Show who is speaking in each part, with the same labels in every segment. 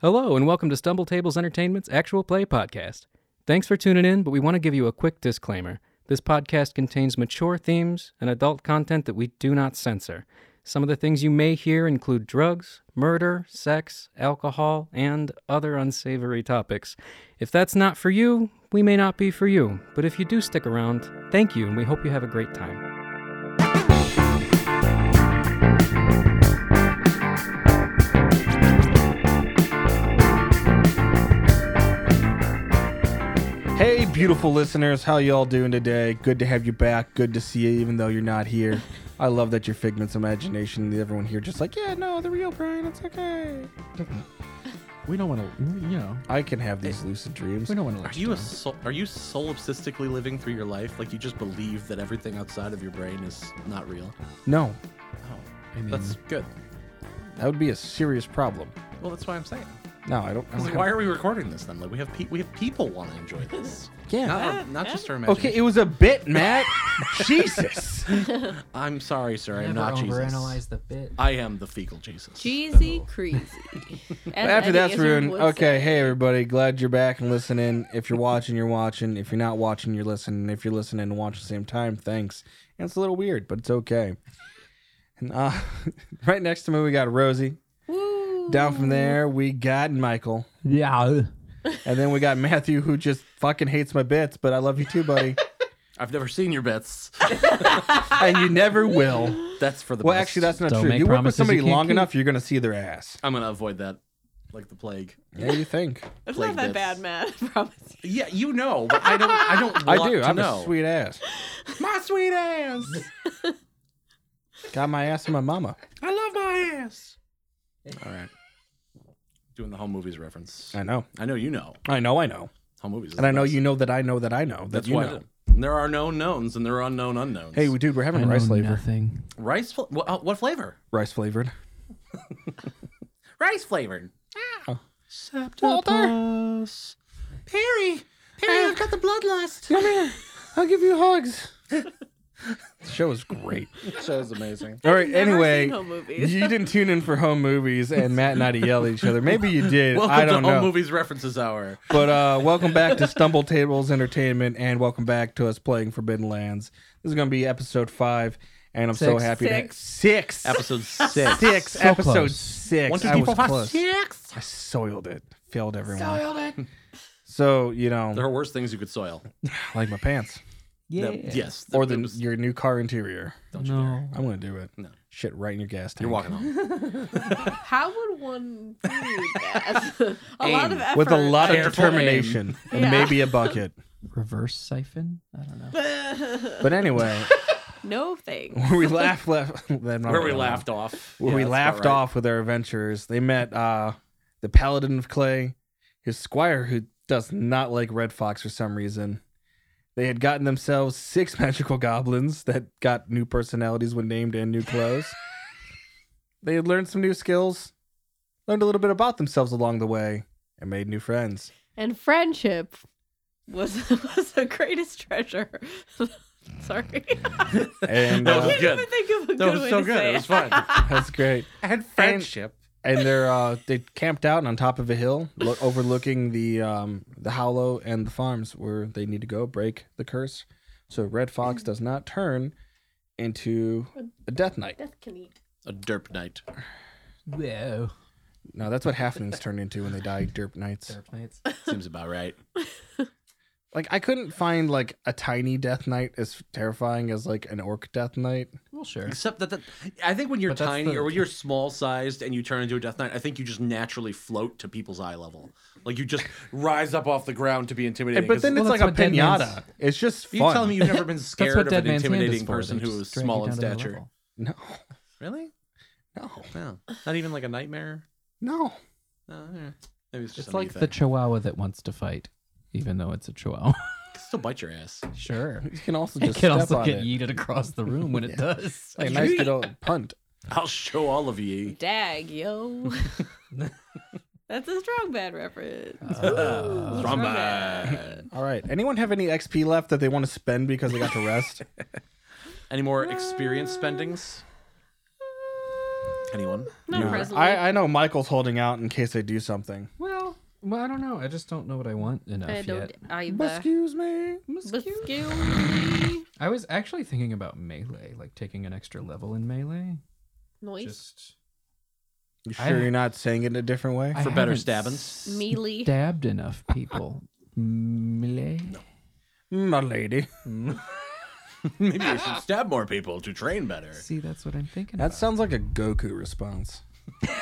Speaker 1: Hello, and welcome to Stumble Tables Entertainment's Actual Play Podcast. Thanks for tuning in, but we want to give you a quick disclaimer. This podcast contains mature themes and adult content that we do not censor. Some of the things you may hear include drugs, murder, sex, alcohol, and other unsavory topics. If that's not for you, we may not be for you, but if you do stick around, thank you, and we hope you have a great time.
Speaker 2: Hey, beautiful listeners, how y'all doing today? Good to have you back. Good to see you, even though you're not here. I love that your figment's imagination. Everyone here just like, yeah, no, the real Brian, it's okay.
Speaker 3: We don't want to, you know,
Speaker 2: I can have these lucid dreams.
Speaker 3: we don't want to.
Speaker 4: Are you a sol- are you solipsistically living through your life? Like you just believe that everything outside of your brain is not real?
Speaker 2: No,
Speaker 4: Oh, that's good.
Speaker 2: that would be a serious problem.
Speaker 4: Well, that's why I'm saying.
Speaker 2: No, I don't. I
Speaker 4: 'Cause
Speaker 2: don't
Speaker 4: why
Speaker 2: have-
Speaker 4: are we recording this then? Like we have pe- we have people want to enjoy this.
Speaker 2: Yeah.
Speaker 4: Not, our- not just our imagination.
Speaker 2: okay, it was a bit, Matt. Jesus.
Speaker 4: I'm sorry, sir. I'm
Speaker 5: Never
Speaker 4: not Jesus.
Speaker 5: overanalyze the bit.
Speaker 4: I am the fecal Jesus.
Speaker 6: Cheesy Creasy. As
Speaker 2: After
Speaker 6: Eddie
Speaker 2: that's
Speaker 6: Izzard
Speaker 2: ruined,
Speaker 6: would
Speaker 2: okay,
Speaker 6: say.
Speaker 2: hey everybody, glad you're back and listening. If you're watching, you're watching. If you're not watching, you're listening. If you're listening and watch at the same time, thanks. And it's a little weird, but it's okay. And uh, right next to me, we got Rosie.
Speaker 6: Woo.
Speaker 2: Down from there, we got Michael.
Speaker 3: Yeah.
Speaker 2: And then we got Matthew, who just fucking hates my bits, but I love you too, buddy.
Speaker 4: I've never seen your bits.
Speaker 2: and you never will.
Speaker 4: That's for the
Speaker 2: Well,
Speaker 4: best.
Speaker 2: actually, that's not
Speaker 3: Don't
Speaker 2: true.
Speaker 3: make
Speaker 2: You work with
Speaker 3: promises you
Speaker 2: somebody
Speaker 3: can't
Speaker 2: long
Speaker 3: keep.
Speaker 2: enough, you're going to see their ass.
Speaker 4: I'm gonna avoid that, like the plague.
Speaker 2: Yeah, you think.
Speaker 6: It's
Speaker 4: Plague
Speaker 6: not that
Speaker 4: bits.
Speaker 6: bad, Matt. I promise.
Speaker 4: Yeah, you know, but I don't. I don't.
Speaker 2: I
Speaker 4: want
Speaker 2: do.
Speaker 4: To
Speaker 2: I'm
Speaker 4: know.
Speaker 2: a sweet ass.
Speaker 4: My sweet ass.
Speaker 2: Got my ass and my mama.
Speaker 4: I love my ass. All right. Doing the home movies reference.
Speaker 2: I know.
Speaker 4: I know you know
Speaker 2: I know, I know.
Speaker 4: home movies. is
Speaker 2: And I know
Speaker 4: the best.
Speaker 2: you know that I know that I know. That's
Speaker 4: That's
Speaker 2: you
Speaker 4: why.
Speaker 2: know.
Speaker 4: There are known knowns and there are unknown unknowns.
Speaker 2: Hey, dude, we're having
Speaker 3: I
Speaker 2: rice
Speaker 3: know
Speaker 2: flavor.
Speaker 3: nothing.
Speaker 4: rice. Fl- what, uh, what flavor?
Speaker 2: Rice flavored.
Speaker 4: Rice flavored. Oh.
Speaker 2: Walter.
Speaker 4: Perry, Perry, I've got the bloodlust.
Speaker 2: Come here. I'll give you hugs. the show is great.
Speaker 4: That was amazing.
Speaker 2: All right.
Speaker 6: Never
Speaker 2: Anyway,
Speaker 6: seen home movies.
Speaker 2: you didn't tune in for home movies, and Matt and I to yell at each other. Maybe you did.
Speaker 4: Welcome
Speaker 2: I don't
Speaker 4: to home
Speaker 2: know.
Speaker 4: movies references hour.
Speaker 2: But uh, welcome back to Stumble Tables Entertainment, and welcome back to us playing Forbidden Lands. This is going to be episode five, and I'm so
Speaker 3: Six.
Speaker 2: happy
Speaker 6: Six.
Speaker 2: to six
Speaker 4: Episode six.
Speaker 2: six
Speaker 3: So
Speaker 2: episode
Speaker 3: close.
Speaker 2: six.
Speaker 4: One, two,
Speaker 2: I
Speaker 4: three,
Speaker 2: was
Speaker 4: four, five,
Speaker 2: close.
Speaker 4: six.
Speaker 2: I soiled it. Failed everyone. Soiled it. So you know,
Speaker 4: There are worse things you could soil.
Speaker 2: like my pants
Speaker 3: Yeah.
Speaker 4: That- yes.
Speaker 2: or
Speaker 4: that
Speaker 2: the,
Speaker 4: was-
Speaker 2: your new car interior.
Speaker 4: don't you dare.
Speaker 3: No.
Speaker 2: I'm gonna do it.
Speaker 4: No.
Speaker 2: Shit, right in your gas tank.
Speaker 4: You're walking home.
Speaker 6: How would one do that? a lot of effort.
Speaker 2: with a lot of
Speaker 4: Careful
Speaker 2: determination and
Speaker 6: Yeah.
Speaker 2: maybe a bucket.
Speaker 3: Reverse siphon? I don't know.
Speaker 2: But anyway,
Speaker 6: no thanks.
Speaker 2: where we laughed, left
Speaker 4: Where we laughed off.
Speaker 2: where
Speaker 4: Yeah,
Speaker 2: we
Speaker 4: that's about
Speaker 2: laughed
Speaker 4: right.
Speaker 2: off with our adventurers. They met uh, the Paladin of Clay, his squire, who does not like Red Fox for some reason. They had gotten themselves six magical goblins that got new personalities when named and new clothes. they had learned some new skills, learned a little bit about themselves along the way, and made new friends.
Speaker 6: And friendship was was the greatest treasure. Sorry.
Speaker 2: And
Speaker 4: That
Speaker 2: uh,
Speaker 4: was
Speaker 6: I
Speaker 4: good.
Speaker 6: didn't even think of a good
Speaker 4: That was
Speaker 6: way
Speaker 4: so
Speaker 6: to
Speaker 4: good.
Speaker 6: say
Speaker 4: It was
Speaker 6: it.
Speaker 4: fun.
Speaker 2: that's great.
Speaker 4: And
Speaker 2: friendship. and they're uh, they camped out on top of a hill lo- overlooking the um, the hollow and the farms where they need to go break the curse so red fox does not turn into a death knight
Speaker 6: Death can eat.
Speaker 4: A derp night.
Speaker 3: Whoa.
Speaker 2: no that's what halflings turn into when they die derp knights
Speaker 4: Seems about right.
Speaker 2: like i couldn't find like a tiny death knight as terrifying as like an orc death knight
Speaker 3: Well, sure.
Speaker 4: Except that, that I think when you're
Speaker 3: But that's
Speaker 4: tiny
Speaker 3: the-
Speaker 4: or when you're small sized and you turn into a Death Knight, I think you just naturally float to people's eye level. Like you just rise up off the ground to be intimidating.
Speaker 2: but
Speaker 4: 'cause
Speaker 2: then
Speaker 3: Well,
Speaker 2: it's
Speaker 3: that's
Speaker 2: like a
Speaker 3: what dead man's-
Speaker 2: piñata it's just fun
Speaker 4: you telling me you've never been
Speaker 3: That's
Speaker 4: scared
Speaker 3: what
Speaker 4: of
Speaker 3: Dead
Speaker 4: an
Speaker 3: Man's Hand is
Speaker 4: intimidating
Speaker 3: for.
Speaker 4: person
Speaker 3: They
Speaker 4: who
Speaker 3: just
Speaker 4: is
Speaker 3: drag you
Speaker 4: small in
Speaker 3: down to their
Speaker 4: stature.
Speaker 3: level.
Speaker 2: no
Speaker 4: Really?
Speaker 2: no
Speaker 4: No. Not even like a nightmare.
Speaker 2: no
Speaker 4: No. yeah. Maybe it's just
Speaker 3: It's
Speaker 4: a me
Speaker 3: like the
Speaker 4: thing.
Speaker 3: chihuahua that wants to fight, even though it's a chihuahua.
Speaker 4: still bite your ass.
Speaker 3: sure.
Speaker 2: you can also
Speaker 3: It
Speaker 2: just
Speaker 3: can
Speaker 2: step
Speaker 3: also
Speaker 2: on
Speaker 3: get
Speaker 2: it
Speaker 3: yeeted across the room when it does.
Speaker 2: like a nice little punt
Speaker 4: I'll show all of ye.
Speaker 6: Dag, yo. That's a strong bad reference.
Speaker 3: Uh,
Speaker 4: Strong
Speaker 6: Strong
Speaker 4: bad.
Speaker 6: bad.
Speaker 2: all right anyone have any xp left that they want to spend because they got to rest
Speaker 4: Any more experience spendings? anyone.
Speaker 6: Not
Speaker 4: You-
Speaker 6: presently.
Speaker 2: I, I know Michael's holding out in case I do something.
Speaker 3: Well, well, I don't know. I just don't know what I want enough
Speaker 6: I don't
Speaker 3: yet.
Speaker 6: either.
Speaker 2: Excuse me.
Speaker 6: Bascu-
Speaker 3: I was actually thinking about melee, like taking an extra level in melee.
Speaker 6: Noise.
Speaker 3: Just
Speaker 2: You
Speaker 3: I-
Speaker 2: sure you're not saying it in a different way?
Speaker 3: I
Speaker 4: For better
Speaker 3: haven't
Speaker 4: stabbings?
Speaker 6: Melee.
Speaker 3: Stabbed enough people. melee.
Speaker 2: Mm, My lady.
Speaker 4: Maybe we should stab more people to train better.
Speaker 3: See, that's what I'm thinking.
Speaker 2: That
Speaker 3: about.
Speaker 2: sounds like a Goku response.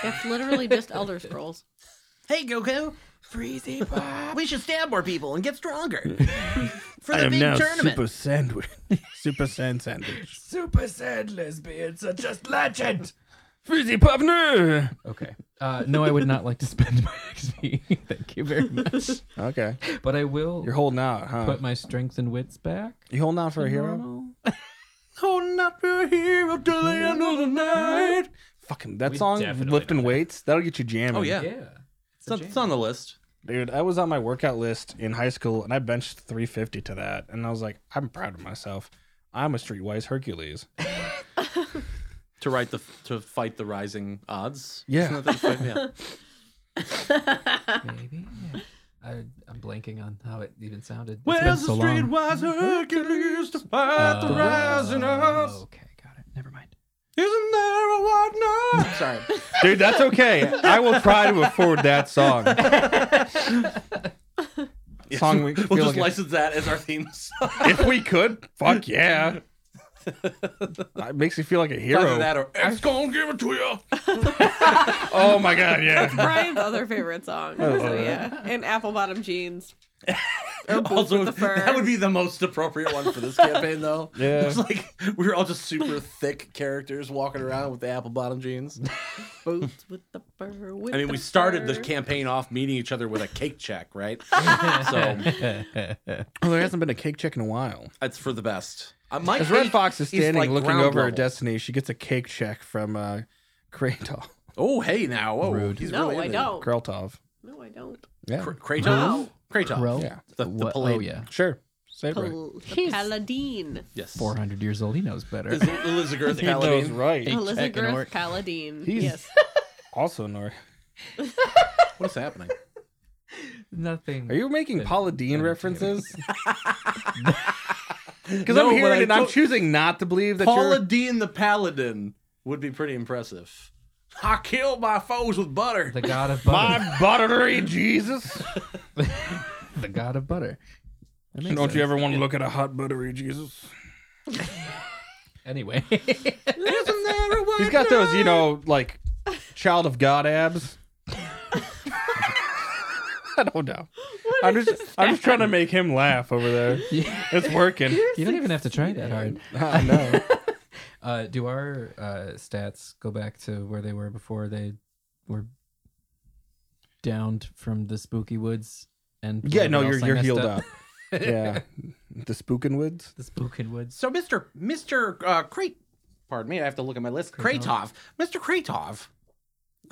Speaker 6: That's literally just Elder Scrolls.
Speaker 4: Hey Goku, freezy. we should stab more people and get stronger for the big tournament.
Speaker 2: Super Sandwich. Super Sand Sandwich.
Speaker 3: Super sad lesbians are just legend.
Speaker 2: Frizzy Partner.
Speaker 3: Okay. Uh, no, I would not like to spend my XP. Thank you very much.
Speaker 2: Okay.
Speaker 3: But I will
Speaker 2: You're holding out, huh?
Speaker 3: put my strength and wits back.
Speaker 2: you holding out for a hero?
Speaker 3: Normal.
Speaker 2: Holding out Oh, for a hero till the end of the night. Fucking that
Speaker 3: We
Speaker 2: song,
Speaker 3: definitely
Speaker 2: lifting
Speaker 3: know that.
Speaker 2: weights, that'll get you jamming.
Speaker 4: Oh yeah,
Speaker 3: Yeah.
Speaker 4: It's, on, it's on the list.
Speaker 2: Dude, I was on my workout list in high school and I benched 350 to that. And I was like, I'm proud of myself. I'm a streetwise Hercules.
Speaker 4: To write the to fight the rising odds.
Speaker 2: Yeah.
Speaker 4: Isn't that the- yeah.
Speaker 3: Maybe. yeah. I, I'm blanking on how it even sounded. It's been
Speaker 4: Where's
Speaker 3: so
Speaker 4: the
Speaker 3: long.
Speaker 4: streetwise Hercules to fight the
Speaker 3: Oh,
Speaker 4: rising odds?
Speaker 3: Okay, got it. Never mind.
Speaker 4: Isn't there a white knight? Sorry.
Speaker 2: Dude, that's okay. I will try to afford that song. song we
Speaker 4: We'll
Speaker 2: feel
Speaker 4: just
Speaker 2: like-
Speaker 4: license that as our theme song.
Speaker 2: if we could, fuck yeah. It makes me feel like a
Speaker 4: Either
Speaker 2: hero.
Speaker 4: that or it's gonna give it to you.
Speaker 2: oh my god, yeah.
Speaker 6: Brian's other favorite song. so yeah, and apple bottom jeans. Or boots
Speaker 4: Also,
Speaker 6: with the fur.
Speaker 4: that would be the most appropriate one for this campaign, though.
Speaker 2: Yeah.
Speaker 4: It's like we were all just super thick characters walking around with the apple bottom jeans.
Speaker 6: boots with the fur. With
Speaker 4: I mean,
Speaker 6: the
Speaker 4: we started the
Speaker 6: fur.
Speaker 4: campaign off meeting each other with a cake check, right? so
Speaker 2: Well, there hasn't been a cake check in a while.
Speaker 4: it's for the best. Uh, my
Speaker 2: As Red
Speaker 4: cake
Speaker 2: Fox is standing
Speaker 4: like
Speaker 2: looking
Speaker 4: ground
Speaker 2: over her
Speaker 4: level.
Speaker 2: destiny, she gets a cake check from uh Kratov.
Speaker 4: Oh, hey now. Whoa,
Speaker 3: Rude.
Speaker 4: He's
Speaker 6: No,
Speaker 4: really
Speaker 6: I
Speaker 4: into
Speaker 6: don't.
Speaker 2: Kreltov.
Speaker 6: No, I don't.
Speaker 2: Yeah.
Speaker 4: Oh. Kr- Kratos?
Speaker 6: Wow.
Speaker 4: Kratos.
Speaker 3: Crow?
Speaker 2: Yeah.
Speaker 4: The- the
Speaker 3: What- oh,
Speaker 4: paladin.
Speaker 3: yeah.
Speaker 2: Sure. Say it right.
Speaker 6: Pal- the paladine.
Speaker 4: Yes.
Speaker 3: 400 years old. He knows better.
Speaker 4: Is it Elizagirth
Speaker 2: He knows
Speaker 4: Paladin?
Speaker 2: right.
Speaker 3: check and
Speaker 6: Elizabeth
Speaker 3: orc.
Speaker 6: Paladine.
Speaker 2: He's-
Speaker 6: Yes.
Speaker 2: Also Nor.
Speaker 4: What's happening?
Speaker 3: Nothing.
Speaker 2: Are you making
Speaker 3: Good.
Speaker 2: Paula Dean references? Because
Speaker 4: No,
Speaker 2: I'm
Speaker 4: but
Speaker 2: hearing
Speaker 4: I
Speaker 2: it and I'm
Speaker 4: don't-
Speaker 2: choosing not to believe that
Speaker 4: Paula
Speaker 2: you're
Speaker 4: Dean the Paladin would be pretty impressive. I kill my foes with butter.
Speaker 3: the god of butter.
Speaker 2: my buttery Jesus.
Speaker 3: the god of butter. That makes
Speaker 2: Don't you
Speaker 3: sense.
Speaker 2: ever want to look at a hot buttery Jesus?
Speaker 3: Anyway.
Speaker 4: Isn't there a
Speaker 2: He's
Speaker 4: white
Speaker 2: got those,
Speaker 4: knight?
Speaker 2: you know, like child of God abs. I don't know. I'm just I'm just trying to make him laugh over there. It's working.
Speaker 3: you don't even have to try that hard.
Speaker 2: I know.
Speaker 3: Uh, do our uh, stats go back to where they were before they were downed from the spooky woods? And
Speaker 2: Yeah,
Speaker 3: whatever
Speaker 2: no, you're
Speaker 3: else I
Speaker 2: you're
Speaker 3: messed
Speaker 2: healed up. Yeah. The spooking woods.
Speaker 3: The spooking woods.
Speaker 4: So, Mr. Mr. Uh, Krait, pardon me, I have to look at my list. Kratov. Mr. Kratov,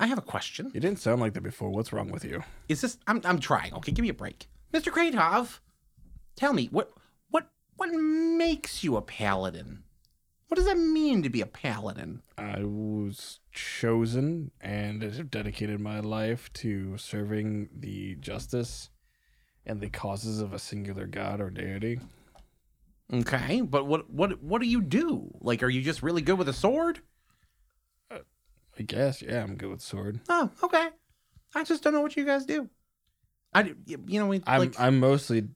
Speaker 4: I have a question.
Speaker 2: You didn't sound like that before. What's wrong with you?
Speaker 4: Is this? I'm, I'm trying. Okay, give me a break. Mr. Kratov, tell me what what what makes you a paladin? What does that mean to be a paladin?
Speaker 2: I was chosen and have dedicated my life to serving the justice and the causes of a singular god or deity.
Speaker 4: Okay, but what what what do you do? Like, are you just really good with a sword?
Speaker 2: I guess, yeah, I'm good with sword.
Speaker 4: Oh, okay. I just don't know what you guys do. I do- you know we
Speaker 2: I'm
Speaker 4: like
Speaker 2: I'm mostly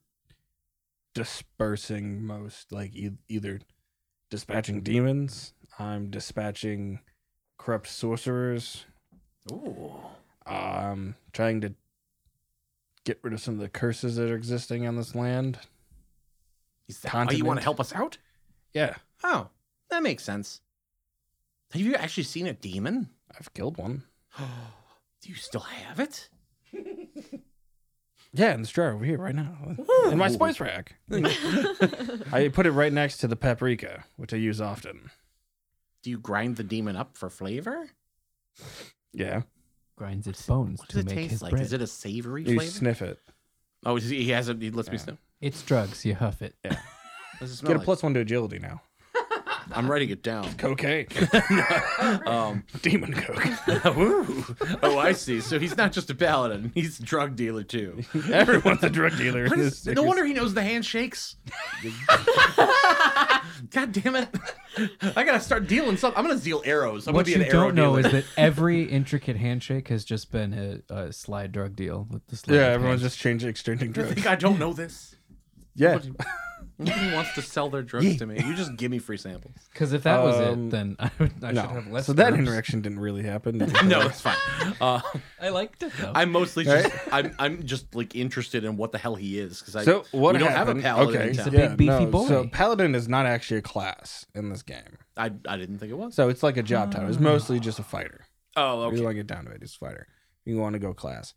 Speaker 2: dispersing most like e- either dispatching demons, I'm dispatching corrupt sorcerers,
Speaker 4: ooh.
Speaker 2: um trying to get rid of some of the curses that are existing on this land.
Speaker 4: Is that why you
Speaker 2: Continent.
Speaker 4: want to help us out?
Speaker 2: Yeah,
Speaker 4: Oh, that makes sense. Have you actually seen a demon?
Speaker 2: I've killed one.
Speaker 4: Do you still have it?
Speaker 2: Yeah, in this jar over here right now. In my spice rack. I put it right next to the paprika, which I use often.
Speaker 4: Do you grind the demon up for flavor?
Speaker 2: Yeah.
Speaker 3: Grinds its bones
Speaker 4: What
Speaker 3: to
Speaker 4: does it
Speaker 3: make
Speaker 4: taste
Speaker 3: his
Speaker 4: like?
Speaker 3: bread.
Speaker 4: Is it a savory
Speaker 2: You
Speaker 4: flavor?
Speaker 2: sniff it.
Speaker 4: oh, is he he has it. He lets me sniff.
Speaker 3: It's drugs. You huff it.
Speaker 4: What Does it smell
Speaker 2: Get a
Speaker 4: like?
Speaker 2: plus one to agility now.
Speaker 4: I'm writing it down.
Speaker 2: Cocaine.
Speaker 4: Um,
Speaker 2: Demon coke.
Speaker 4: ooh. Oh, I see. So he's not just a paladin; he's a drug dealer too.
Speaker 2: Everyone's a drug dealer. in
Speaker 4: What
Speaker 2: this
Speaker 4: is, no
Speaker 2: Snickers.
Speaker 4: wonder he knows the handshakes. God damn it! I gotta start dealing something. I'm gonna deal arrows. I'm
Speaker 3: what
Speaker 4: gonna be
Speaker 3: you
Speaker 4: an arrow
Speaker 3: don't know
Speaker 4: dealer.
Speaker 3: is that every intricate handshake has just been a, a sly drug deal with the sly.
Speaker 2: Yeah, everyone's just changing, exchanging
Speaker 4: I
Speaker 2: drugs.
Speaker 4: think I don't know this.
Speaker 2: Yeah.
Speaker 4: Nobody wants to sell their drugs to me. You just give me free samples.
Speaker 3: because if that was
Speaker 2: Um,
Speaker 3: it, then I, would, I should
Speaker 2: No.
Speaker 3: have less.
Speaker 2: So that
Speaker 3: drugs.
Speaker 2: interaction didn't really happen.
Speaker 4: No, it's fine. Uh,
Speaker 3: I liked it though.
Speaker 4: I'm mostly just I'm I'm just like interested in what the hell he is because I
Speaker 2: So what
Speaker 4: we don't have a
Speaker 2: happened-
Speaker 4: paladin.
Speaker 2: Okay,
Speaker 4: in
Speaker 3: He's a big
Speaker 4: town.
Speaker 3: beefy boy.
Speaker 2: So paladin is not actually a class in this game.
Speaker 4: I I didn't think it was.
Speaker 2: So it's like a job title.
Speaker 3: Ah.
Speaker 2: It's mostly just a fighter.
Speaker 4: Oh,
Speaker 2: If you want to get down to it, it's fighter. You want to go class.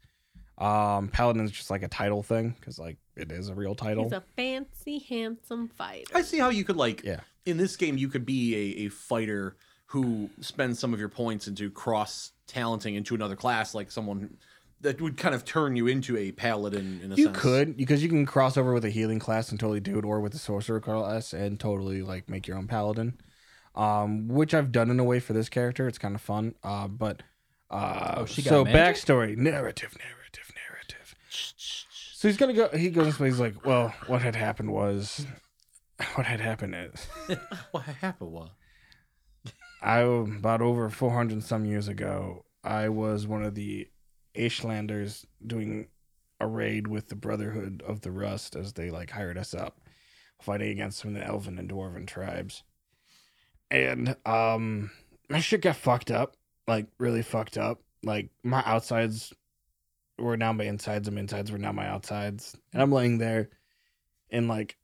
Speaker 2: Um, paladin is just like a title thing because like it is a real title.
Speaker 6: He's a fancy, handsome fighter.
Speaker 4: I see how you could like
Speaker 2: Yeah.
Speaker 4: in this game you could be a, a fighter who spends some of your points into cross talenting into another class like someone that would kind of turn you into a paladin in a
Speaker 2: you
Speaker 4: sense.
Speaker 2: could because you can cross over with a healing class and totally do it, or with a sorcerer class and totally like make your own paladin. Um, which I've done in a way for this character. It's kind of fun. Uh, but uh,
Speaker 3: Oh, she got
Speaker 2: so
Speaker 3: magic?
Speaker 2: backstory, narrative, narrative, narrative. So he's gonna go. He goes this way. He's like, well, what had happened was, what had happened is.
Speaker 4: What happened was
Speaker 2: I about over 400 and some years ago, I was one of the Ashlanders doing a raid with the Brotherhood of the Rust as they like hired us up, fighting against some of the elven and dwarven tribes. And um my shit got fucked up, like really fucked up. Like my outsides were now my insides and my insides were now my outsides. And I'm laying there in like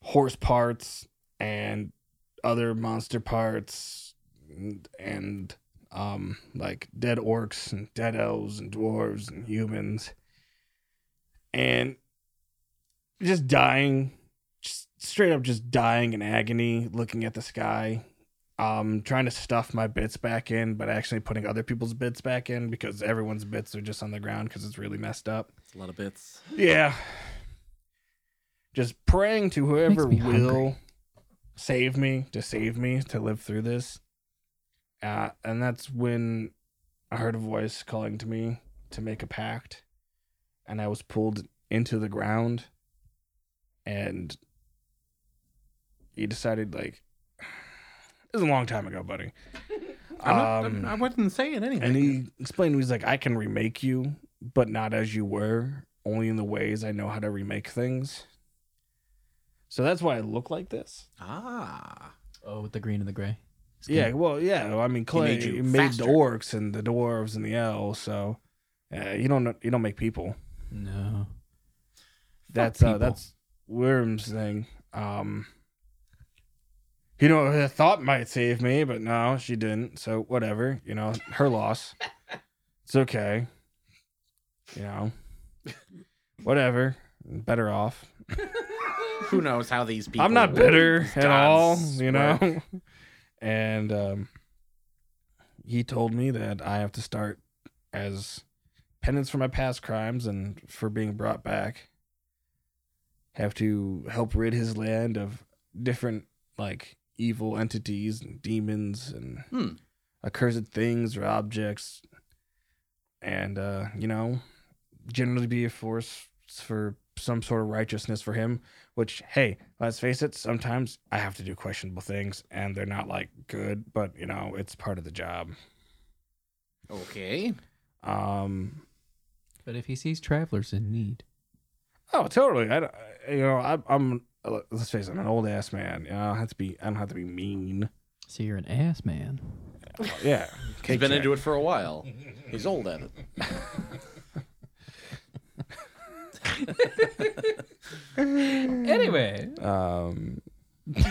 Speaker 2: horse parts and other monster parts and, and um like dead orcs and dead elves and dwarves and humans and just dying just straight up just dying in agony looking at the sky um trying to stuff my bits back in but actually putting other people's bits back in because everyone's bits are just on the ground because it's really messed up
Speaker 4: a lot of bits.
Speaker 2: yeah. Just praying to whoever
Speaker 3: me
Speaker 2: will
Speaker 3: hungry.
Speaker 2: save me, to save me, to live through this. Uh, and that's when I heard a voice calling to me to make a pact. And I was pulled into the ground. And he decided, like, it was a long time ago, buddy.
Speaker 4: I'm not,
Speaker 2: Um,
Speaker 4: I'm, I wasn't saying anything.
Speaker 2: and he explained, he's like, I can remake you, but not as you were, only in the ways I know how to remake things. So that's why I look like this.
Speaker 4: ah,
Speaker 3: oh, with the green and the gray.
Speaker 2: Yeah, well, yeah. I mean, Clay
Speaker 4: made
Speaker 2: made,
Speaker 4: you
Speaker 2: the
Speaker 4: faster.
Speaker 2: orcs and the dwarves and the elves. So uh, you don't you don't make people.
Speaker 3: No.
Speaker 2: That's uh,
Speaker 3: people.
Speaker 2: that's Worm's thing. Um, you know, I thought might save me, but no, she didn't. So whatever, you know, her loss. It's okay. You know, whatever. Better off.
Speaker 4: who knows how these people?
Speaker 2: I'm not bitter at all,
Speaker 4: God's
Speaker 2: you know. and um, he told me that I have to start as penance for my past crimes and for being brought back. Have to help rid his land of different like evil entities and demons and
Speaker 4: Hmm.
Speaker 2: accursed things or objects, and uh, you know, generally be a force for some sort of righteousness for him which hey let's face it sometimes i have to do questionable things and they're not like good but you know it's part of the job
Speaker 4: Okay.
Speaker 2: um
Speaker 3: But if he sees travelers in need,
Speaker 2: oh totally i don't- I- you know I, i'm let's face it i'm an old ass man you know, i don't have to be i don't have to be mean
Speaker 3: so you're an ass man.
Speaker 2: yeah
Speaker 4: He's been into it for a while. He's old at it.
Speaker 3: Anyway,
Speaker 2: um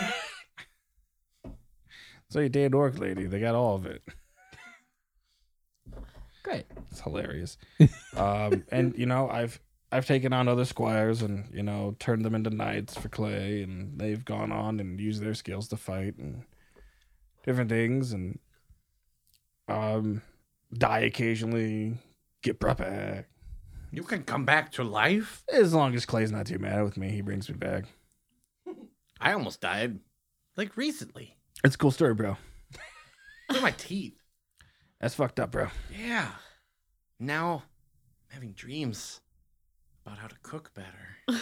Speaker 2: so you did orc lady they got all of it
Speaker 3: great.
Speaker 2: It's hilarious. um, and you know, I've I've taken on other squires and you know turned them into knights for Clay, and they've gone on and used their skills to fight and different things, and um, die occasionally, get brought back.
Speaker 4: You can come back to life.
Speaker 2: As long as Clay's not too mad with me, he brings me back.
Speaker 4: I almost died, like recently.
Speaker 2: It's a cool story, bro.
Speaker 4: Look at my teeth.
Speaker 2: That's fucked up, bro.
Speaker 4: Yeah. Now I'm having dreams about how to cook better.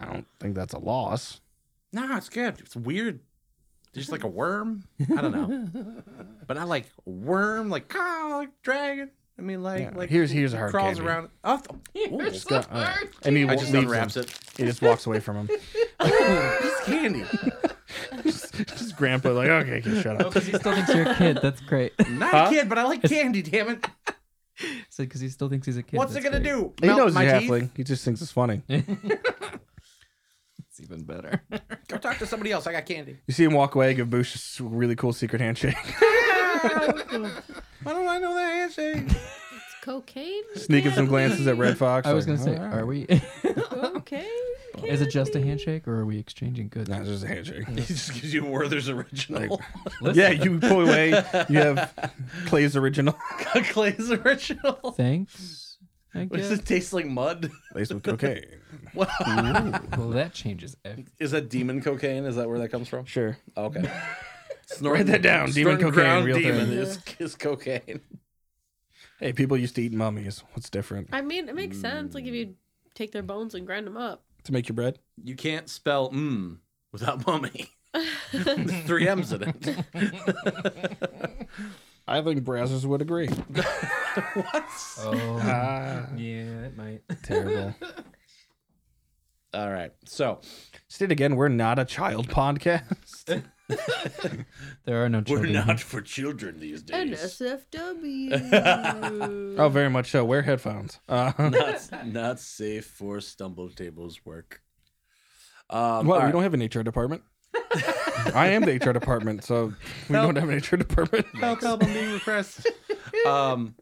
Speaker 2: I don't think that's a loss.
Speaker 4: No, it's good. It's weird. There's like a worm. I don't know. but not like worm, like ah, like dragon. I mean, like
Speaker 2: Yeah,
Speaker 4: like
Speaker 2: here's- here's a hard
Speaker 4: crawls
Speaker 2: candy.
Speaker 4: around. Oh, th- ooh,
Speaker 6: Here's
Speaker 2: go-
Speaker 6: the
Speaker 2: all right.
Speaker 6: hard
Speaker 2: And he wa-
Speaker 4: I just
Speaker 2: leaves
Speaker 4: unwraps
Speaker 2: him.
Speaker 4: it.
Speaker 2: He just walks away from him.
Speaker 4: Piece of candy.
Speaker 2: just, just grandpa, like, okay, kid, shut up.
Speaker 3: Because he still thinks you're a kid. That's great.
Speaker 4: Not
Speaker 2: Huh?
Speaker 4: a kid, but I like candy. Damn it!
Speaker 3: So because he still thinks he's a kid.
Speaker 4: What's it
Speaker 3: that's
Speaker 4: gonna
Speaker 3: great.
Speaker 4: do?
Speaker 2: He
Speaker 4: Melt
Speaker 2: knows he's
Speaker 4: my
Speaker 2: a
Speaker 4: teeth?
Speaker 2: halfling. He just thinks it's funny.
Speaker 3: It's even better.
Speaker 4: Go talk to somebody else. I got candy.
Speaker 2: You see him walk away, give Boosh a s- really cool secret handshake.
Speaker 4: Why don't I know that handshake?
Speaker 6: Cocaine?
Speaker 2: Sneaking some glances at Red Fox.
Speaker 3: I was
Speaker 2: like,
Speaker 3: gonna say,
Speaker 2: "All right."
Speaker 3: are we?
Speaker 6: Cocaine?
Speaker 3: Is it just a handshake, or are we exchanging goods?
Speaker 2: Nah, it's just a handshake.
Speaker 4: he just gives you Werther's original.
Speaker 2: yeah, you pull away. You have Clay's original.
Speaker 4: Clay's original.
Speaker 3: Thanks. I
Speaker 4: What
Speaker 3: guess.
Speaker 4: Does it taste like mud?
Speaker 2: Laced with cocaine.
Speaker 3: well, that changes. everything.
Speaker 4: Is that demon cocaine? Is that where that comes from? Oh,
Speaker 2: Sure.
Speaker 4: Okay.
Speaker 2: Write that down. Demon
Speaker 4: Snorting
Speaker 2: cocaine,
Speaker 4: ground
Speaker 2: real
Speaker 4: demon
Speaker 2: thing.
Speaker 4: is, is cocaine.
Speaker 2: Hey, people used to eat mummies. What's different?
Speaker 6: I mean, it makes sense. Like if you take their bones and grind them up.
Speaker 2: To make your bread?
Speaker 4: You can't spell mmm without mummy. There's Three M's in it.
Speaker 2: I think Brazzers would agree.
Speaker 3: Oh,
Speaker 2: Ah,
Speaker 3: yeah, it might.
Speaker 2: terrible.
Speaker 4: All right. So
Speaker 2: State again, we're not a child podcast.
Speaker 3: There are no
Speaker 4: we're
Speaker 3: children.
Speaker 4: not for children these
Speaker 6: Oh,
Speaker 4: days.
Speaker 6: NSFW.
Speaker 2: oh, very much so. Wear headphones. Uh,
Speaker 4: Not, not safe for Stumble Table's work. Um,
Speaker 2: Well,
Speaker 4: all
Speaker 2: we
Speaker 4: right.
Speaker 2: don't have an HR department. I am the HR department, so we don't have an HR department.
Speaker 4: Help, help, I'm being repressed. um,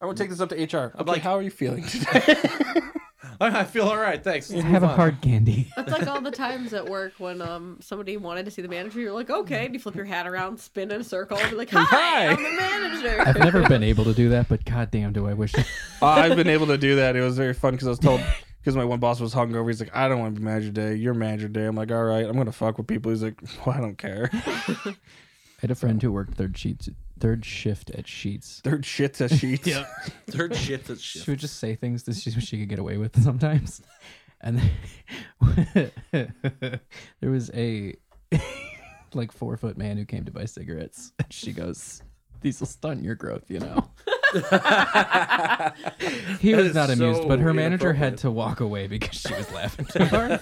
Speaker 2: I will take this up to HR. I'm
Speaker 4: like-
Speaker 2: like, how are you feeling today?
Speaker 4: I feel all right. Thanks. Let's
Speaker 3: Have
Speaker 4: move
Speaker 3: a
Speaker 4: on.
Speaker 3: hard candy.
Speaker 6: That's like all the times at work when um somebody wanted to see the manager. You're like, okay, and you flip your hat around, spin in a circle, and be like, hi, I'm the manager.
Speaker 3: I've never been able to do that, but goddamn, do I wish.
Speaker 2: Uh, I've been able to do that. It was very fun because I was told because my one boss was hungover. He's like, I don't want to be manager day. You're manager day. I'm like, all right, I'm gonna fuck with people. He's like, well, I don't care.
Speaker 3: I had a friend who worked third sheets, third shift at Sheets.
Speaker 2: Third shit's a sheet.
Speaker 4: Third shit that shit.
Speaker 3: She would just say things that she, she could get away with sometimes. And then- there was a like four foot man who came to buy cigarettes, and she goes, "These will stunt your growth," you know. he
Speaker 4: That
Speaker 3: was
Speaker 4: is
Speaker 3: not amused,
Speaker 4: so
Speaker 3: but her manager had to walk away because she was laughing too hard,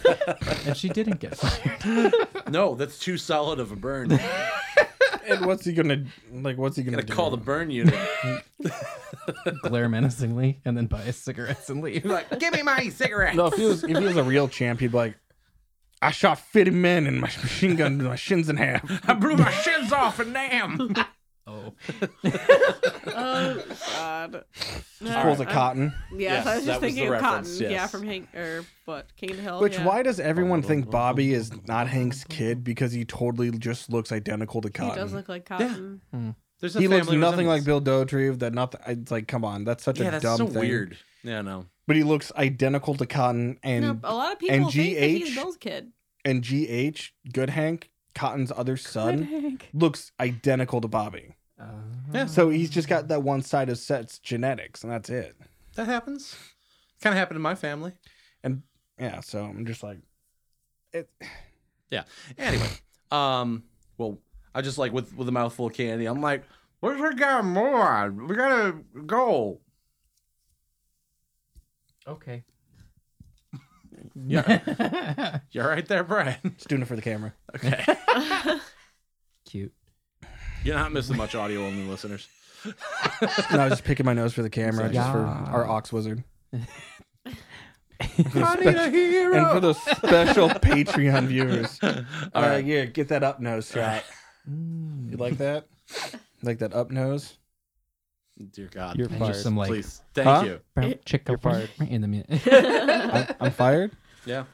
Speaker 3: and she didn't get fired.
Speaker 4: No, that's too solid of a burn. Gotta
Speaker 2: And what's he gonna like? What's he gonna, do?
Speaker 4: call the burn unit.
Speaker 3: Glare menacingly, and then buy his cigarettes and leave.
Speaker 4: You're like, give me my cigarette.
Speaker 2: No, if he was if he was a real champ, he'd be like, I shot 50 men and my machine gun my shins in half.
Speaker 4: I blew my shins off and damn.
Speaker 3: Oh,
Speaker 6: oh God. No,
Speaker 2: Pulls a
Speaker 6: I'm-
Speaker 2: cotton.
Speaker 6: Yeah,
Speaker 4: Yes,
Speaker 6: so I was
Speaker 4: that was
Speaker 6: just
Speaker 4: the
Speaker 6: thinking of
Speaker 4: reference,
Speaker 6: Cotton. Yeah,
Speaker 4: yes.
Speaker 6: from Hank or what King of the Hill.
Speaker 2: Which
Speaker 6: yeah.
Speaker 2: why does everyone think Bobby is not Hank's kid because he totally just looks identical to
Speaker 6: he
Speaker 2: Cotton?
Speaker 6: does look like Cotton.
Speaker 4: There's
Speaker 2: He looks nothing like Bill Dotrieve. That nothing. It's like, come on, that's such
Speaker 4: Yeah,
Speaker 2: a
Speaker 4: that's
Speaker 2: dumb
Speaker 4: so
Speaker 2: thing.
Speaker 4: weird. Yeah, no.
Speaker 2: But he looks identical to Cotton and
Speaker 6: no, a lot of
Speaker 2: and
Speaker 6: people think that he's
Speaker 2: GH
Speaker 6: Bill's kid.
Speaker 2: and GH Good Hank Cotton's other son
Speaker 6: Hank.
Speaker 2: looks identical to Bobby.
Speaker 4: Yeah,
Speaker 2: So he's just got that one side of Set's genetics, and that's it.
Speaker 4: that happens. Kind of happened in my family.
Speaker 2: And yeah, so I'm just like, it,
Speaker 4: Yeah. Anyway, um, well, I just like with with a mouthful of candy. I'm like, where's our guy moron? We gotta go.
Speaker 3: okay.
Speaker 4: Yeah, you're right there, Brian.
Speaker 2: just doing it for the camera.
Speaker 4: Okay,
Speaker 3: Cute.
Speaker 4: you're not missing much audio only listeners.
Speaker 2: No, I was just picking my nose for the camera,
Speaker 3: It's like,
Speaker 2: just for
Speaker 3: "Ah."
Speaker 2: our ox wizard.
Speaker 3: Mm.
Speaker 4: I need a hero.
Speaker 2: And for those special Patreon viewers.
Speaker 4: All
Speaker 2: uh,
Speaker 4: right.
Speaker 2: yeah, get that up nose shot. You like that? Like that up nose?
Speaker 4: Dear God,
Speaker 2: You're
Speaker 3: And
Speaker 2: fired.
Speaker 3: just some like
Speaker 4: please, thank
Speaker 2: Huh?
Speaker 4: you.
Speaker 3: brown chicken
Speaker 2: fired.
Speaker 3: in the minute.
Speaker 2: I'm, I'm fired.
Speaker 4: Yeah,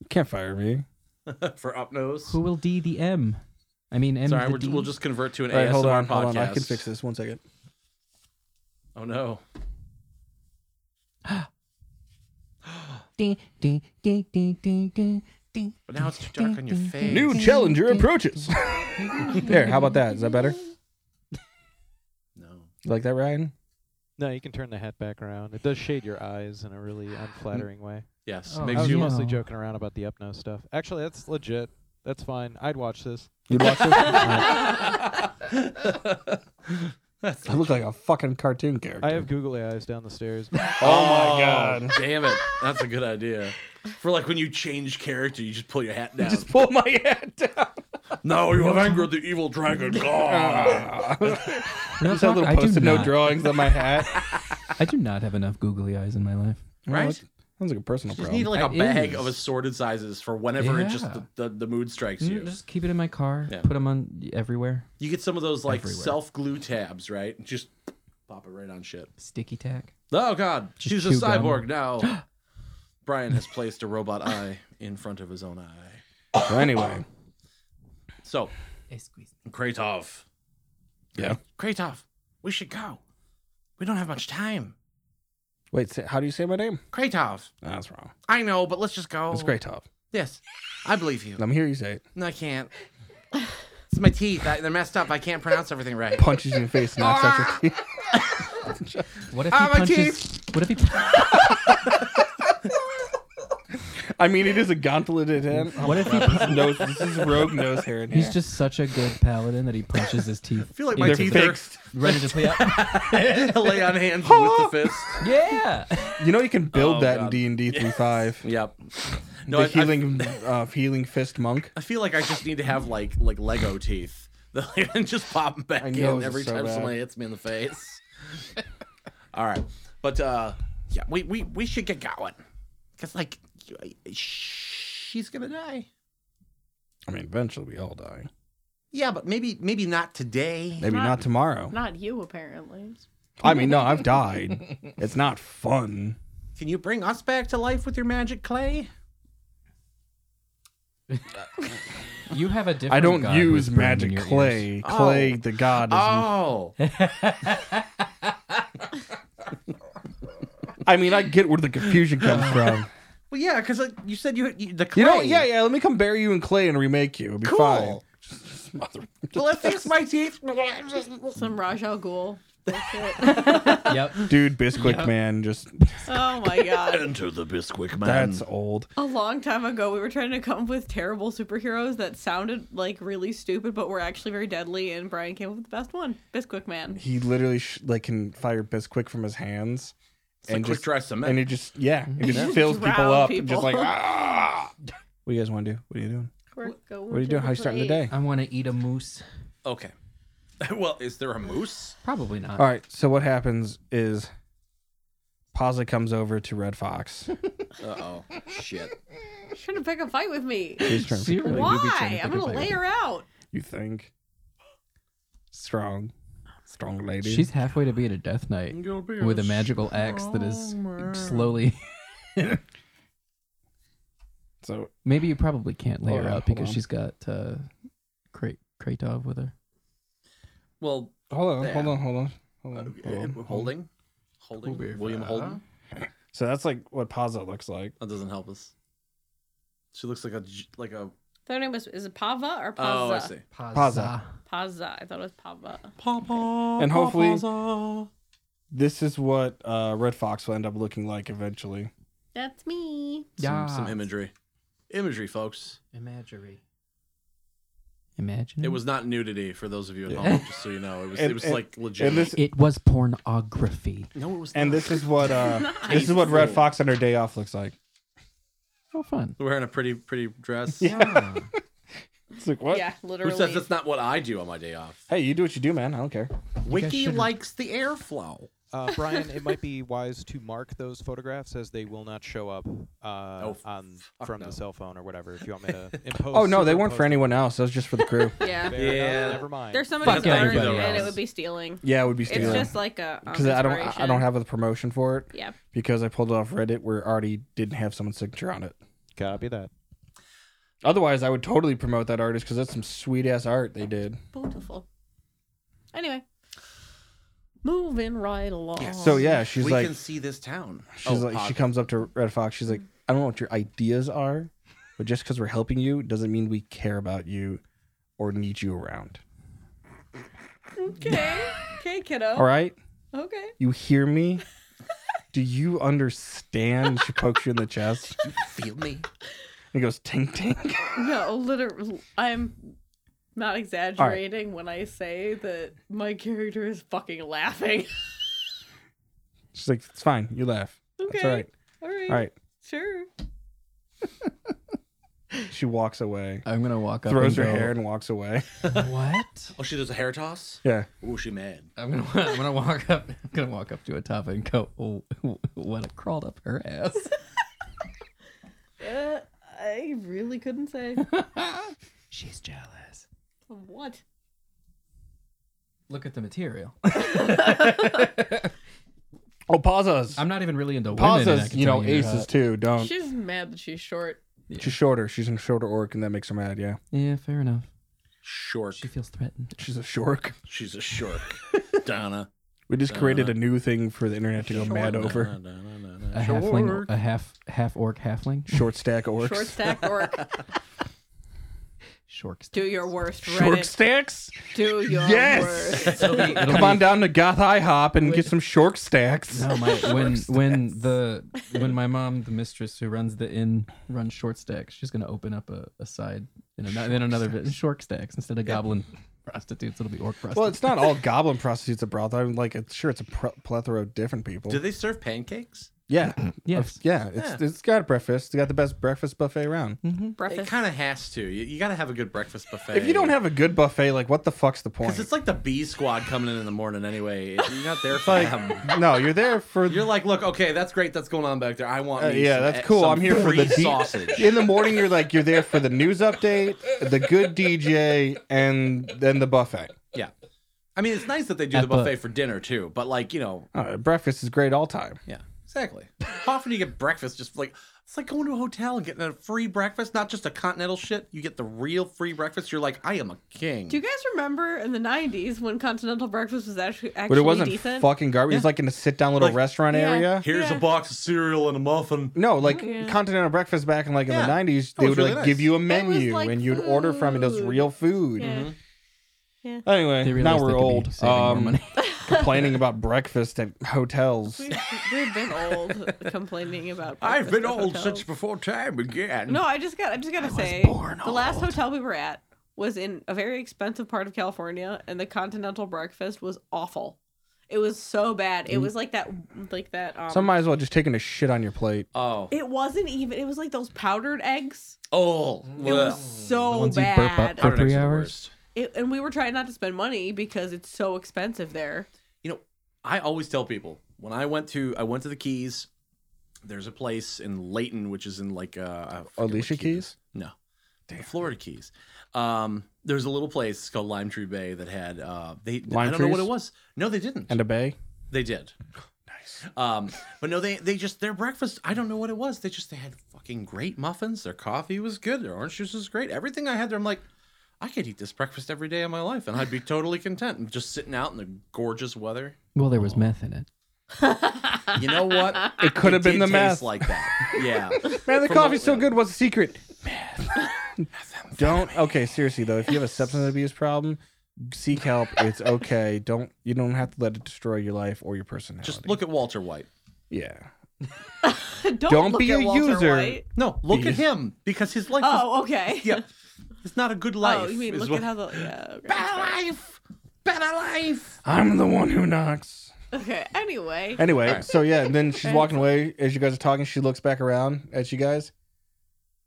Speaker 2: You can't fire me.
Speaker 4: for up nose.
Speaker 3: Who will D the M? I mean, M.
Speaker 4: Sorry,
Speaker 3: the
Speaker 4: we're,
Speaker 3: D?
Speaker 4: we'll just convert to an
Speaker 2: All right,
Speaker 4: ASMR
Speaker 2: hold on,
Speaker 4: podcast.
Speaker 2: hold on. I can fix this. One second.
Speaker 4: Oh no.
Speaker 3: D, D, D, D, D, D, D,
Speaker 4: But now it's too dark on your face.
Speaker 2: New challenger approaches. there, how about that? Is that better?
Speaker 4: No.
Speaker 2: You like that, Ryan?
Speaker 5: No, you can turn the hat back around. It does shade your eyes in a really unflattering way.
Speaker 4: Yes.
Speaker 3: Oh,
Speaker 5: I
Speaker 4: makes
Speaker 5: was
Speaker 4: you.
Speaker 3: yeah.
Speaker 5: mostly joking around about the Upno stuff. Actually, that's legit. That's fine. I'd watch this.
Speaker 2: You'd watch this?
Speaker 4: That's-
Speaker 2: I look like a fucking cartoon character.
Speaker 5: I have googly eyes down the stairs.
Speaker 2: oh my god.
Speaker 4: Damn it. That's a good idea. For like when you change character, you just pull your hat down.
Speaker 2: Just pull my head down.
Speaker 4: No, you have angered the evil dragon.
Speaker 2: Ah.
Speaker 4: God.
Speaker 3: Real
Speaker 2: Just have
Speaker 3: talk,
Speaker 2: little
Speaker 3: I do
Speaker 2: post-it note
Speaker 3: not-
Speaker 2: drawings on my hat.
Speaker 3: I do not have enough googly eyes in my life.
Speaker 4: Right?
Speaker 2: Sounds like a personal
Speaker 4: Just
Speaker 2: problem.
Speaker 4: need like a
Speaker 3: It
Speaker 4: bag
Speaker 3: is.
Speaker 4: of assorted sizes for whenever it just
Speaker 3: Yeah.
Speaker 4: the, the, the mood strikes you.
Speaker 3: Just keep it in my car.
Speaker 4: Yeah.
Speaker 3: Put them on everywhere.
Speaker 4: You get some of those like
Speaker 3: Everywhere.
Speaker 4: self glue tabs, right? Just pop it right on shit.
Speaker 3: Sticky tack.
Speaker 4: Oh God,
Speaker 3: Just
Speaker 4: she's a
Speaker 3: chew gum.
Speaker 4: cyborg now. Brian has placed a robot eye in front of his own eye.
Speaker 2: So anyway,
Speaker 4: So
Speaker 3: Hey, squeeze.
Speaker 4: Kratov.
Speaker 2: Yeah.
Speaker 4: Kratov, we should go. We don't have much time.
Speaker 2: wait. Say, how do you say my name?
Speaker 4: Kratov,
Speaker 2: Nah, that's wrong.
Speaker 4: I know, but let's just go.
Speaker 2: It's great, Top.
Speaker 4: Yes, I believe you.
Speaker 2: Let me hear you say it.
Speaker 4: No, I can't. It's my teeth. I, they're messed up. I can't pronounce everything right.
Speaker 2: Punches you in the face, knocks out your teeth.
Speaker 3: What if he
Speaker 4: Ah, my
Speaker 3: punches? What if he?
Speaker 2: I mean, it is a gauntleted hand.
Speaker 3: What if he?
Speaker 2: nose. This is rogue nose hair. In
Speaker 3: He's
Speaker 2: here.
Speaker 3: just such a good paladin that he punches his teeth. I
Speaker 4: feel like my
Speaker 2: They're
Speaker 4: teeth are-
Speaker 2: fixed.
Speaker 3: ready to play out.
Speaker 4: Lay on hands with the fist.
Speaker 3: Yeah.
Speaker 2: You know you can build
Speaker 4: Oh,
Speaker 2: that
Speaker 4: God.
Speaker 2: in D and D three five.
Speaker 4: Yep.
Speaker 2: the
Speaker 4: I- I-
Speaker 2: healing, uh, healing fist monk.
Speaker 4: I feel like I just need to have like like Lego teeth. and just pop 'em back
Speaker 2: I know,
Speaker 4: in
Speaker 2: this
Speaker 4: every
Speaker 2: is so
Speaker 4: time
Speaker 2: bad.
Speaker 4: somebody hits me in the face. All right, but uh, yeah, we we we should get going because like she's gonna die.
Speaker 2: I mean, eventually we all die.
Speaker 4: Yeah, but maybe maybe not today.
Speaker 2: Maybe
Speaker 6: Not-
Speaker 2: not tomorrow.
Speaker 6: Not you, apparently.
Speaker 2: I mean, no, I've died. It's not fun.
Speaker 4: Can you bring us back to life with your magic clay?
Speaker 3: You have a different.
Speaker 2: I don't
Speaker 3: god
Speaker 2: use
Speaker 3: who's burning
Speaker 2: magic
Speaker 3: your ears.
Speaker 2: clay. Clay,
Speaker 4: Oh.
Speaker 2: the god. Is,
Speaker 4: Oh,
Speaker 2: I mean, I get where the confusion comes from.
Speaker 4: well, yeah, because like, you said you, you the clay.
Speaker 2: You know, yeah, yeah. Let me come bury you in clay and remake you. It'll be
Speaker 4: Cool.
Speaker 2: fine. Just smother-
Speaker 4: Well, I fix my teeth.
Speaker 6: Some Raj Al Ghul. bullshit.
Speaker 3: Yep.
Speaker 2: Dude, Bisquick man, just
Speaker 6: oh my god.
Speaker 4: Enter the Bisquick man.
Speaker 2: that's old.
Speaker 6: A long time ago, we were trying to come up with terrible superheroes that sounded like really stupid, but were actually very deadly, and Brian came up with the best one Bisquick Man.
Speaker 2: He literally sh- like can fire Bisquick from his hands.
Speaker 4: It's like quick
Speaker 2: just,
Speaker 4: dry cement.
Speaker 2: and it just yeah, it just
Speaker 6: Just
Speaker 2: fills
Speaker 6: drown
Speaker 2: people up.
Speaker 6: people.
Speaker 2: Just like ah. What you guys want to do? What are you doing? What are you doing? How you starting the day?
Speaker 3: I want to eat a moose.
Speaker 4: Okay. Well, is there a moose?
Speaker 3: Probably not.
Speaker 2: All right. So what happens is, Paza comes over to Red Fox.
Speaker 4: Uh oh. Shit.
Speaker 6: Trying to pick a fight with me.
Speaker 2: He's trying to-
Speaker 3: Seriously, you be trying
Speaker 6: Why?
Speaker 3: to
Speaker 6: I'm
Speaker 3: pick a
Speaker 6: gonna
Speaker 3: fight with
Speaker 6: lay
Speaker 3: her.
Speaker 6: her out.
Speaker 2: you think? Strong, strong lady.
Speaker 3: She's halfway to being a death knight with a magical axe that is slowly.
Speaker 2: so
Speaker 3: Maybe you probably can't lay
Speaker 2: Hold
Speaker 3: her
Speaker 2: on,
Speaker 3: out
Speaker 2: hold
Speaker 3: because
Speaker 2: on.
Speaker 3: she's got uh, Kra- Kratov with her.
Speaker 4: Well,
Speaker 2: hold on,
Speaker 4: Yeah.
Speaker 2: hold on, hold on, hold on, hold on, hold on.
Speaker 4: holding, holding. William Holden.
Speaker 2: So that's like what Paza looks like.
Speaker 4: That doesn't help us. She looks like a j- like a.
Speaker 6: Their name is is it Pava or Paza?
Speaker 4: Oh, I see.
Speaker 2: Paza.
Speaker 6: Paza. I thought it was Pava.
Speaker 2: And hopefully, this is what uh, Red Fox will end up looking like eventually.
Speaker 6: That's me.
Speaker 3: Yeah.
Speaker 4: Some, some imagery, imagery, folks.
Speaker 3: Imagery. Imagine.
Speaker 4: It was not nudity for those of you at home. Just so you know, it was
Speaker 2: And-
Speaker 4: it was
Speaker 2: and-
Speaker 4: like legit.
Speaker 2: And this,
Speaker 3: It was pornography.
Speaker 4: no, it was.
Speaker 2: and
Speaker 4: not.
Speaker 2: this is what, uh, this is what Red Fox on her day off looks like.
Speaker 3: Oh, fun.
Speaker 4: wearing a pretty pretty dress.
Speaker 3: Yeah.
Speaker 2: It's like what?
Speaker 6: Yeah,
Speaker 4: Who
Speaker 6: literally.
Speaker 4: says that's not what I do on my day off?
Speaker 2: Hey, you do what you do, man. I don't care.
Speaker 4: Wiki
Speaker 3: should've-
Speaker 4: likes the airflow.
Speaker 5: Uh, Brian, it might be wise to mark those photographs as they will not show up uh,
Speaker 4: Oh,
Speaker 5: on
Speaker 4: fuck
Speaker 5: from
Speaker 4: no.
Speaker 5: the cell phone or whatever. If you want me to impose.
Speaker 2: Oh no, they weren't for
Speaker 5: superimpose
Speaker 2: anyone else. That was just for the crew.
Speaker 5: them.
Speaker 6: Yeah.
Speaker 5: Fair enough,
Speaker 4: Yeah.
Speaker 5: Never mind.
Speaker 6: There's somebody's
Speaker 3: Fuck
Speaker 6: burn
Speaker 3: everybody
Speaker 6: and it
Speaker 4: else.
Speaker 6: would be stealing.
Speaker 2: yeah, it would be
Speaker 6: It's
Speaker 2: stealing
Speaker 6: just like a um,
Speaker 2: because I don't, I- I
Speaker 6: inspiration.
Speaker 2: don't have the promotion for it
Speaker 6: Yeah.
Speaker 2: because I pulled it off Reddit where it already didn't have someone's signature on it.
Speaker 5: Copy that.
Speaker 2: Otherwise, I would totally promote that artist because that's some sweet ass art they did.
Speaker 6: Beautiful. Anyway, moving right along.
Speaker 2: So yeah, she's
Speaker 4: we
Speaker 2: like,
Speaker 4: can see this town.
Speaker 2: Oh, she's like, she comes up to Red Fox. She's like, I don't know what your ideas are, But just because we're helping you doesn't mean we care about you or need you around.
Speaker 6: Okay. Okay, kiddo.
Speaker 2: All right?
Speaker 6: Okay.
Speaker 2: You hear me? Do you understand? She pokes you in the chest.
Speaker 4: You feel me?
Speaker 2: It goes tink tink.
Speaker 6: No, literally, I'm not exaggerating when I say that my character is fucking laughing.
Speaker 2: She's like, it's fine. You laugh.
Speaker 6: okay.
Speaker 2: It's all right.
Speaker 6: All right.
Speaker 2: All right.
Speaker 6: Sure.
Speaker 2: She walks away,
Speaker 3: I'm gonna walk up.
Speaker 2: throws her
Speaker 3: and go,
Speaker 2: hair, and walks away.
Speaker 3: What?
Speaker 4: Oh, she does a hair toss?
Speaker 2: Yeah.
Speaker 4: Oh, she mad.
Speaker 3: I'm gonna. I'm gonna walk up. I'm gonna walk up to a top and go. Oh, what crawled up her ass.
Speaker 6: Uh, I really couldn't say.
Speaker 3: She's jealous.
Speaker 6: what?
Speaker 3: Look at the material.
Speaker 2: Oh, pause us.
Speaker 3: I'm not even really into
Speaker 2: Pause
Speaker 3: women. and I
Speaker 2: us.
Speaker 3: can
Speaker 2: You
Speaker 3: tell
Speaker 2: know,
Speaker 3: you're
Speaker 2: aces
Speaker 3: hot.
Speaker 2: too. Don't.
Speaker 6: She's mad that she's short.
Speaker 2: She's shorter. She's in shorter orc, and that makes her mad. Yeah.
Speaker 3: Yeah, fair enough.
Speaker 4: Short.
Speaker 3: She feels threatened.
Speaker 2: She's a shork.
Speaker 4: She's a short. Donna.
Speaker 2: We just
Speaker 3: Uh,
Speaker 2: created a new thing for the internet to go mad over.
Speaker 3: A halfling, a half half orc halfling.
Speaker 2: Short stack orcs.
Speaker 6: Short stack orc.
Speaker 3: Shorks.
Speaker 6: Do your worst,
Speaker 2: Short
Speaker 6: Reddit.
Speaker 2: stacks.
Speaker 6: Do your
Speaker 2: Yes!
Speaker 6: worst.
Speaker 2: Come on down to Goth IHOP and get some short stacks.
Speaker 3: No, my when when the when my mom, the mistress who runs the inn, runs short stacks, she's gonna open up a, a side in, ano- in another bit short stacks instead of goblin prostitutes. It'll be orc prostitutes.
Speaker 2: Well, it's not all goblin prostitutes at brothel. I'm like, it's, sure, it's a pr- plethora of different people.
Speaker 4: Do they serve pancakes?
Speaker 2: yeah,
Speaker 3: yes.
Speaker 2: yeah. It's it's got breakfast. It's got the best breakfast buffet around.
Speaker 4: It
Speaker 6: Breakfast.
Speaker 4: kind of has to. You, you got to have a good breakfast buffet.
Speaker 2: If you don't have a good buffet, like, what the fuck's the point?
Speaker 4: Because it's like the B squad coming in in the morning anyway. You're not there for them.
Speaker 2: no, you're there for.
Speaker 4: You're like, look, okay, that's great. That's going on back there. I want.
Speaker 2: Uh,
Speaker 4: me
Speaker 2: yeah,
Speaker 4: some-
Speaker 2: that's cool.
Speaker 4: some
Speaker 2: I'm here for
Speaker 4: free
Speaker 2: the D-
Speaker 4: sausage.
Speaker 2: In the morning, you're like you're there for the news update, the good DJ, and then the buffet.
Speaker 4: yeah, I mean, it's nice that they do
Speaker 3: At
Speaker 4: the buffet
Speaker 3: the-
Speaker 4: for dinner too. But like, you know,
Speaker 2: Uh, breakfast is great all time.
Speaker 4: yeah, exactly. How often do you get breakfast? Just like it's like going to a hotel and getting a free breakfast, not just a continental shit. You get the real free breakfast. You're like, I am a king.
Speaker 6: Do you guys remember in the 90s when continental breakfast was actually, actually
Speaker 2: But it wasn't
Speaker 6: decent?
Speaker 2: fucking garbage. It was like in a sit down little
Speaker 4: Like-
Speaker 2: restaurant
Speaker 6: Yeah.
Speaker 2: area.
Speaker 4: Here's
Speaker 6: Yeah.
Speaker 4: a box of cereal and a muffin.
Speaker 2: No, like
Speaker 6: Oh, Yeah.
Speaker 2: continental breakfast back in like in
Speaker 4: Yeah.
Speaker 2: the nineties,
Speaker 4: That
Speaker 2: they
Speaker 4: was
Speaker 2: would
Speaker 4: really
Speaker 2: like
Speaker 4: nice.
Speaker 2: give you a
Speaker 6: was
Speaker 2: menu
Speaker 6: like
Speaker 2: and you'd order from it. It was
Speaker 6: food.
Speaker 2: real food.
Speaker 6: Yeah.
Speaker 4: Mm-hmm.
Speaker 3: They
Speaker 2: Anyway,
Speaker 3: realized
Speaker 2: now
Speaker 3: they
Speaker 2: we're
Speaker 3: could be
Speaker 2: old.
Speaker 3: saving more
Speaker 2: Um,
Speaker 3: money.
Speaker 2: complaining about breakfast at hotels.
Speaker 6: We've, we've been old complaining about.
Speaker 4: I've
Speaker 6: breakfast
Speaker 4: been
Speaker 6: at
Speaker 4: old
Speaker 6: hotels.
Speaker 4: since before time began.
Speaker 6: No, I just got. I just gotta say, the last hotel we were at was in a very expensive part of California, and the continental breakfast was awful. It was so bad. It was like that, like that. Um,
Speaker 2: Some might as well just taking a shit on your plate.
Speaker 4: Oh.
Speaker 6: it wasn't even. It was like those powdered eggs.
Speaker 4: Oh.
Speaker 6: It was so
Speaker 3: ones you burp up
Speaker 6: bad.
Speaker 3: for-
Speaker 4: Powdered eggs
Speaker 3: three
Speaker 4: are the
Speaker 3: hours?
Speaker 4: worst.
Speaker 6: It, and we were trying not to spend money because it's so expensive there.
Speaker 4: you know i always tell people when i went to i went to the keys there's a place in Layton, which is in like uh I forget what
Speaker 2: Alicia
Speaker 4: key it
Speaker 2: Keys?
Speaker 4: is. no the florida keys um there's a little place called lime tree bay that had uh they
Speaker 2: Lime
Speaker 4: i don't know what
Speaker 2: trees?
Speaker 4: it was no they didn't
Speaker 2: And a bay.
Speaker 4: they did nice um but no they they just their breakfast i don't know what it was they just they had fucking great muffins their coffee was good their orange juice was great everything i had there i'm like i could eat this breakfast every day of my life and i'd be totally content and just sitting out in the gorgeous weather
Speaker 3: Well, there was meth in it.
Speaker 4: you know what?
Speaker 2: It could have been
Speaker 4: did
Speaker 2: the
Speaker 4: taste
Speaker 2: mess.
Speaker 4: like that. Yeah.
Speaker 2: Man, the
Speaker 4: From
Speaker 2: coffee's
Speaker 4: a-
Speaker 2: so good. What's the secret? don't. Okay, seriously though, if you have a substance abuse problem, seek help. It's okay. Don't you don't have to let it destroy your life or your personality.
Speaker 4: Just look at Walter White.
Speaker 2: Yeah.
Speaker 6: Don't,
Speaker 2: Don't
Speaker 6: look
Speaker 2: be
Speaker 6: at
Speaker 2: a
Speaker 6: Walter
Speaker 2: user.
Speaker 6: White.
Speaker 4: No, look at him because his life. is,
Speaker 6: Oh, okay.
Speaker 4: yeah, it's not a good life.
Speaker 6: Oh, you mean
Speaker 4: is
Speaker 6: look
Speaker 4: what-
Speaker 6: at how the yeah. okay.
Speaker 4: better life, better life.
Speaker 2: I'm the one who knocks.
Speaker 6: Okay. Anyway,
Speaker 2: Anyway, so yeah, and then she's walking away as you guys are talking. She looks back around at you guys.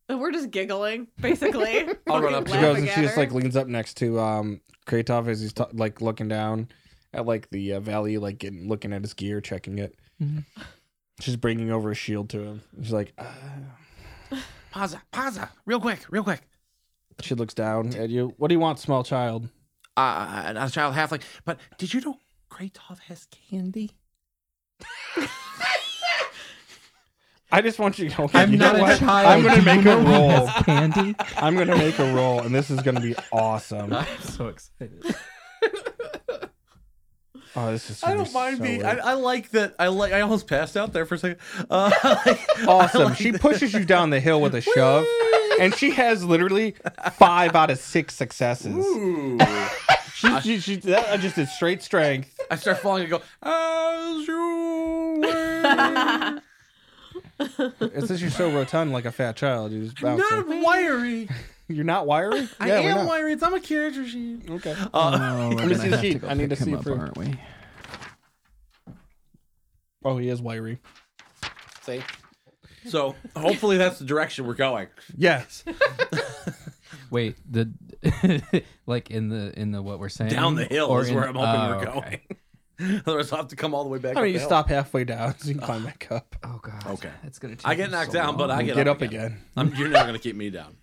Speaker 6: we're just giggling, basically.
Speaker 4: I'll run
Speaker 6: Fucking
Speaker 4: up to
Speaker 2: She
Speaker 4: Laugh
Speaker 2: goes
Speaker 6: laughing
Speaker 2: and she
Speaker 6: at
Speaker 2: just
Speaker 6: her.
Speaker 2: like leans up next to um Kratov as he's ta- like looking down at like the uh, valley, like getting looking at his gear, checking it.
Speaker 3: Mhm.
Speaker 2: She's bringing over a shield to him. She's like, uh,
Speaker 4: Pausa, pausa, real quick, real quick.
Speaker 2: she looks down at you. What do you want, small child?
Speaker 4: Uh, not a child halfling. But did you know Kratov has candy?
Speaker 2: I just want you. Okay,
Speaker 3: I'm
Speaker 2: you know
Speaker 3: not a
Speaker 2: what?
Speaker 3: child.
Speaker 2: I'm gonna
Speaker 3: Do you
Speaker 2: make
Speaker 3: know
Speaker 2: a
Speaker 3: he
Speaker 2: roll.
Speaker 3: has Candy.
Speaker 2: I'm gonna make a roll, and this is gonna be awesome.
Speaker 3: I'm so excited.
Speaker 2: Oh, this is.
Speaker 4: I don't
Speaker 2: so
Speaker 4: mind being. I,
Speaker 2: weird.
Speaker 4: I like that. I like. I almost passed out there for a second. Uh,
Speaker 2: awesome. She pushes you down the hill with a shove, and she has literally five out of six successes.
Speaker 4: Ooh.
Speaker 2: She, she, she that just is straight strength.
Speaker 4: I start falling and go, as you were.
Speaker 2: It's just you're so rotund like a fat child. You're just bouncing.
Speaker 4: Not wiry.
Speaker 2: You're not wiry.
Speaker 4: I
Speaker 2: Yeah, we're
Speaker 4: am
Speaker 2: not.
Speaker 4: wiry. It's, I'm a carriage machine.
Speaker 2: Okay.
Speaker 4: Uh,
Speaker 3: Oh, we're
Speaker 2: me
Speaker 3: gonna
Speaker 2: see the
Speaker 3: have to
Speaker 2: sheet.
Speaker 3: go
Speaker 2: I need
Speaker 3: pick
Speaker 2: to
Speaker 3: him
Speaker 2: see
Speaker 3: up,
Speaker 2: proof.
Speaker 3: aren't we?
Speaker 2: Oh, he is wiry.
Speaker 4: see? So hopefully that's the direction we're going.
Speaker 2: Yes.
Speaker 3: Wait, the like in the in the what we're saying
Speaker 4: Down the hill
Speaker 3: Or
Speaker 4: is
Speaker 3: in-
Speaker 4: where I'm hoping
Speaker 3: oh,
Speaker 4: we're
Speaker 3: okay.
Speaker 4: going. Otherwise, I'll have to come all the way back.
Speaker 2: I
Speaker 4: up
Speaker 2: mean, you
Speaker 4: the hill.
Speaker 2: stop halfway down so you can climb back up.
Speaker 3: Oh god.
Speaker 4: Okay.
Speaker 3: It's gonna. Take
Speaker 4: I get
Speaker 3: him
Speaker 4: knocked
Speaker 3: so
Speaker 4: down, but
Speaker 3: long.
Speaker 4: I get,
Speaker 2: Get up again.
Speaker 4: I'm, you're not gonna keep me down.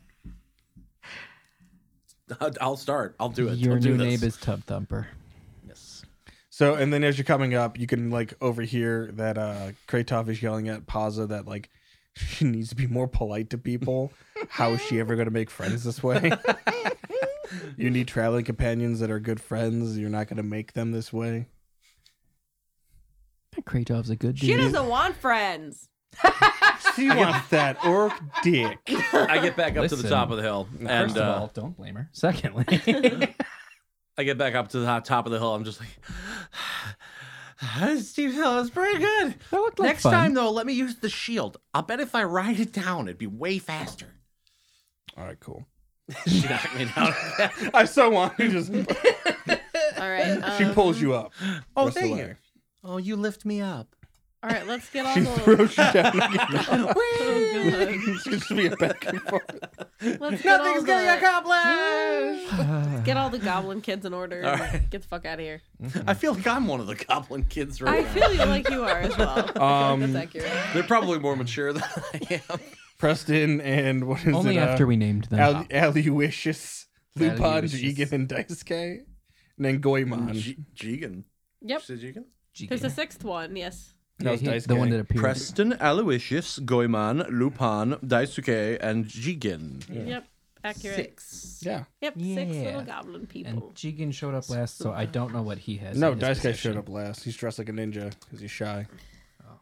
Speaker 4: I'll start. I'll do it.
Speaker 3: Your
Speaker 4: I'll
Speaker 3: new
Speaker 4: do this.
Speaker 3: name is Tub Thumper.
Speaker 4: Yes.
Speaker 2: So, and then as you're coming up, you can like overhear that uh Kratov is yelling at Paza that like she needs to be more polite to people. How is she ever going to make friends this way? you need traveling companions that are good friends. You're not going to make them this way.
Speaker 3: Kratov's a good dude.
Speaker 6: She doesn't want friends.
Speaker 2: She wants that orc dick.
Speaker 4: I get back up to
Speaker 3: Listen.
Speaker 4: the top of the hill,
Speaker 3: First of
Speaker 4: and uh,
Speaker 3: all, don't blame her. Secondly,
Speaker 4: I get back up to the hot- top of the hill. I'm just like, "That's steep hill. It's pretty good.
Speaker 3: That looked like
Speaker 4: Next
Speaker 3: fun.
Speaker 4: time though, let me use the shield. I'll bet if I ride it down, it'd be way faster.
Speaker 2: All right, cool.
Speaker 4: she knocked me down.
Speaker 2: I so want to just
Speaker 6: All right.
Speaker 2: she
Speaker 6: um,
Speaker 2: pulls you up.
Speaker 4: oh,
Speaker 2: Rest of the
Speaker 4: thank
Speaker 2: way.
Speaker 4: you. Oh, you lift me up.
Speaker 6: All right, let's get all
Speaker 2: She
Speaker 6: the.
Speaker 2: throws you down.
Speaker 6: Oh,
Speaker 2: it's just be a back and forth.
Speaker 6: God. Let's get all
Speaker 4: Nothing's gonna
Speaker 6: the,
Speaker 4: accomplish.
Speaker 6: get all the goblin kids in order. and Get the fuck out of here.
Speaker 4: I feel like I'm one of the goblin kids right
Speaker 6: I
Speaker 4: now.
Speaker 6: feel you like you are as well. I feel like
Speaker 2: Um,
Speaker 6: that's accurate.
Speaker 4: They're probably more mature than I am.
Speaker 2: Preston and what is
Speaker 3: only
Speaker 2: it? uh,
Speaker 3: after we named them.
Speaker 2: Al- Aloysius, Mm, Lupin,
Speaker 3: Aloysius.
Speaker 2: Jigen, and Daisuke, and then Goemon.
Speaker 4: G- Jigen.
Speaker 6: Yep.
Speaker 4: Said Jigen.
Speaker 6: There's a sixth one. Yes.
Speaker 2: No, it's
Speaker 3: Yeah, he-
Speaker 2: Daisuke.
Speaker 3: the one that appeared.
Speaker 4: Preston, Aloysius, Goemon, Lupin, Daisuke, and Jigen.
Speaker 6: Yep. Accurate.
Speaker 4: Six.
Speaker 2: yeah.
Speaker 6: Yep. Six
Speaker 3: Yeah.
Speaker 6: little goblin
Speaker 3: and
Speaker 6: people.
Speaker 3: Jigen showed up last, so I don't know what he has.
Speaker 2: No,
Speaker 3: in his
Speaker 2: Daisuke
Speaker 3: possession.
Speaker 2: showed up last. He's dressed like a ninja because he's shy.
Speaker 3: Oh,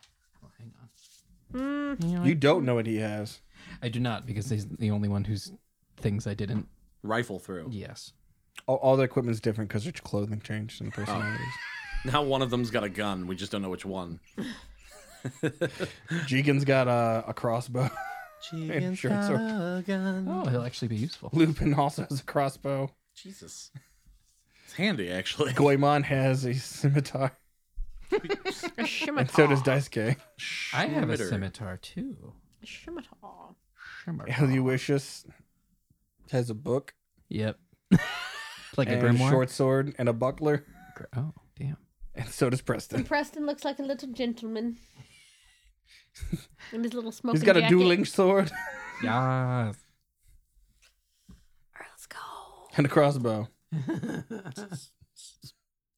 Speaker 3: hang on.
Speaker 6: Mm,
Speaker 3: You know,
Speaker 2: You don't know what he has.
Speaker 3: I do not because he's the only one whose things I didn't.
Speaker 4: Rifle through.
Speaker 3: Yes.
Speaker 2: All, all the equipment's different because their clothing changed
Speaker 3: Oh.
Speaker 2: and personalities.
Speaker 4: Now one of them's got a gun. We just don't know which one.
Speaker 2: Jigen's got a, a crossbow. And short got sword.
Speaker 4: gun.
Speaker 3: Oh, he'll actually be useful.
Speaker 2: Lupin also has a crossbow.
Speaker 4: Jesus. It's handy, actually.
Speaker 2: Goemon has a scimitar.
Speaker 6: a
Speaker 2: And so
Speaker 6: scimitar.
Speaker 2: does Daisuke.
Speaker 3: I have a
Speaker 4: Schmitter.
Speaker 3: scimitar too.
Speaker 6: A scimitar.
Speaker 2: Aloysius has a book,
Speaker 3: Yep. like a
Speaker 2: and
Speaker 3: grimoire.
Speaker 2: short sword, and a buckler.
Speaker 3: Gr- Oh, damn.
Speaker 2: And so does Preston.
Speaker 6: Preston looks like a little gentleman. In his little smoking
Speaker 2: He's got a
Speaker 6: jacket.
Speaker 2: dueling sword
Speaker 3: Yeah.
Speaker 6: All right, let's go.
Speaker 2: and a crossbow.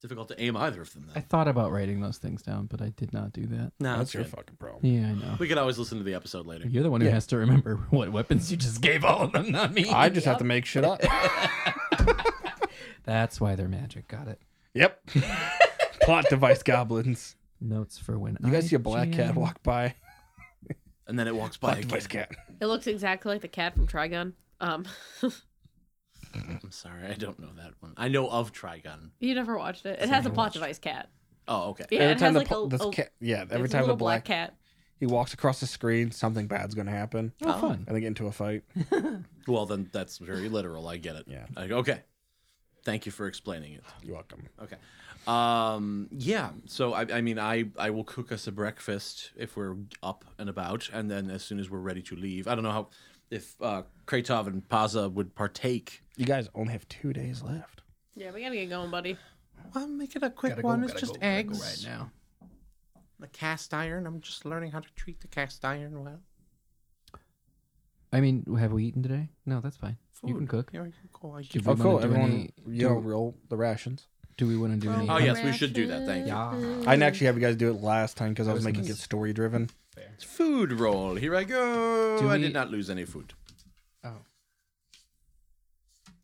Speaker 4: Difficult to aim either of them,
Speaker 3: I
Speaker 4: then.
Speaker 3: thought about writing those things down, but I did not do that.
Speaker 4: No,
Speaker 2: That's
Speaker 4: that's
Speaker 2: your
Speaker 4: good.
Speaker 2: fucking problem.
Speaker 3: Yeah, I know.
Speaker 4: We could always listen to the episode later.
Speaker 3: You're the one who
Speaker 2: Yeah.
Speaker 3: has to remember what weapons you just gave all of them, not me.
Speaker 2: I just have to make shit up.
Speaker 3: That's why they're magic. Got it.
Speaker 2: yep. Plot device goblins.
Speaker 3: Notes for when
Speaker 2: You
Speaker 3: I
Speaker 2: guys see a black cat
Speaker 3: jam.
Speaker 2: walk by?
Speaker 4: And then it walks by.
Speaker 2: Plot
Speaker 4: Again.
Speaker 2: device cat.
Speaker 6: It looks exactly like the cat from Trigun. Um,
Speaker 4: I'm sorry, I don't know that one. I know of Trigun.
Speaker 6: you never watched it. It has a
Speaker 3: never
Speaker 6: plot
Speaker 3: watched.
Speaker 6: device cat.
Speaker 4: Oh, okay.
Speaker 6: Yeah,
Speaker 2: every
Speaker 6: it
Speaker 2: time
Speaker 6: has
Speaker 2: the
Speaker 6: like
Speaker 2: pl-
Speaker 6: a,
Speaker 2: this
Speaker 6: a-
Speaker 2: cat, yeah,
Speaker 6: it's
Speaker 2: every
Speaker 6: a
Speaker 2: time the
Speaker 6: little
Speaker 2: black,
Speaker 6: cat.
Speaker 2: he walks across the screen, something bad's gonna happen.
Speaker 3: Oh, fun.
Speaker 2: And they get into a fight.
Speaker 4: Well, then that's very literal. I get it.
Speaker 2: Yeah.
Speaker 4: I go, okay. Thank you for explaining it.
Speaker 2: You're welcome.
Speaker 4: Okay. Um, yeah. So I, I mean, I, I will cook us a breakfast if we're up and about, and then as soon as we're ready to leave, I don't know how if uh, Kratov and Paza would partake.
Speaker 2: You guys only have two days left.
Speaker 6: Yeah, we gotta get going, buddy.
Speaker 4: Well, make it a quick
Speaker 3: Gotta go,
Speaker 4: one. it's
Speaker 3: gotta
Speaker 4: just
Speaker 3: go, gotta go
Speaker 4: eggs.
Speaker 3: right now.
Speaker 4: The cast iron. I'm just learning how to treat the cast iron well.
Speaker 3: I mean, have we eaten today? No, that's fine. You can cook.
Speaker 4: Yeah, I can cook. I
Speaker 3: Do
Speaker 4: can-
Speaker 3: we
Speaker 2: Oh,
Speaker 3: wanna
Speaker 2: cool.
Speaker 3: do
Speaker 2: Everyone,
Speaker 3: any-
Speaker 2: you know,
Speaker 3: do-
Speaker 2: roll the rations.
Speaker 3: Do we want to do any?
Speaker 4: Oh yes, we should do that. Thank you.
Speaker 3: Yeah.
Speaker 2: I didn't actually have you guys do it last time because I was
Speaker 3: was gonna
Speaker 2: making it
Speaker 3: s-
Speaker 2: story driven.
Speaker 4: Food roll. Here I go.
Speaker 3: Do
Speaker 4: I
Speaker 3: we-
Speaker 4: did not lose any food.
Speaker 3: Oh.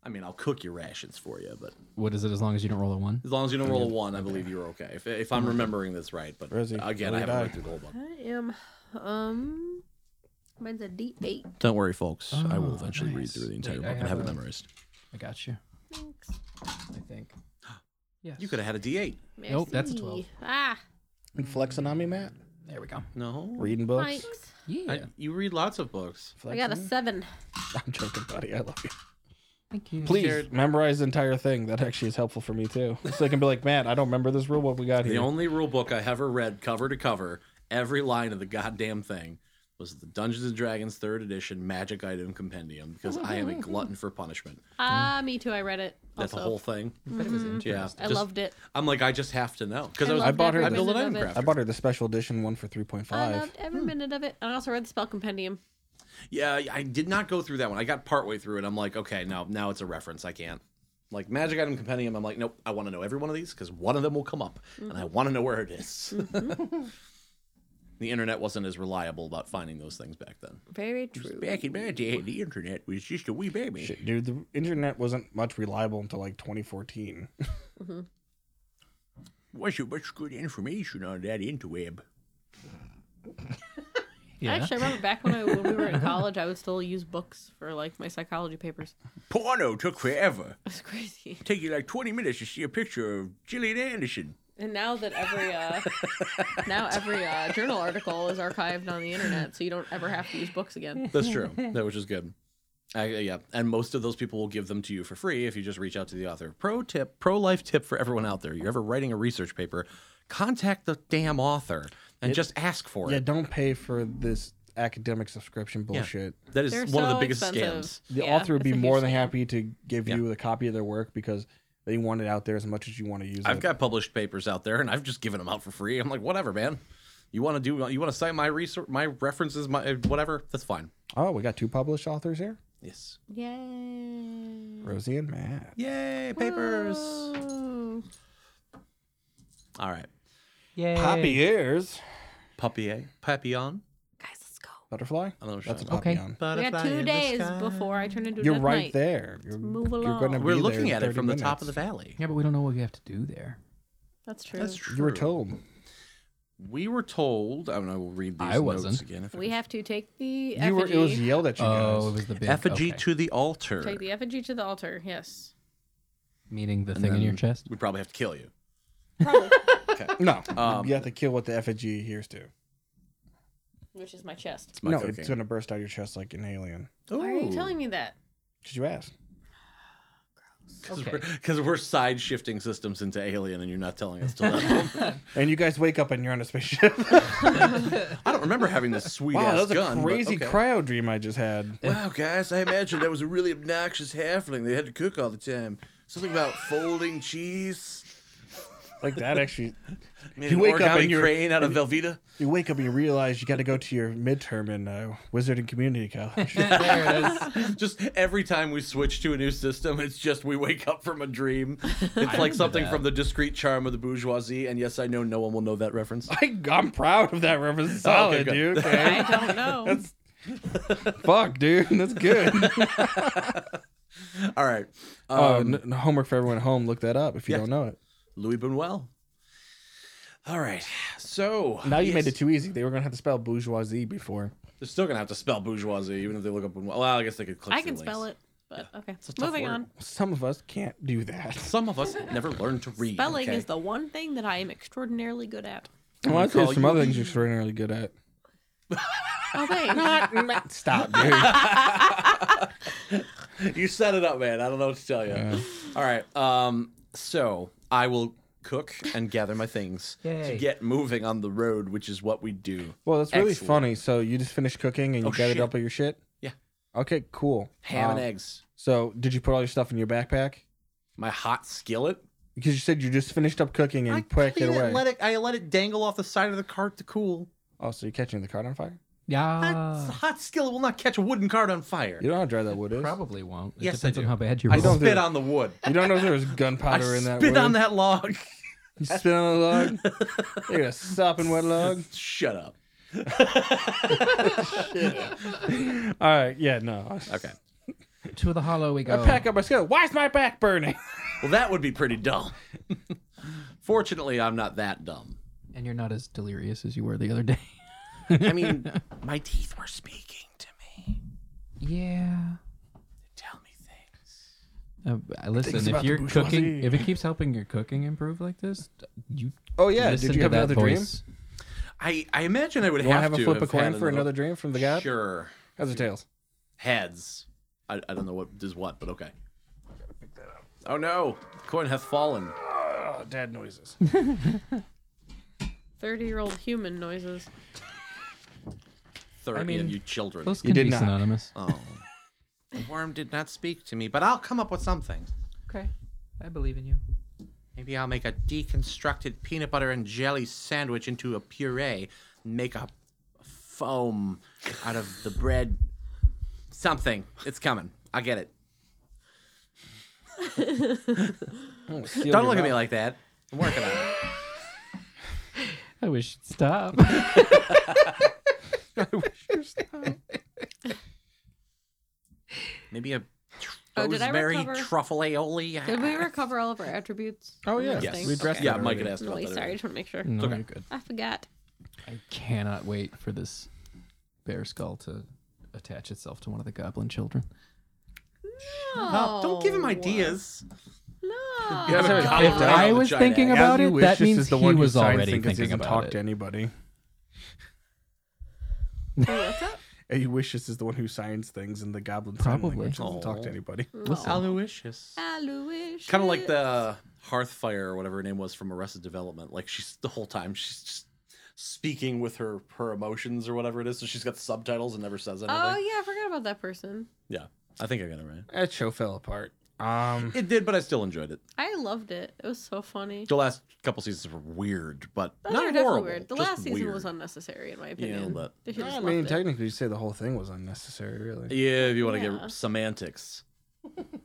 Speaker 4: I mean, I'll cook your rations for you, but
Speaker 3: What is it? As long as you don't roll a one.
Speaker 4: as long as you don't roll a one, I believe you're okay. If, if I'm remembering this right, but
Speaker 2: Where is he?
Speaker 4: again,
Speaker 2: Where
Speaker 4: I
Speaker 2: did
Speaker 4: haven't
Speaker 2: I-
Speaker 4: read through the whole book.
Speaker 6: I am. Um, Mine's a D8.
Speaker 4: Don't worry, folks. I will
Speaker 3: Oh,
Speaker 4: eventually
Speaker 3: nice.
Speaker 4: read through the entire
Speaker 3: Wait, I
Speaker 4: book and
Speaker 3: have
Speaker 4: have it
Speaker 3: a-
Speaker 4: memorized.
Speaker 3: I got you.
Speaker 6: Thanks.
Speaker 3: I think. Yes.
Speaker 4: You could have had a D8.
Speaker 6: Nope,
Speaker 3: that's a 12.
Speaker 6: Ah,
Speaker 2: You flexing on me, Matt?
Speaker 3: There we go.
Speaker 4: No.
Speaker 2: Reading books?
Speaker 6: thanks.
Speaker 3: Yeah.
Speaker 4: I, you read lots of books.
Speaker 6: I got a seven.
Speaker 2: I'm joking, buddy. I love you.
Speaker 3: Thank you.
Speaker 2: Please
Speaker 4: Jared-
Speaker 2: memorize the entire thing. That actually is helpful for me too. So I can be like, Matt, I don't remember this rule. What we got
Speaker 4: The
Speaker 2: here?
Speaker 4: only rule book I ever read cover to cover, every line of the goddamn thing, was the Dungeons and Dragons third edition Magic Item Compendium because I am a glutton for punishment.
Speaker 6: Ah, me too. I read it.
Speaker 4: That's the
Speaker 6: also.
Speaker 4: whole thing.
Speaker 3: But it was interesting.
Speaker 4: Yeah,
Speaker 6: I loved it.
Speaker 4: I'm like, I just have to know because
Speaker 6: I
Speaker 4: I, was.
Speaker 6: loved
Speaker 2: bought her-
Speaker 6: every
Speaker 4: I built an
Speaker 6: minute
Speaker 4: item
Speaker 6: of it.
Speaker 4: craft.
Speaker 2: I bought her the special edition one for three point
Speaker 6: I
Speaker 2: five.
Speaker 6: loved every minute of it. I also read the spell compendium.
Speaker 4: Yeah, I did not go through that one. I got partway through it. I'm like, okay, now now it's a reference. I can't. Like Magic Item Compendium, I'm like, nope. I want to know every one of these because one of them will come up, and I want to know where it is. the internet wasn't as reliable about finding those things back then.
Speaker 6: Very true.
Speaker 4: Back in my day, the internet was just a wee baby.
Speaker 2: Shit, dude, the internet wasn't much reliable until like 2014.
Speaker 4: Wasn't much good information on that interweb.
Speaker 6: Actually, I remember back when I when we were in college, I would still use books for like my psychology papers.
Speaker 4: Porno took forever.
Speaker 6: It's crazy.
Speaker 4: Take you like 20 minutes to see a picture of Gillian Anderson.
Speaker 6: And now that every uh, now every uh, journal article is archived on the internet, so you don't ever have to use books again.
Speaker 4: That's true. that was just good. I, yeah, and most of those people will give them to you for free if you just reach out to the author. Pro tip, pro life tip for everyone out there: you're ever writing a research paper, contact the damn author and just ask for
Speaker 2: yeah,
Speaker 4: it.
Speaker 2: don't pay for this academic subscription bullshit.
Speaker 4: That is
Speaker 6: They're
Speaker 4: one of the
Speaker 6: so
Speaker 4: biggest
Speaker 6: expensive.
Speaker 4: scams.
Speaker 2: The
Speaker 6: Yeah,
Speaker 2: author would
Speaker 6: it's
Speaker 2: be
Speaker 6: a huge
Speaker 2: more than
Speaker 6: scam.
Speaker 2: happy to give you a copy of their work because they want it out there as much as you want to use
Speaker 4: I've
Speaker 2: it.
Speaker 4: got published papers out there, and I've just given them out for free. I'm like, whatever, man. You want to do? You want to cite my research, my references, my whatever? That's fine.
Speaker 2: oh, we got two published authors here,
Speaker 4: Yes.
Speaker 6: Yay!
Speaker 2: Rosie and Matt.
Speaker 4: Yay, papers. Ah. All right.
Speaker 3: Yay.
Speaker 2: Poppy ears,
Speaker 4: Papier. Papillon.
Speaker 6: Guys, let's go.
Speaker 2: butterfly.
Speaker 4: I don't know.
Speaker 2: That's a
Speaker 4: what
Speaker 2: poppy
Speaker 3: Okay.
Speaker 2: on.
Speaker 6: We got two days before I turn into.
Speaker 2: You're
Speaker 6: Death
Speaker 2: right
Speaker 6: Knight.
Speaker 2: there. You're,
Speaker 6: move
Speaker 2: you're
Speaker 6: along.
Speaker 2: gonna be
Speaker 4: We're
Speaker 2: there
Speaker 4: looking
Speaker 2: in
Speaker 4: at it
Speaker 2: 30
Speaker 4: from
Speaker 2: minutes.
Speaker 4: the top of the valley.
Speaker 3: Yeah, but we don't know what we have to do there.
Speaker 6: That's true.
Speaker 4: That's true.
Speaker 2: You were told.
Speaker 4: We were told. I don't know. We'll read these
Speaker 3: I
Speaker 4: notes
Speaker 3: wasn't.
Speaker 4: again. If I
Speaker 6: We
Speaker 4: can-
Speaker 6: have to take the effigy.
Speaker 2: You were. It was yelled at you guys.
Speaker 3: Oh, it was the big
Speaker 4: effigy
Speaker 3: okay.
Speaker 4: to the altar.
Speaker 6: Take the effigy to the altar. Yes.
Speaker 3: meaning the
Speaker 4: And
Speaker 3: thing in your
Speaker 4: then
Speaker 3: chest.
Speaker 4: We'd probably have to kill you.
Speaker 2: no,
Speaker 4: Um,
Speaker 2: you have to kill what the effigy adheres to.
Speaker 6: Which is my chest.
Speaker 4: It's my
Speaker 2: no,
Speaker 4: cooking.
Speaker 2: it's gonna burst out of your chest like an alien.
Speaker 6: Why are you
Speaker 4: Ooh.
Speaker 6: telling me that?
Speaker 2: Did you ask?
Speaker 3: Okay.
Speaker 4: Because we're side shifting systems into Alien, and you're not telling us till that moment.
Speaker 2: And you guys wake up and you're on a spaceship.
Speaker 4: I don't remember having this sweet
Speaker 2: wow,
Speaker 4: ass
Speaker 2: that was a
Speaker 4: gun. but
Speaker 2: crazy
Speaker 4: okay.
Speaker 2: cryo dream I just had.
Speaker 4: Wow, guys, I imagine that was a really obnoxious halfling they had to cook all the time. Something about folding cheese.
Speaker 2: Like that actually.
Speaker 4: Made
Speaker 2: You
Speaker 4: an
Speaker 2: wake up
Speaker 4: origami
Speaker 2: and you're-
Speaker 4: crane out of Velveeta.
Speaker 2: You wake up and you realize you got to go to your midterm in uh, Wizarding Community College.
Speaker 4: Just every time we switch to a new system, it's just we wake up from a dream. It's like something from the discreet charm of the bourgeoisie. And yes, I know no one will know that reference.
Speaker 2: I, I'm proud of that reference. Solid,
Speaker 4: Oh, good.
Speaker 2: dude. Okay.
Speaker 6: I don't know.
Speaker 2: Fuck, dude. That's good.
Speaker 4: All right. Um,
Speaker 2: Oh, n- n- homework for everyone at home. Look that up if you
Speaker 4: yeah.
Speaker 2: don't know it.
Speaker 4: Louis Bunwell. All right. So
Speaker 2: Now you made it
Speaker 4: yes.
Speaker 2: too easy. They were gonna have to spell bourgeoisie before.
Speaker 4: They're still gonna have to spell bourgeoisie, even if they look up. Bunwell. Well, I guess they could click.
Speaker 6: I
Speaker 4: through
Speaker 6: can spell
Speaker 4: links.
Speaker 6: it, but okay.
Speaker 4: It's a tough
Speaker 6: Moving
Speaker 4: word.
Speaker 6: on.
Speaker 2: Some of us can't do that.
Speaker 4: Some of us never learned to read.
Speaker 6: Spelling
Speaker 4: okay?
Speaker 6: is the one thing that I am extraordinarily good at.
Speaker 2: Well, I'd
Speaker 4: call
Speaker 2: say some
Speaker 4: you-
Speaker 2: other things you're extraordinarily good at.
Speaker 6: Oh wait,
Speaker 4: Ah,
Speaker 2: Stop, dude.
Speaker 4: you set it up, man. I don't know what to tell you. All right. Um, so I will cook and gather my things to
Speaker 3: Yay.
Speaker 4: get moving on the road, which is what we do.
Speaker 2: well, that's really
Speaker 4: Excellent.
Speaker 2: funny. So you just finished cooking and you
Speaker 4: Oh,
Speaker 2: gathered
Speaker 4: shit.
Speaker 2: up all your shit.
Speaker 4: Yeah.
Speaker 2: Okay, cool.
Speaker 4: Ham and
Speaker 2: Um,
Speaker 4: eggs.
Speaker 2: So did you put all your stuff in your backpack?
Speaker 4: My hot skillet.
Speaker 2: Because you said you just finished up cooking and packed it
Speaker 4: clean
Speaker 2: away.
Speaker 4: let it. I let it dangle off the side of the cart to cool.
Speaker 2: oh, so you're catching the cart on fire?
Speaker 4: Hot,
Speaker 3: Yeah.
Speaker 4: hot skillet will not catch a wooden cart on fire.
Speaker 2: Ah. You know how dry that wood is.
Speaker 3: Probably won't. It
Speaker 4: Yes, I
Speaker 3: depends on
Speaker 4: do.
Speaker 3: how bad you
Speaker 4: I
Speaker 3: roll.
Speaker 2: don't do
Speaker 4: spit
Speaker 2: it.
Speaker 4: on the wood.
Speaker 2: You don't know if there was
Speaker 4: I
Speaker 2: gunpowder in that
Speaker 4: spit
Speaker 2: wood.
Speaker 4: on that log.
Speaker 2: You spit on the log. You're a sopping wet log.
Speaker 4: Shut up.
Speaker 2: All right. Yeah. No.
Speaker 4: Okay.
Speaker 3: to the hollow we
Speaker 2: I
Speaker 3: go.
Speaker 2: pack up my skill. Why is my back burning?
Speaker 4: Well, that would be pretty dumb. Fortunately, I'm not that dumb.
Speaker 3: And you're not as delirious as you were the other day.
Speaker 4: I mean, my teeth were speaking to me.
Speaker 3: Yeah.
Speaker 4: Tell me things.
Speaker 3: Uh, listen, if
Speaker 2: about the
Speaker 3: you're cooking,
Speaker 2: bourgeoisie.
Speaker 3: if it keeps helping your cooking improve like this, you
Speaker 2: Oh yeah,
Speaker 3: listen
Speaker 2: did you
Speaker 3: to
Speaker 2: have
Speaker 3: that
Speaker 2: another dream?
Speaker 3: voice.
Speaker 4: I, I imagine I would
Speaker 2: You
Speaker 4: have,
Speaker 2: want to have
Speaker 4: to
Speaker 2: a flip a
Speaker 4: have
Speaker 2: coin
Speaker 4: had
Speaker 2: for
Speaker 4: little-
Speaker 2: another dream from the god?
Speaker 4: Sure.
Speaker 2: Heads or tails?
Speaker 4: Heads. I, I don't know what is what, but okay. Oh no! The coin hath fallen.
Speaker 2: Oh, dad noises.
Speaker 6: 30 year old human noises.
Speaker 4: Thirty
Speaker 1: mean,
Speaker 4: of you children.
Speaker 3: Those
Speaker 2: You
Speaker 3: can
Speaker 2: did
Speaker 3: be
Speaker 2: not.
Speaker 3: synonymous.
Speaker 4: Oh. The worm did not speak to me, but I'll come up with something.
Speaker 3: Okay, I believe in you.
Speaker 4: Maybe I'll make a deconstructed peanut butter and jelly sandwich into a puree, make a foam out of the bread. Something. It's coming. I get it. Don't look at me like that. I'm working on it.
Speaker 3: I wish you'd stop.
Speaker 4: Maybe a tr-
Speaker 6: Oh, did I
Speaker 4: rosemary
Speaker 6: recover-
Speaker 4: truffle aioli.
Speaker 6: Did we recover all of our attributes?
Speaker 2: Oh yeah,
Speaker 6: Yes.
Speaker 2: we addressed
Speaker 4: yeah,
Speaker 2: that
Speaker 4: Mike
Speaker 2: already.
Speaker 4: had asked
Speaker 6: I'm
Speaker 4: about
Speaker 6: really
Speaker 4: that.
Speaker 6: sorry. I
Speaker 4: earlier.
Speaker 6: just want to make sure.
Speaker 3: no,
Speaker 4: okay.
Speaker 3: you're good.
Speaker 6: I forgot.
Speaker 3: I cannot wait for this bear skull to attach itself to one of the goblin children.
Speaker 4: Oh, don't give him ideas.
Speaker 6: No.
Speaker 2: You guys have it
Speaker 4: Oh.
Speaker 2: picked
Speaker 3: If
Speaker 2: up.
Speaker 4: If
Speaker 3: I
Speaker 4: I have a
Speaker 3: was
Speaker 4: was giant
Speaker 3: thinking
Speaker 4: thinking egg.
Speaker 3: about
Speaker 2: As you
Speaker 3: it,
Speaker 2: wish,
Speaker 3: that
Speaker 2: this is
Speaker 3: means
Speaker 2: the
Speaker 3: he
Speaker 2: one who
Speaker 3: was
Speaker 2: signs
Speaker 3: already
Speaker 2: things that
Speaker 3: thinking
Speaker 2: doesn't
Speaker 3: about
Speaker 2: talk
Speaker 3: it.
Speaker 2: to anybody.
Speaker 6: What's up?
Speaker 2: And you wish this is the one who signs things and the goblin sign
Speaker 3: Probably.
Speaker 2: language doesn't talk to
Speaker 4: Aw.
Speaker 2: anybody.
Speaker 4: Aloysius.
Speaker 6: Aloysius.
Speaker 4: Kind of like the Hearthfire or whatever her name was from Arrested Development. Like she's the whole time she's just speaking with her her emotions or whatever it is. So she's got subtitles and never says anything.
Speaker 6: Oh yeah, I forgot about that person.
Speaker 4: yeah, I think I got it right.
Speaker 2: That show fell apart. Um,
Speaker 4: It did, but I still enjoyed it.
Speaker 6: I loved it. It was so funny.
Speaker 4: The last couple seasons were weird, but
Speaker 6: Those
Speaker 4: not
Speaker 6: are definitely
Speaker 4: horrible.
Speaker 6: weird. The
Speaker 4: just
Speaker 6: last season
Speaker 4: weird.
Speaker 6: was unnecessary in my
Speaker 4: Yeah,
Speaker 6: opinion.
Speaker 4: but-
Speaker 6: They should've
Speaker 2: I
Speaker 6: just
Speaker 2: mean,
Speaker 6: left it.
Speaker 2: technically, you say the whole thing was unnecessary, really.
Speaker 4: Yeah, if you want to
Speaker 6: Yeah.
Speaker 4: get semantics.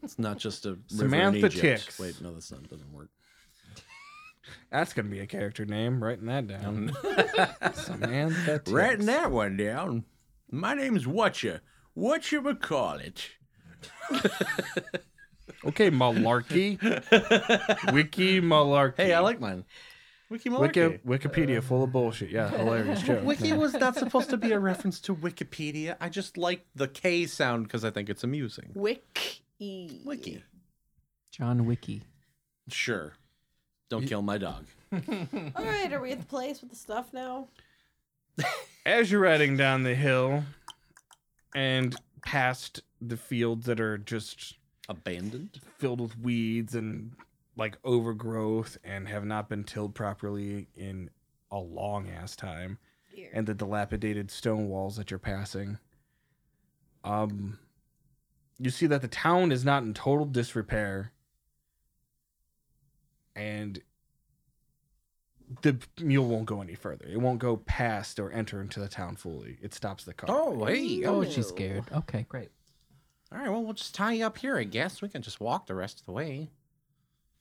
Speaker 4: It's not just a river in
Speaker 2: Samantha
Speaker 4: Egypt.
Speaker 2: Tix.
Speaker 4: Wait, no, that's not doesn't work.
Speaker 2: That's gonna be a character name. Writing that down. Um, Samantha.
Speaker 4: Writing
Speaker 2: Tix.
Speaker 4: that one down. My name's Whatcha. Whatcha McCallit.
Speaker 2: Okay, malarkey. Wiki malarkey.
Speaker 4: Hey, I like mine. Wiki
Speaker 2: Wiki, Wikipedia full of bullshit. Yeah, hilarious joke.
Speaker 4: Wiki was not supposed to be a reference to Wikipedia. I just like the K sound because I think it's amusing.
Speaker 6: Wick E.
Speaker 4: Wiki.
Speaker 3: John Wiki.
Speaker 4: Sure. Don't kill my dog.
Speaker 6: All right, are we at the place with the stuff now?
Speaker 2: as you're riding down the hill and past the fields that are just
Speaker 4: Abandoned.
Speaker 2: filled with weeds and like overgrowth and have not been tilled properly in a long ass time and the dilapidated stone walls that you're passing um you see that the town is not in total disrepair and the mule won't go any further it won't go past or enter into the town fully it stops the car
Speaker 4: hey.
Speaker 3: Oh, she's scared. Okay, great.
Speaker 4: All right, well, we'll just tie you up here, I guess. We can just walk the rest of the way.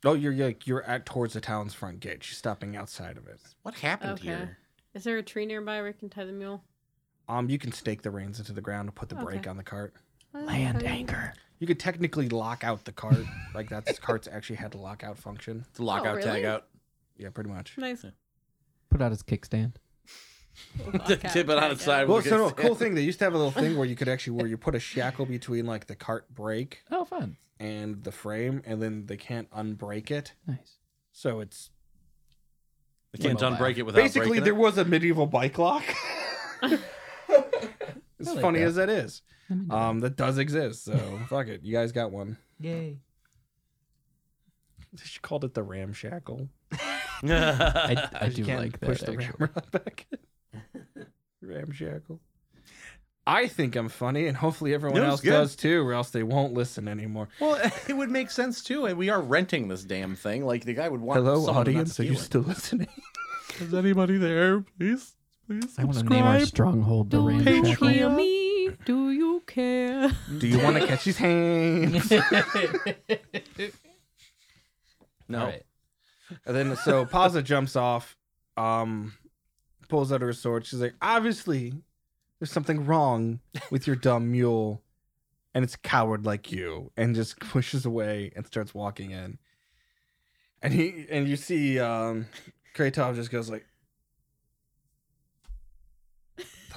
Speaker 2: oh you're you're- you're at towards the town's front gate she's stopping outside of it
Speaker 4: What happened
Speaker 6: Okay.
Speaker 4: here?
Speaker 6: Is there a tree nearby where I can tie the mule?
Speaker 2: Um, you can stake the reins into the ground and put the brake
Speaker 6: Okay.
Speaker 2: on the cart.
Speaker 6: Oh,
Speaker 3: Land anchor.
Speaker 2: You could technically lock out the cart. like that's carts actually had a lockout function.
Speaker 4: The lockout,
Speaker 6: Oh, really?
Speaker 4: tag out.
Speaker 2: Yeah, pretty much.
Speaker 6: Nice.
Speaker 3: Put out his kickstand.
Speaker 4: Tip it on its side.
Speaker 2: Well, so no, cool thing they used to have a little thing where you could actually where you put a shackle between like the cart brake
Speaker 3: Oh, fun.
Speaker 2: and the frame, and then they can't unbrake it.
Speaker 3: Nice.
Speaker 2: So it's
Speaker 4: You can't
Speaker 3: Limo
Speaker 4: unbreak it without
Speaker 2: basically
Speaker 4: breaking
Speaker 2: there
Speaker 4: it.
Speaker 2: was a medieval bike lock. as
Speaker 3: I like
Speaker 2: funny
Speaker 3: that.
Speaker 2: as that is,
Speaker 3: I'm into
Speaker 2: um, that does exist. So fuck it, you guys got one.
Speaker 3: it. Yay.
Speaker 2: She called it the ramshackle.
Speaker 3: I, I
Speaker 2: You
Speaker 3: do
Speaker 2: can't
Speaker 3: like
Speaker 2: push
Speaker 3: that,
Speaker 2: the
Speaker 3: actually.
Speaker 2: ramrod back in. Ramshackle. I think I'm funny, and hopefully everyone
Speaker 4: That was
Speaker 2: else
Speaker 4: good.
Speaker 2: does too, or else they won't listen anymore.
Speaker 4: well, it would make sense too. And we are renting this damn thing. Like the guy would want.
Speaker 2: Hello,
Speaker 4: someone not
Speaker 2: audience.
Speaker 4: to
Speaker 2: Are you
Speaker 4: steal it.
Speaker 2: still listening?
Speaker 4: Is anybody there? Please, please
Speaker 3: I want to name our stronghold the
Speaker 6: Do you
Speaker 3: Ramshackle.
Speaker 6: hear me? Do you care?
Speaker 2: Do you want to catch his hands?
Speaker 4: No,
Speaker 3: All right.
Speaker 2: and then, so Paza jumps off, um, pulls out her sword. She's like, obviously, there's something wrong with your dumb mule, and it's a coward like you, and just pushes away and starts walking in. And he and you see, um, Kratov just goes like,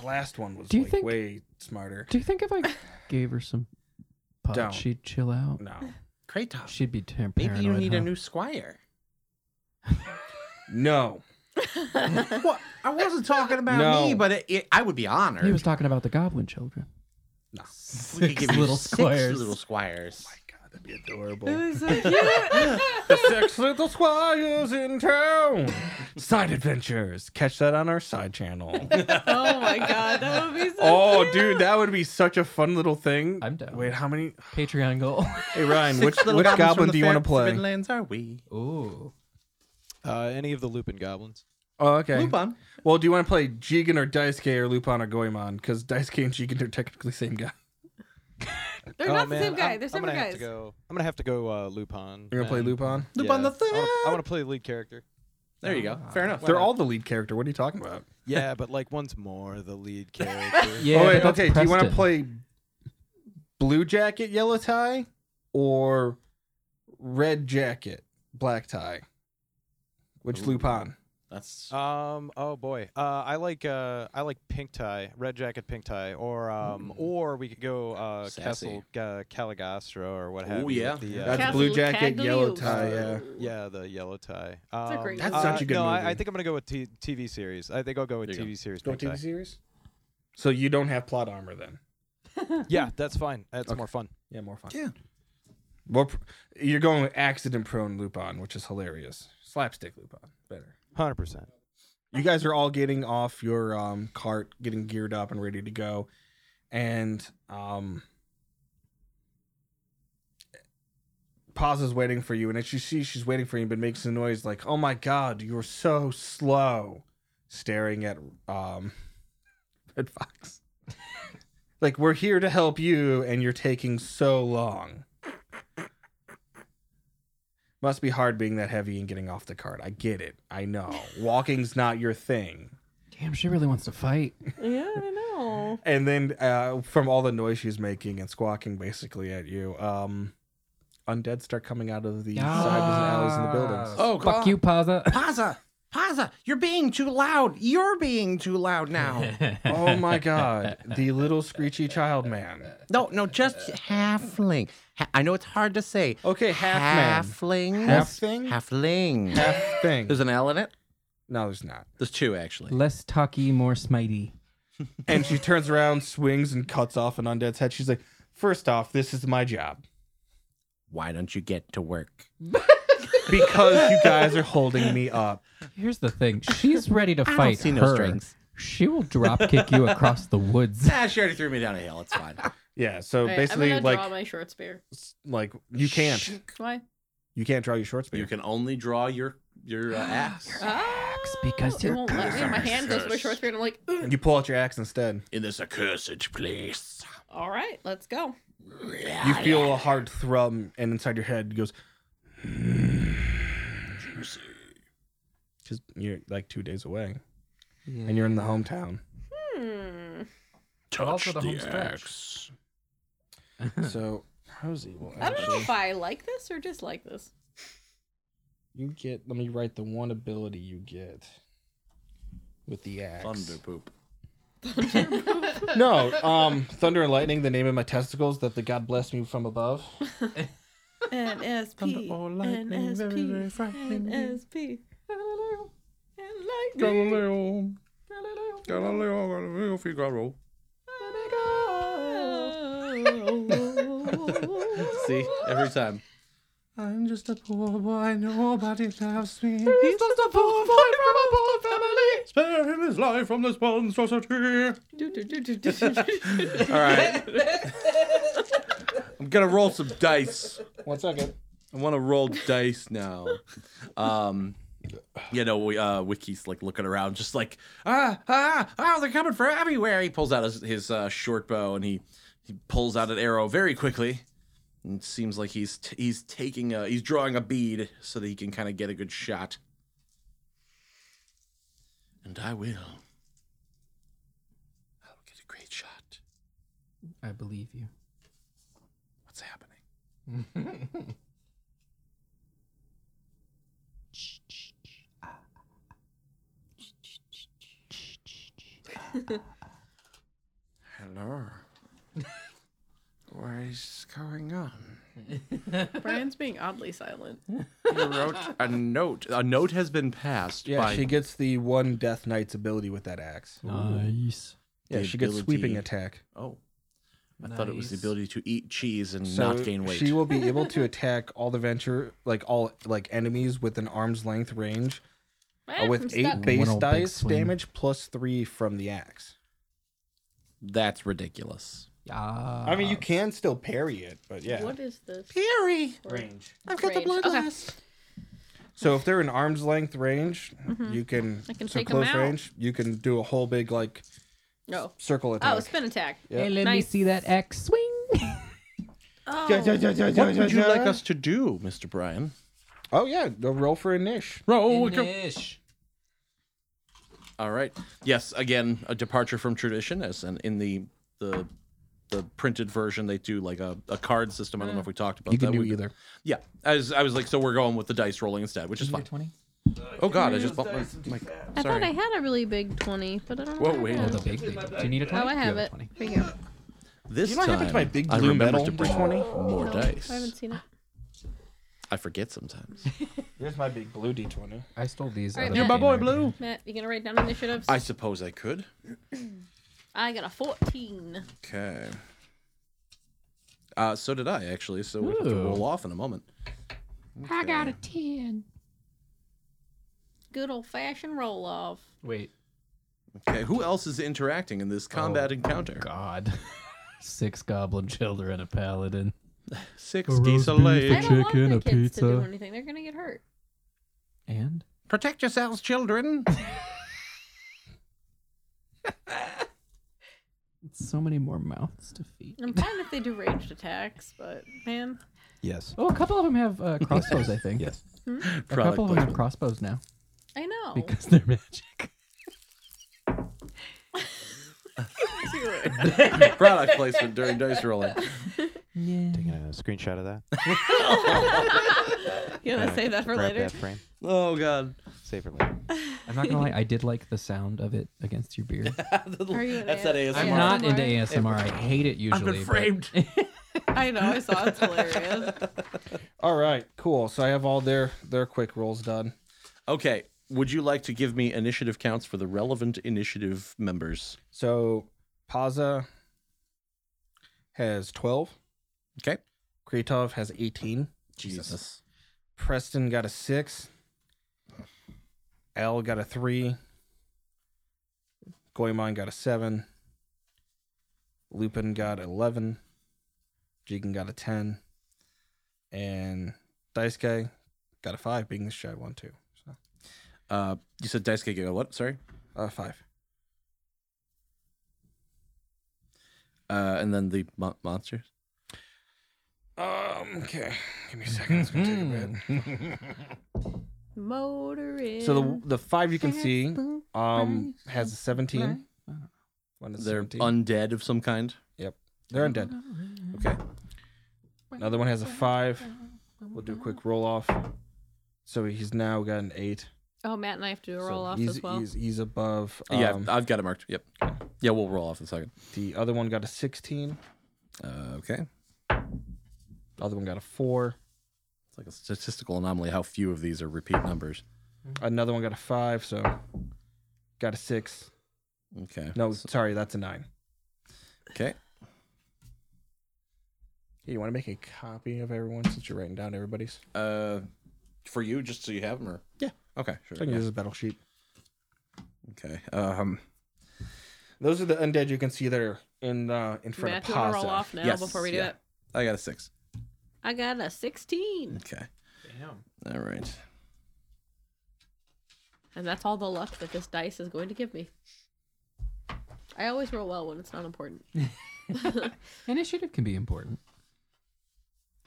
Speaker 2: last one was
Speaker 3: Do you
Speaker 2: like,
Speaker 3: think-
Speaker 2: way smarter.
Speaker 3: Do you think if I gave her some pot,
Speaker 2: Don't.
Speaker 3: she'd chill out?
Speaker 2: No.
Speaker 4: Kratos.
Speaker 3: She'd be ter-
Speaker 4: Maybe you
Speaker 3: paranoid,
Speaker 4: need
Speaker 3: huh?
Speaker 4: a new squire.
Speaker 2: No.
Speaker 4: What? I wasn't talking about
Speaker 2: No.
Speaker 4: me, but it, it, I would be honored.
Speaker 3: He was talking about the goblin children.
Speaker 4: we could give you
Speaker 3: little
Speaker 4: six
Speaker 3: squares.
Speaker 4: little squires.
Speaker 2: God, that'd be adorable.
Speaker 6: It was so cute.
Speaker 2: the six little squires in town. Side adventures. Catch that on our side channel.
Speaker 6: oh my god, that would be so
Speaker 2: oh,
Speaker 6: cute.
Speaker 2: dude, that would be such a fun little thing.
Speaker 3: I'm down.
Speaker 2: Wait, how many?
Speaker 3: Patreon goal.
Speaker 2: Hey, Ryan,
Speaker 4: Six
Speaker 2: which
Speaker 4: little
Speaker 2: which
Speaker 4: goblins from
Speaker 2: goblin
Speaker 4: the
Speaker 2: do you want
Speaker 4: fair-
Speaker 2: to play?
Speaker 4: forbidden lands are we?
Speaker 3: Ooh.
Speaker 5: Uh, any of the Lupin goblins?
Speaker 2: Oh, okay.
Speaker 4: Lupin.
Speaker 2: Well, do you want to play Jigen or Daisuke or Lupin or Goemon? Because Daisuke and Jigen are technically same guy.
Speaker 6: They're
Speaker 5: oh,
Speaker 6: not
Speaker 5: man,
Speaker 6: the same guy.
Speaker 5: I'm,
Speaker 6: They're
Speaker 5: I'm
Speaker 6: separate
Speaker 5: gonna Have
Speaker 6: guys.
Speaker 5: to go, I'm gonna have to go uh, Lupin.
Speaker 2: You're gonna play
Speaker 5: man.
Speaker 2: Lupin.
Speaker 4: Lupin
Speaker 5: Yeah.
Speaker 4: the Third.
Speaker 5: I want to play lead character.
Speaker 4: There you go. Fair enough.
Speaker 2: They're all the lead character. What are you talking about?
Speaker 5: Yeah, but like one's more the lead character.
Speaker 3: Yeah.
Speaker 2: oh wait,
Speaker 3: but that's
Speaker 2: okay. Do you want to
Speaker 3: Preston.
Speaker 2: play blue jacket, yellow tie, or red jacket, black tie? Which
Speaker 4: Ooh.
Speaker 2: Lupin?
Speaker 4: That's
Speaker 5: Um. Oh boy. Uh. I like. Uh. I like pink tie, red jacket, pink tie, or um. Or we could go. Uh.
Speaker 4: Sassy.
Speaker 5: Castle uh, Caligastro or what
Speaker 4: Oh,
Speaker 5: have you.
Speaker 4: yeah.
Speaker 5: with The, uh,
Speaker 2: That's
Speaker 6: Castle
Speaker 2: blue jacket, yellow
Speaker 6: Cagliostro.
Speaker 2: tie. Yeah.
Speaker 5: yeah. The yellow tie. Um,
Speaker 6: a great
Speaker 2: That's
Speaker 5: uh,
Speaker 2: such a good
Speaker 5: no, I, I
Speaker 2: movie.
Speaker 5: think I'm gonna go with t- TV series. I think I'll go with
Speaker 4: There you
Speaker 5: TV
Speaker 4: go.
Speaker 5: series.
Speaker 2: No
Speaker 5: pink tie.
Speaker 2: TV series. So you don't have plot armor then?
Speaker 5: Yeah, that's fine. That's more fun.
Speaker 2: Yeah, more fun.
Speaker 4: Yeah.
Speaker 2: Well, pr- you're going with accident-prone Lupin, which is hilarious. Slapstick Lupin, better.
Speaker 5: Hundred percent.
Speaker 2: you guys are all getting off your um, cart, getting geared up and ready to go, and um, Paz is waiting for you. And as you see, she's waiting for you, but makes a noise like, "Oh my god, you're so slow!" Staring at um, Red Fox. like we're here to help you, and you're taking so long. Must be hard being that heavy and getting off the cart. I get it. I know. Walking's not your thing.
Speaker 3: Damn, she really wants to fight.
Speaker 6: Yeah, I know.
Speaker 2: And then uh, from all the noise she's making and squawking basically at you, um, undead start coming out of the sides and alleys in the buildings.
Speaker 4: oh
Speaker 3: Fuck you, Paza.
Speaker 4: Paza. Paza, you're being too loud. You're being too loud now.
Speaker 2: Oh my god, the little screechy child man.
Speaker 4: no, no, just halfling. Ha- I know it's hard to say.
Speaker 2: Okay, half
Speaker 4: halfling.
Speaker 2: man. Half thing?
Speaker 4: Halfling.
Speaker 2: Half thing.
Speaker 4: There's an L in it.
Speaker 2: No, there's not.
Speaker 4: There's two actually.
Speaker 3: Less talky, more smitey.
Speaker 2: And she turns around, swings, and cuts off an undead's head. She's like, First off, this is my job.
Speaker 4: Why don't you get to work?
Speaker 2: Because you guys are holding me up.
Speaker 3: Here's the thing. She's ready to fight
Speaker 4: see
Speaker 3: her.
Speaker 4: no strings.
Speaker 3: She will drop kick you across the woods.
Speaker 4: Ah, she already threw me down a hill. It's fine.
Speaker 2: Yeah, so
Speaker 6: Alright,
Speaker 2: basically,
Speaker 6: I'm gonna
Speaker 2: like,
Speaker 6: draw my short spear.
Speaker 2: like you can't.
Speaker 6: Why?
Speaker 2: You can't draw your short spear.
Speaker 4: you can only draw your your uh, axe
Speaker 6: Axe
Speaker 3: because
Speaker 6: it
Speaker 3: you're
Speaker 6: won't let me. My hand goes to my short spear, and I'm like, "Ugh."
Speaker 2: You pull out your axe instead.
Speaker 4: in this accursed place.
Speaker 6: all right, let's go.
Speaker 2: You
Speaker 6: Ah,
Speaker 2: feel a hard thrum, and inside your head goes. Because you're like two days away, and you're in the hometown.
Speaker 6: Hmm.
Speaker 4: Touch
Speaker 3: the home stretch.
Speaker 4: axe.
Speaker 2: so Rosie will
Speaker 6: I don't know if I like this or dislike this.
Speaker 2: You get. Let me write the one ability you get with the axe.
Speaker 4: Thunder poop.
Speaker 2: No, um, thunder and lightning. The name of my testicles that the God bless me from above.
Speaker 6: NSP.
Speaker 4: or lightning,
Speaker 6: NSP.
Speaker 4: very, very frightening.
Speaker 6: NSP. Galileo. And lightning. Galileo.
Speaker 4: See, every time.
Speaker 2: I'm just a poor boy. Nobody loves me.
Speaker 4: He's just a poor boy from a poor family. Spare him his life from this monstrosity.
Speaker 6: Do, do, do, do, do, do, do.
Speaker 4: All right. I'm gonna roll some dice.
Speaker 2: One second.
Speaker 4: I want to roll dice now. Um, you know, we, uh, Wiki's like looking around, just like ah ah oh, they're coming from everywhere. He pulls out his, his uh, short bow and he he pulls out an arrow very quickly. And it seems like he's t- he's taking a he's drawing a bead so that he can kind of get a good shot. And I will. I'll get a great shot.
Speaker 3: I believe you.
Speaker 4: What's happening? Hello. What is going on?
Speaker 6: Brian's being oddly silent.
Speaker 4: You wrote a note. A note has been passed
Speaker 2: Yeah,
Speaker 4: by
Speaker 2: she gets the one Death Knight's ability with that axe.
Speaker 3: Nice.
Speaker 2: Yeah,
Speaker 4: The
Speaker 2: she gets sweeping
Speaker 4: ability-
Speaker 2: attack.
Speaker 4: Oh. I thought it was the
Speaker 3: Nice.
Speaker 4: ability to eat cheese and
Speaker 2: So
Speaker 4: not gain weight.
Speaker 2: She will be able to attack all the venture, like all like enemies within arm's length range, uh, with eight
Speaker 3: One
Speaker 2: base
Speaker 3: old big
Speaker 2: dice
Speaker 3: swing.
Speaker 2: damage plus three from the axe.
Speaker 4: That's ridiculous.
Speaker 3: Yeah.
Speaker 2: I mean, you can still parry it, but yeah.
Speaker 7: What is this?
Speaker 2: Parry range.
Speaker 7: I've got the blood okay.
Speaker 2: So if they're in arm's length range, you can.
Speaker 7: Mm-hmm. I can
Speaker 2: so
Speaker 7: take 'em
Speaker 2: close
Speaker 7: out.
Speaker 2: range. You can do a whole big like
Speaker 6: No.
Speaker 2: circle attack.
Speaker 7: Oh, spin attack.
Speaker 2: Hey,
Speaker 3: let
Speaker 7: Nice.
Speaker 3: me see that axe swing.
Speaker 7: Oh,
Speaker 4: What would you like us to do, Mr. Brian?
Speaker 2: Oh yeah, the roll for a niche.
Speaker 4: Roll.
Speaker 3: Finish.
Speaker 4: All right. Yes, again, a departure from tradition, as in, in the the the printed version, they do like a, a card system. I don't know if we talked about
Speaker 2: You can
Speaker 4: that.
Speaker 2: do
Speaker 4: We-
Speaker 2: either.
Speaker 4: Yeah, I was, I was like, so we're going with the dice rolling instead, which is fine.
Speaker 3: Twenty.
Speaker 4: Oh God, I just bumped my mic.
Speaker 7: I thought I
Speaker 4: Sorry.
Speaker 7: had a really big 20, but I don't
Speaker 4: Whoa,
Speaker 7: know.
Speaker 4: wait.
Speaker 3: Oh, the big thing. Do you need a twenty?
Speaker 7: Oh, I
Speaker 3: You
Speaker 7: have
Speaker 3: a
Speaker 7: it.
Speaker 3: 20.
Speaker 7: Here you go.
Speaker 4: This
Speaker 2: You know what happened to
Speaker 4: time,
Speaker 2: my big
Speaker 4: I
Speaker 2: blue
Speaker 4: remembered
Speaker 2: metal
Speaker 4: to bring
Speaker 2: 20?
Speaker 4: more
Speaker 7: No,
Speaker 4: dice.
Speaker 7: I haven't seen it.
Speaker 4: I forget sometimes.
Speaker 2: Here's my big blue d20.
Speaker 3: I stole these. out
Speaker 7: All right,
Speaker 3: of
Speaker 7: You're
Speaker 3: the
Speaker 7: my
Speaker 3: game
Speaker 7: boy,
Speaker 3: right
Speaker 2: Blue.
Speaker 3: now.
Speaker 7: Matt, you gonna write down initiatives?
Speaker 4: I suppose I could.
Speaker 7: I got a 14.
Speaker 4: Okay. Uh, so did I actually. So we have to
Speaker 3: Ooh.
Speaker 4: roll off in a moment.
Speaker 7: I got a 10. Good old fashioned roll off.
Speaker 3: Wait.
Speaker 4: Okay, who else is interacting in
Speaker 2: Oh,
Speaker 4: this combat encounter?
Speaker 3: God. Six goblin children, a paladin.
Speaker 4: Six geese alive.
Speaker 7: I don't want
Speaker 3: Chicken,
Speaker 7: the
Speaker 3: a
Speaker 7: kids to do
Speaker 3: pizza.
Speaker 7: anything. They're gonna get hurt.
Speaker 3: And
Speaker 4: Protect yourselves, children.
Speaker 3: so many more mouths to feed.
Speaker 7: I'm fine if they do ranged attacks, but man,
Speaker 8: Yes.
Speaker 3: Oh, a couple of them have uh, crossbows, I think.
Speaker 8: Yes.
Speaker 3: A couple of them have
Speaker 4: Product
Speaker 3: crossbows now
Speaker 7: I know.
Speaker 6: Oh.
Speaker 3: because they're magic.
Speaker 4: placement. Product placement during dice rolling.
Speaker 3: Yeah.
Speaker 5: Taking a screenshot of that.
Speaker 6: You
Speaker 5: Uh,
Speaker 6: gonna save that for
Speaker 5: grab
Speaker 6: later?
Speaker 5: that frame.
Speaker 4: Oh God.
Speaker 5: Save it later.
Speaker 3: I'm not gonna lie, I did like the sound of it against your beard.
Speaker 7: Are you an
Speaker 4: That's that ASMR.
Speaker 3: I'm
Speaker 7: Yeah.
Speaker 3: not into ASMR. I hate it usually. but-
Speaker 6: I know. I saw it's hilarious.
Speaker 2: All right, cool. So I have all their their quick rolls done.
Speaker 4: Okay. Would you like to give me initiative counts for the relevant initiative members?
Speaker 2: So Paza has 12.
Speaker 4: Okay.
Speaker 2: Kretov has 18.
Speaker 4: Jesus.
Speaker 2: Preston got a 6. L got a 3. Goemon got a 7. Lupin got 11. Jigen got a 10. And Dice Guy got a 5, being the shy one, too. So,
Speaker 4: Uh, you said dice gig. What? Sorry.
Speaker 2: uh, 5.
Speaker 4: Uh, and then the mon- monsters.
Speaker 2: Um, okay. Give me a second. It's going to take a bit.
Speaker 7: Motor in.
Speaker 2: So the the five you can see um has a seventeen. One is
Speaker 4: They're
Speaker 2: 17.
Speaker 4: undead of some kind.
Speaker 2: yep. They're undead.
Speaker 4: Okay.
Speaker 2: Another one has a five.
Speaker 7: Mm-hmm.
Speaker 2: We'll do a quick roll off. So he's now got an eight.
Speaker 7: oh, Matt and I have to do a
Speaker 2: So
Speaker 7: roll off
Speaker 2: he's,
Speaker 7: as well.
Speaker 2: He's, he's above. Um,
Speaker 4: yeah, I've got it marked. Yep. Yeah, we'll roll off in a second.
Speaker 2: The other one got a sixteen.
Speaker 4: Uh, okay. It's
Speaker 2: The other one got a four.
Speaker 4: like a statistical anomaly how few of these are repeat numbers.
Speaker 2: Another one got a five. So got a six.
Speaker 4: Okay.
Speaker 2: No, sorry, that's a nine.
Speaker 4: Okay.
Speaker 2: Hey, you want to make a copy of everyone since you're writing down everybody's?
Speaker 4: Uh, for you, just so you have them, or
Speaker 2: Yeah.
Speaker 4: Okay, sure.
Speaker 2: So I can
Speaker 4: yeah.
Speaker 2: use a battle sheet.
Speaker 4: Okay. Um,
Speaker 2: Those are the undead you can see that are in uh, in front
Speaker 7: Matt,
Speaker 2: of
Speaker 7: you wanna roll
Speaker 2: Paza.
Speaker 7: off now
Speaker 4: Yes,
Speaker 7: before we do
Speaker 4: yeah.
Speaker 7: it?
Speaker 4: I got a six.
Speaker 7: I got a 16,
Speaker 4: Okay. Damn. All right.
Speaker 7: and that's all the luck that this dice is going to give me. I always roll well when it's not important.
Speaker 3: Initiative can be important.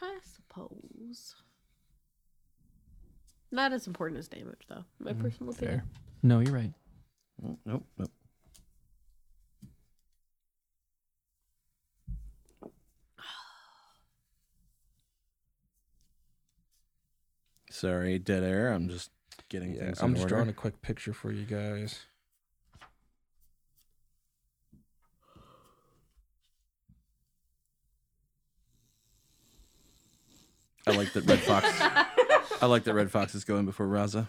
Speaker 7: I suppose. Not as important as damage, though. My
Speaker 3: Mm,
Speaker 7: personal opinion.
Speaker 3: No, you're right.
Speaker 4: Oh, Nope. Nope. Sorry, dead air. I'm just getting
Speaker 2: Yeah,
Speaker 4: things.
Speaker 2: I'm
Speaker 4: in
Speaker 2: just
Speaker 4: order.
Speaker 2: drawing a quick picture for you guys.
Speaker 4: I like that Red Fox. I like that Red Fox is going before Raza.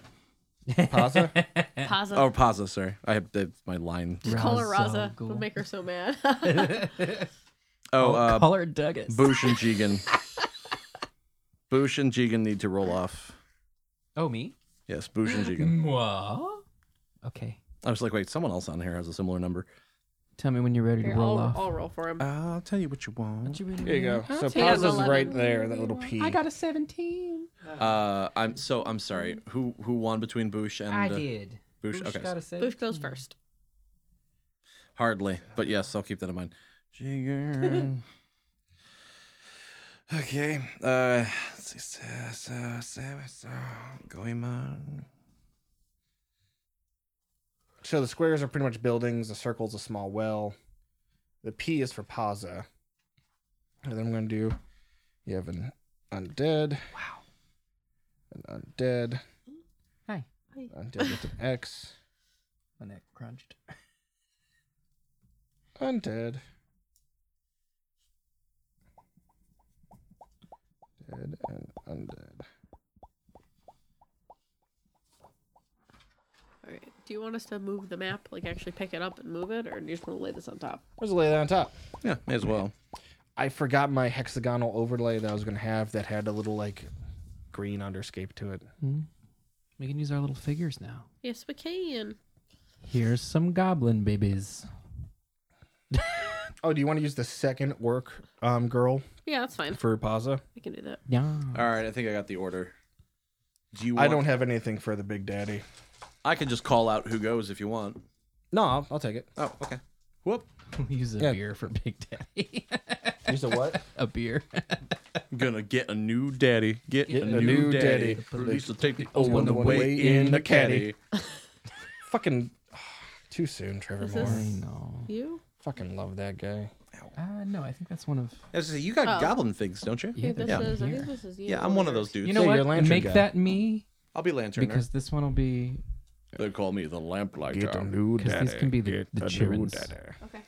Speaker 2: Pasa?
Speaker 3: Eh.
Speaker 7: Paza.
Speaker 4: Oh, Paza, sorry. I have the, my line.
Speaker 7: Just call her Raza.
Speaker 3: Razagul.
Speaker 7: It'll make her so mad.
Speaker 4: Oh, uh,
Speaker 3: Call her Douglas.
Speaker 4: Boosh and Jigen. Boosh and Jigen need to roll off.
Speaker 3: oh, me?
Speaker 4: Yes, Boosh and Jigen.
Speaker 3: Mwah. Okay.
Speaker 4: I was like, wait, someone else on here has a similar number.
Speaker 3: Tell me when you're ready
Speaker 7: Here,
Speaker 3: to roll
Speaker 7: I'll,
Speaker 3: off.
Speaker 7: I'll roll for him.
Speaker 4: I'll tell you what you want.
Speaker 2: There you go. So
Speaker 7: take it.
Speaker 2: Pasa's right there, that little P.
Speaker 3: a 17.
Speaker 4: Uh, I'm so I'm sorry. Who who won between Boosh and
Speaker 3: I
Speaker 4: uh,
Speaker 3: did.
Speaker 4: Boosh? Okay,
Speaker 3: got a 17.
Speaker 7: Boosh goes first.
Speaker 4: hardly, but yes, I'll keep that in mind. Jigen. Mm-hmm. okay. Uh, let's see, so, so, so, so, Goemon.
Speaker 2: So the squares are pretty much buildings. The circle's a small well. The P is for Paza. And then I'm going to do you have an undead. Wow. An undead.
Speaker 3: Hi.
Speaker 2: Undead with an X.
Speaker 3: My neck crunched.
Speaker 2: Undead. Dead and undead.
Speaker 7: All right. Do you want us to move the map, like actually pick it up and move it, or do you just want to lay this on top?
Speaker 2: Let's lay that on top.
Speaker 4: Yeah, may as well.
Speaker 2: I forgot my hexagonal overlay that I was going to have that had a little like green underscape to it.
Speaker 3: We can use our little figures now.
Speaker 7: Yes, we can.
Speaker 3: Here's some goblin babies.
Speaker 2: Oh, do you want to use the second work um, girl
Speaker 7: Yeah, that's fine.
Speaker 2: for Paza?
Speaker 7: We can do that.
Speaker 3: Yeah.
Speaker 4: All right, I think I got the order. Do you? Want,
Speaker 2: I don't have anything for the Big Daddy.
Speaker 4: I can just call out who goes if you want.
Speaker 2: No, I'll, I'll take it.
Speaker 4: Oh, okay. Whoop.
Speaker 3: use a
Speaker 2: Yeah.
Speaker 3: beer for Big Daddy.
Speaker 2: Use a what?
Speaker 3: a beer.
Speaker 4: Gonna get a new daddy. Get, a, new, daddy. Or at least I'll take the old one
Speaker 2: the
Speaker 4: away in the caddy.
Speaker 2: Fucking too soon, Trevor
Speaker 7: Is
Speaker 2: Moore.
Speaker 7: this-
Speaker 3: I know.
Speaker 7: You?
Speaker 2: Fucking love that guy.
Speaker 3: Uh, no, I think that's one of.
Speaker 4: I was gonna say, you got
Speaker 7: Oh.
Speaker 4: goblin figs, don't you?
Speaker 3: Yeah,
Speaker 7: this
Speaker 3: that's
Speaker 7: is.
Speaker 3: one
Speaker 7: I think
Speaker 3: here.
Speaker 7: this is you.
Speaker 4: Yeah, I'm one of those dudes.
Speaker 3: You know
Speaker 2: Yeah, you're a
Speaker 3: what?
Speaker 2: lantern
Speaker 3: Make
Speaker 2: guy.
Speaker 3: that me
Speaker 4: I'll be lanterner.
Speaker 3: because this one will be.
Speaker 4: they call me the lamplighter.
Speaker 2: new
Speaker 3: Because these can be the, the children.
Speaker 7: Okay.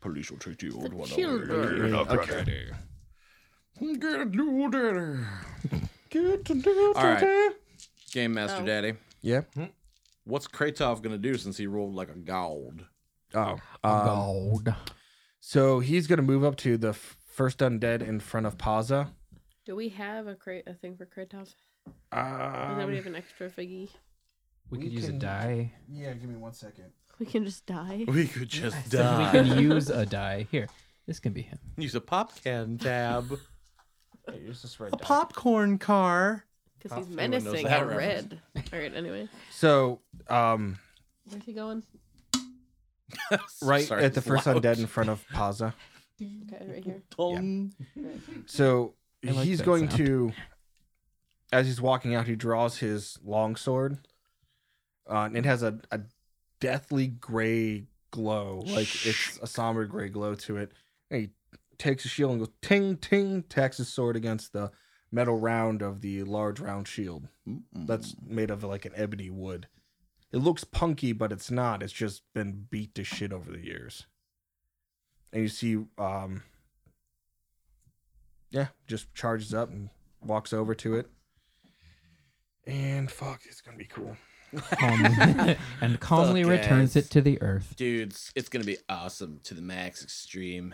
Speaker 4: Police will take the old one
Speaker 7: children.
Speaker 4: away. Okay. Get a new daddy. Get a new daddy. Game Master
Speaker 7: Oh.
Speaker 4: Daddy.
Speaker 2: Yeah.
Speaker 4: What's Kratov gonna do since he rolled like a gold?
Speaker 2: Oh. Um,
Speaker 3: Gold.
Speaker 2: so he's gonna move up to the f- first undead in front of Paza.
Speaker 7: Do we have a crate, a thing for Kratov? Does
Speaker 2: Um,
Speaker 7: anybody have an extra figgy?
Speaker 3: We
Speaker 2: we
Speaker 3: could use a
Speaker 2: can-
Speaker 3: die.
Speaker 2: yeah, give me one second.
Speaker 7: We can just die.
Speaker 4: We could just
Speaker 3: We
Speaker 4: die.
Speaker 3: can use a die. Here, this can be him.
Speaker 4: Use a pop can tab.
Speaker 2: use this right
Speaker 4: a popcorn car.
Speaker 7: Because he's
Speaker 4: Everyone knows
Speaker 7: menacing
Speaker 4: that
Speaker 7: and
Speaker 4: reference.
Speaker 7: red. All right, anyway.
Speaker 2: So, um,
Speaker 7: Where's he going?
Speaker 2: right
Speaker 4: Sorry,
Speaker 2: at the
Speaker 4: it's
Speaker 2: first
Speaker 4: loud.
Speaker 2: undead in front of Paza.
Speaker 7: Okay, right here.
Speaker 4: Dong.
Speaker 2: So
Speaker 3: I like
Speaker 2: he's
Speaker 3: that
Speaker 2: going
Speaker 3: sound.
Speaker 2: to, as he's walking out, he draws his long sword, uh, and it has a, a deathly gray glow, like it's a somber gray glow to it. And he takes his shield and goes ting ting, tacks his sword against the metal round of the large round shield that's made of like an ebony wood. It looks punky, but it's not. It's just been beat to shit over the years. And you see, um, yeah, just charges up and walks over to it. And fuck, it's gonna be cool.
Speaker 3: Calmly. and calmly
Speaker 4: Fuck
Speaker 3: returns
Speaker 4: yes.
Speaker 3: it to the earth.
Speaker 4: Dudes, it's gonna be awesome to the max extreme.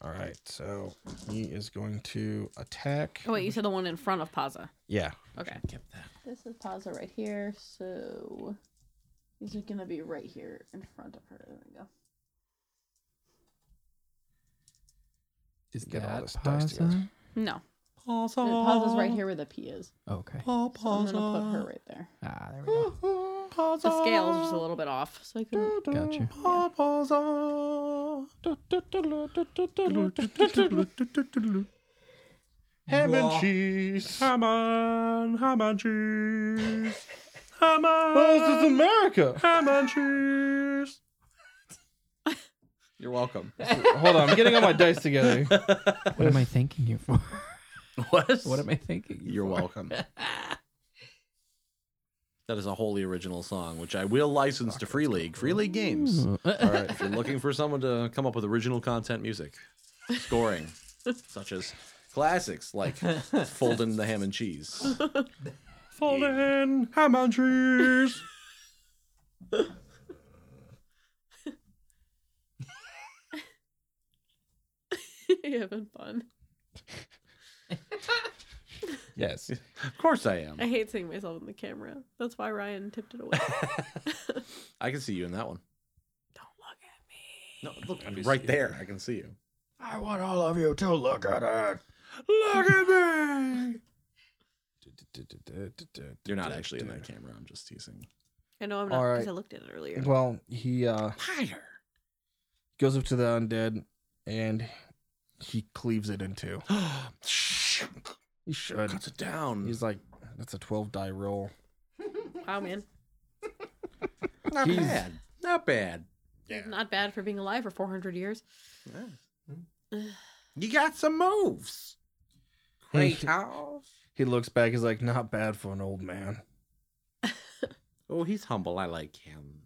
Speaker 2: All right, so he is going to attack.
Speaker 7: Oh, wait, you said the one in front of Paza.
Speaker 2: Yeah,
Speaker 7: Okay.
Speaker 4: Get that.
Speaker 7: This is Paza right here, so these are gonna be right here in front of her. There we go.
Speaker 3: Is
Speaker 2: Get all
Speaker 3: that
Speaker 2: this dice together.
Speaker 3: Paza?
Speaker 7: No. The Paza's right here where the P is.
Speaker 3: Okay.
Speaker 7: So I'm gonna put her right there.
Speaker 3: Ah, there we go.
Speaker 7: The scale's just a little bit off, so I couldn't.
Speaker 3: Gotcha.
Speaker 2: ham and cheese.
Speaker 4: Come on, ham and cheese. Ham
Speaker 2: Oh,
Speaker 4: on,
Speaker 2: this is America.
Speaker 4: ham and cheese. You're welcome.
Speaker 2: Hold on, I'm getting all my dice together.
Speaker 3: What am I thanking you for?
Speaker 4: What?
Speaker 3: What am I thanking you
Speaker 4: You're
Speaker 3: for?
Speaker 4: welcome. that is a wholly original song, which I will license to Free League. Free League Games. All right, if you're looking for someone to come up with original content music, scoring, such as classics like folding the ham and cheese. folding ham and cheese.
Speaker 7: You're having fun.
Speaker 2: Yes.
Speaker 4: Of course I am.
Speaker 7: I hate seeing myself in the camera. That's why Ryan tipped it away.
Speaker 4: I can see you in that one.
Speaker 7: Don't look at me.
Speaker 4: No, look, I'm right there. I can see you.
Speaker 3: I want all of you to look at it.
Speaker 4: Look at me. You're not actually in that camera. I'm just teasing.
Speaker 6: I know I'm not
Speaker 2: All
Speaker 6: because
Speaker 2: right.
Speaker 6: I looked at it earlier.
Speaker 2: Well, he uh
Speaker 4: Higher.
Speaker 2: goes up to the undead and he cleaves it in two. He should.
Speaker 4: Cuts it down.
Speaker 2: He's like, that's a 12 die roll.
Speaker 7: Wow, man.
Speaker 4: not
Speaker 2: he's-
Speaker 4: bad. Not bad.
Speaker 7: It's Not bad for being alive for 400 years.
Speaker 4: You got some moves. Great house.
Speaker 2: He looks back, he's like, not bad for an old man.
Speaker 4: Oh, he's humble. I like him.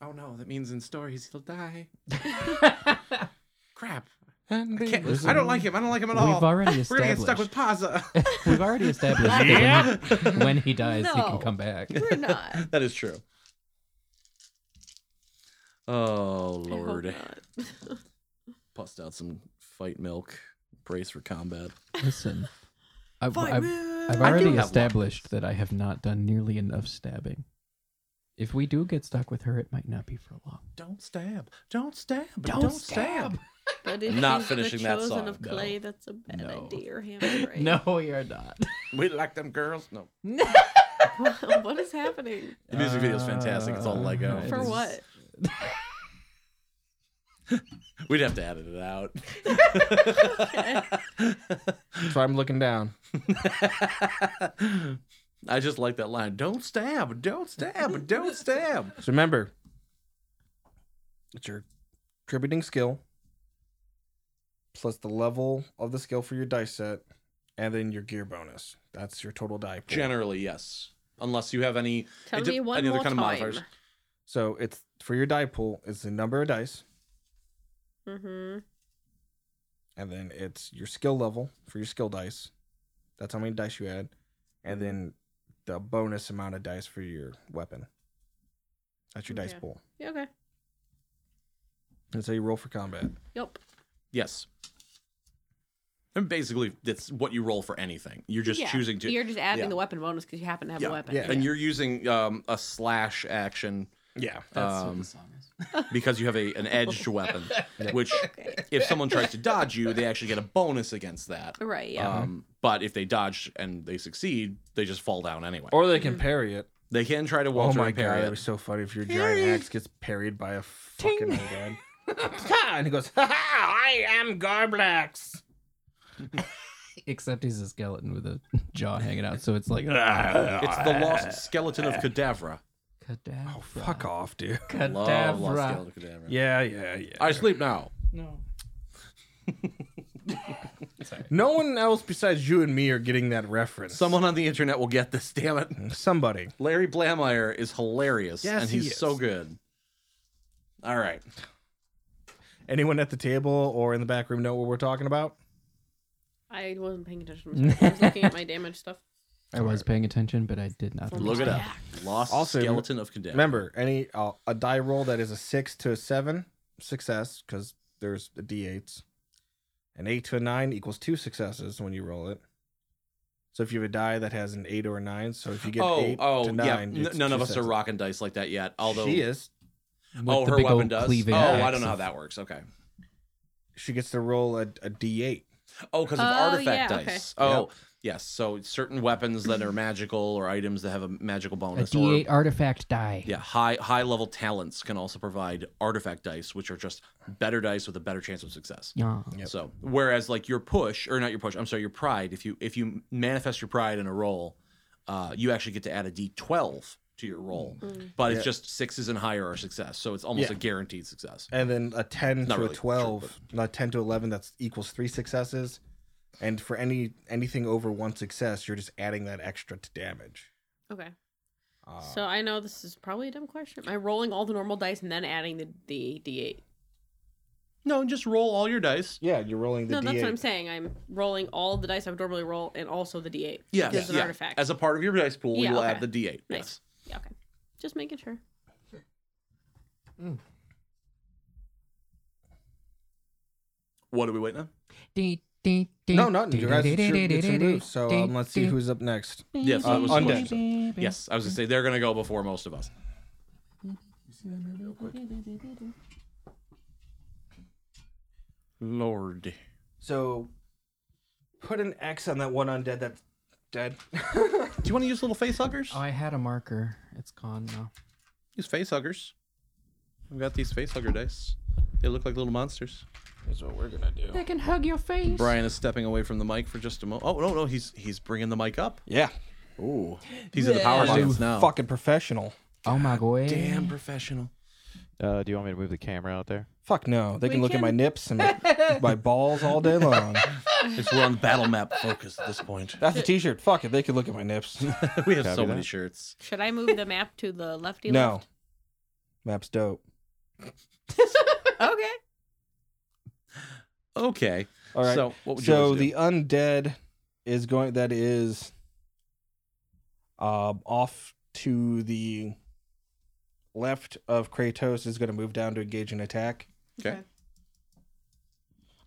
Speaker 4: Oh no, that means in stories he'll die. Crap.
Speaker 2: And
Speaker 4: I, can't-
Speaker 3: Listen,
Speaker 4: I don't like him. I don't like him at all.
Speaker 3: We've already
Speaker 4: We're gonna get stuck with
Speaker 3: established.
Speaker 4: Paza.
Speaker 3: We've already established that when, when he dies, he
Speaker 7: No.
Speaker 3: can come back.
Speaker 7: We're not.
Speaker 4: that is true. Oh
Speaker 7: I hope
Speaker 4: lord.
Speaker 7: not.
Speaker 4: Bust out some fight milk. Brace for combat.
Speaker 3: Listen, I've,
Speaker 6: Fight
Speaker 3: I've,
Speaker 6: me!
Speaker 3: I've
Speaker 4: I do
Speaker 3: already
Speaker 4: have
Speaker 3: established that I have not done nearly enough stabbing. If we do get stuck with her, it might not be for long.
Speaker 4: Don't stab. Don't stab.
Speaker 3: Don't stab.
Speaker 7: But if
Speaker 4: I'm not
Speaker 7: he's the
Speaker 4: finishing that
Speaker 7: chosen
Speaker 4: song,
Speaker 7: of
Speaker 3: no.
Speaker 7: clay, that's a bad
Speaker 3: No.
Speaker 7: idea. Your hands are right.
Speaker 3: No, you're not.
Speaker 4: We like them girls. No.
Speaker 7: what is happening?
Speaker 4: The music video is fantastic. It's all Lego.
Speaker 3: It
Speaker 7: For
Speaker 3: is-
Speaker 7: what?
Speaker 4: We'd have to edit it out.
Speaker 2: That's why I'm looking down.
Speaker 4: I just like that line. Don't stab. Don't stab. Don't stab.
Speaker 2: So remember, it's your contributing skill plus the level of the skill for your dice set, and then your gear bonus. That's your total die. pool.
Speaker 4: Generally, yes. Unless you have any,
Speaker 7: Tell
Speaker 4: It de-
Speaker 7: me one
Speaker 4: any other
Speaker 7: more
Speaker 4: kind of
Speaker 7: time.
Speaker 4: modifiers.
Speaker 2: so it's for your die pool. It's the number of dice,
Speaker 7: mm-hmm.
Speaker 2: and then it's your skill level for your skill dice. That's how many dice you add, and then the bonus amount of dice for your weapon. That's your dice
Speaker 7: Okay.
Speaker 2: pool.
Speaker 7: Yeah, okay.
Speaker 2: That's how you roll for combat.
Speaker 7: Yep.
Speaker 4: yes. And basically, that's what you roll for anything. You're just
Speaker 7: Yeah.
Speaker 4: choosing to.
Speaker 7: You're just adding
Speaker 4: yeah.
Speaker 7: the weapon bonus because you happen to have
Speaker 4: Yeah.
Speaker 7: a weapon.
Speaker 2: Yeah.
Speaker 4: and you're using um, a slash action
Speaker 2: Yeah.
Speaker 4: um,
Speaker 3: song is.
Speaker 4: because you have a an edged weapon, which if someone tries to dodge you, they actually get a bonus against that.
Speaker 7: Right. Yeah.
Speaker 4: Um, but if they dodge and they succeed, they just fall down anyway.
Speaker 2: Or they can parry it.
Speaker 4: They can try to
Speaker 2: Oh
Speaker 4: Walter
Speaker 2: my
Speaker 4: and parry
Speaker 2: god,
Speaker 4: it.
Speaker 2: that was so funny if your giant axe gets parried by a fucking undead. Ha! and he goes, ha ha, I am Garblax.
Speaker 3: Except he's a skeleton with a jaw hanging out, so it's like ah.
Speaker 4: It's the lost skeleton of Cadavra.
Speaker 3: cadaver.
Speaker 2: Oh, fuck off, dude.
Speaker 4: Love lost
Speaker 3: Cadavra.
Speaker 4: skeleton of Cadavra.
Speaker 2: Yeah, yeah, yeah.
Speaker 4: I sleep now.
Speaker 2: no one else besides you and me are getting that reference.
Speaker 4: Someone on the internet will get this. Damn it!
Speaker 2: Somebody.
Speaker 4: Larry Blameyer is hilarious,
Speaker 2: Yes,
Speaker 4: and
Speaker 2: he
Speaker 4: he's
Speaker 2: is.
Speaker 4: so good. All right,
Speaker 2: Anyone at the table or in the back room know what we're talking about?
Speaker 7: I wasn't paying attention. I was looking at my damage stuff.
Speaker 3: I was paying attention, but I did not.
Speaker 4: look it up. Lost
Speaker 2: Also,
Speaker 4: skeleton of Cadavra.
Speaker 2: Remember, any uh, a die roll that is a six to a seven, success, because there's the d8s. An eight to a nine equals two successes when you roll it. So if you have a die that has an eight or a nine, so if you get
Speaker 4: oh,
Speaker 2: eight
Speaker 4: oh,
Speaker 2: to nine,
Speaker 4: yeah. N-
Speaker 2: it's
Speaker 4: none
Speaker 2: two
Speaker 4: of us are
Speaker 2: successes.
Speaker 4: rocking dice like that yet. Although
Speaker 2: she is,
Speaker 3: With
Speaker 4: oh,
Speaker 3: the
Speaker 4: her
Speaker 3: big
Speaker 4: weapon
Speaker 3: old
Speaker 4: does. Oh,
Speaker 3: cleaving
Speaker 4: I
Speaker 3: axe
Speaker 4: don't know how
Speaker 3: of-
Speaker 4: that works. Okay.
Speaker 2: she gets to roll a, a d8.
Speaker 4: Oh, because of
Speaker 7: Oh,
Speaker 4: artifact
Speaker 7: yeah, okay.
Speaker 4: dice. Oh, yes. So certain weapons that are magical or items that have a magical
Speaker 3: A
Speaker 4: bonus. or
Speaker 3: D8 artifact die.
Speaker 4: Yeah, high high level talents can also provide artifact dice, which are just better dice with a better chance of success.
Speaker 3: Yeah.
Speaker 4: So whereas like your push or not your push, I'm sorry, your pride. If you if you manifest your pride in a roll, uh, you actually get to add a d12 to your roll.
Speaker 7: Mm.
Speaker 4: But it's just sixes and higher are success, so it's almost
Speaker 2: Yeah.
Speaker 4: a guaranteed success.
Speaker 2: And then a 10
Speaker 4: Not
Speaker 2: to
Speaker 4: really
Speaker 2: a
Speaker 4: sure,
Speaker 2: 12, not 10 to 11, that's equals three successes. And for any anything over one success, you're just adding that extra to damage.
Speaker 7: Okay.
Speaker 2: Uh,
Speaker 7: So I know this is probably a dumb question. Am I rolling all the normal dice and then adding the, the d8?
Speaker 4: No, just roll all your dice.
Speaker 2: Yeah, you're rolling the
Speaker 7: No,
Speaker 2: d8.
Speaker 7: that's what I'm saying. I'm rolling all the dice I would normally roll and also the d8.
Speaker 4: Yes.
Speaker 7: As an
Speaker 4: yeah.
Speaker 7: artifact.
Speaker 4: As a part of your dice pool,
Speaker 7: Yeah,
Speaker 4: you will
Speaker 7: okay.
Speaker 4: add the D8.
Speaker 7: Nice.
Speaker 4: Yes.
Speaker 7: yeah, okay. Just making sure.
Speaker 4: What are we waiting on?
Speaker 2: No, not you guys. It's your, it's your move. So um, let's see who's up next.
Speaker 7: Mm-hmm.
Speaker 4: Yes, that
Speaker 2: Uh,
Speaker 4: was
Speaker 2: undead.
Speaker 4: undead. Yes, I was gonna say they're gonna go before most of us. Lord.
Speaker 2: So put an X on that one undead that's dead.
Speaker 4: Do you want to use little face huggers?
Speaker 3: Oh, I had a marker. It's gone now.
Speaker 4: Use face huggers. I've got these face hugger dice. They look like little monsters.
Speaker 2: Here's what we're gonna do.
Speaker 3: They can hug your face.
Speaker 4: Brian is stepping away from the mic for just a moment. Oh no, no, he's he's bringing the mic up.
Speaker 2: Yeah.
Speaker 4: Ooh, these are the power buttons now.
Speaker 2: Fucking professional.
Speaker 3: Oh my god.
Speaker 4: damn professional.
Speaker 5: Uh, do you want me to move the camera out there?
Speaker 2: Fuck no. They can look at my nips and my, my balls all day long.
Speaker 4: It's we're on battle map focus at this point.
Speaker 2: That's a t-shirt. Fuck it. They can look at my nips.
Speaker 4: We have
Speaker 5: Copy
Speaker 4: so many
Speaker 5: that.
Speaker 4: shirts.
Speaker 7: Should I move the map to the lefty
Speaker 2: no.
Speaker 7: left?
Speaker 2: Map's dope.
Speaker 6: Okay.
Speaker 4: Okay.
Speaker 2: All right.
Speaker 4: So what would you
Speaker 2: so
Speaker 4: like to
Speaker 2: the undead is going that is um off to the left of kratos is going to move down to engage an attack
Speaker 4: do? okay.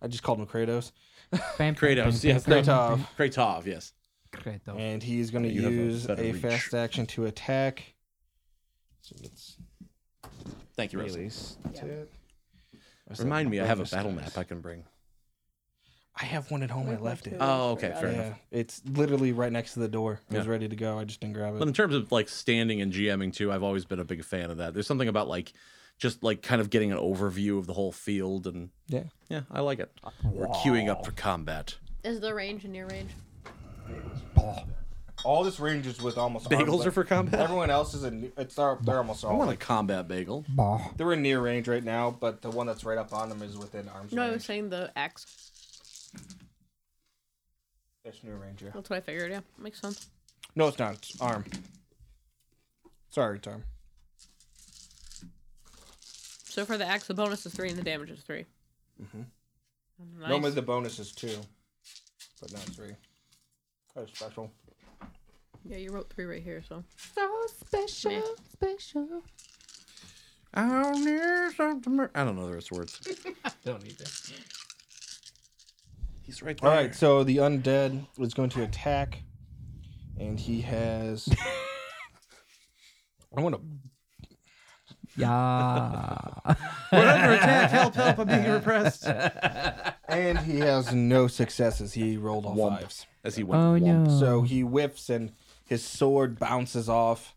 Speaker 2: i just called him kratos
Speaker 3: Bam, bam,
Speaker 4: Kratos,
Speaker 3: bam,
Speaker 4: yes,
Speaker 3: bam,
Speaker 2: Kratos.
Speaker 4: Kratov, yes.
Speaker 3: bam, Kratos.
Speaker 2: and he's going to
Speaker 4: You have a
Speaker 2: use a,
Speaker 4: better reach.
Speaker 2: fast action to attack so it's
Speaker 4: Thank you, Rosie.
Speaker 2: really stat. Where's that
Speaker 4: Remind me, I have a
Speaker 2: bonus
Speaker 4: battle
Speaker 2: dice?
Speaker 4: map I can bring.
Speaker 2: i have one at home i left it
Speaker 4: Oh, okay, fair
Speaker 2: yeah
Speaker 4: enough.
Speaker 2: it's literally right next to the door it was
Speaker 4: Yeah.
Speaker 2: ready to go i just didn't grab it
Speaker 4: But in terms of like standing and GMing too, I've always been a big fan of that. There's something about like just like kind of getting an overview of the whole field and
Speaker 2: yeah
Speaker 4: yeah, I like it. We're queuing up for combat.
Speaker 7: Is the range in your range?
Speaker 2: all this range is with almost arm's
Speaker 4: Bagels
Speaker 2: length.
Speaker 4: are for combat.
Speaker 2: Everyone else is in. It's they're, they're almost
Speaker 4: I
Speaker 2: all.
Speaker 4: want a
Speaker 2: like,
Speaker 4: combat bagel.
Speaker 2: they're in near range right now, but the one that's right up on them is within arms
Speaker 7: No, I was
Speaker 2: range.
Speaker 7: saying the axe.
Speaker 2: That's near range. Yeah.
Speaker 7: That's what I figured. Yeah, makes sense.
Speaker 2: No, it's not. It's arm. Sorry, it's arm.
Speaker 7: So for the axe, the bonus is three and the damage is three. Mm-hmm. Nice.
Speaker 2: Normally the bonus is two, but not three. That's special.
Speaker 7: Yeah, you wrote three right here, so.
Speaker 4: I don't hear something. mer- I don't know the rest of words.
Speaker 3: Don't need that.
Speaker 4: He's right there.
Speaker 2: All right, so the undead is going to attack, and he has. I want to.
Speaker 3: Yeah.
Speaker 4: We're under attack. Help! Help! I'm being repressed.
Speaker 2: And he has no successes. He rolled all
Speaker 4: Womp.
Speaker 2: fives.
Speaker 4: As he went.
Speaker 3: oh no.
Speaker 2: So he whiffs and his sword bounces off.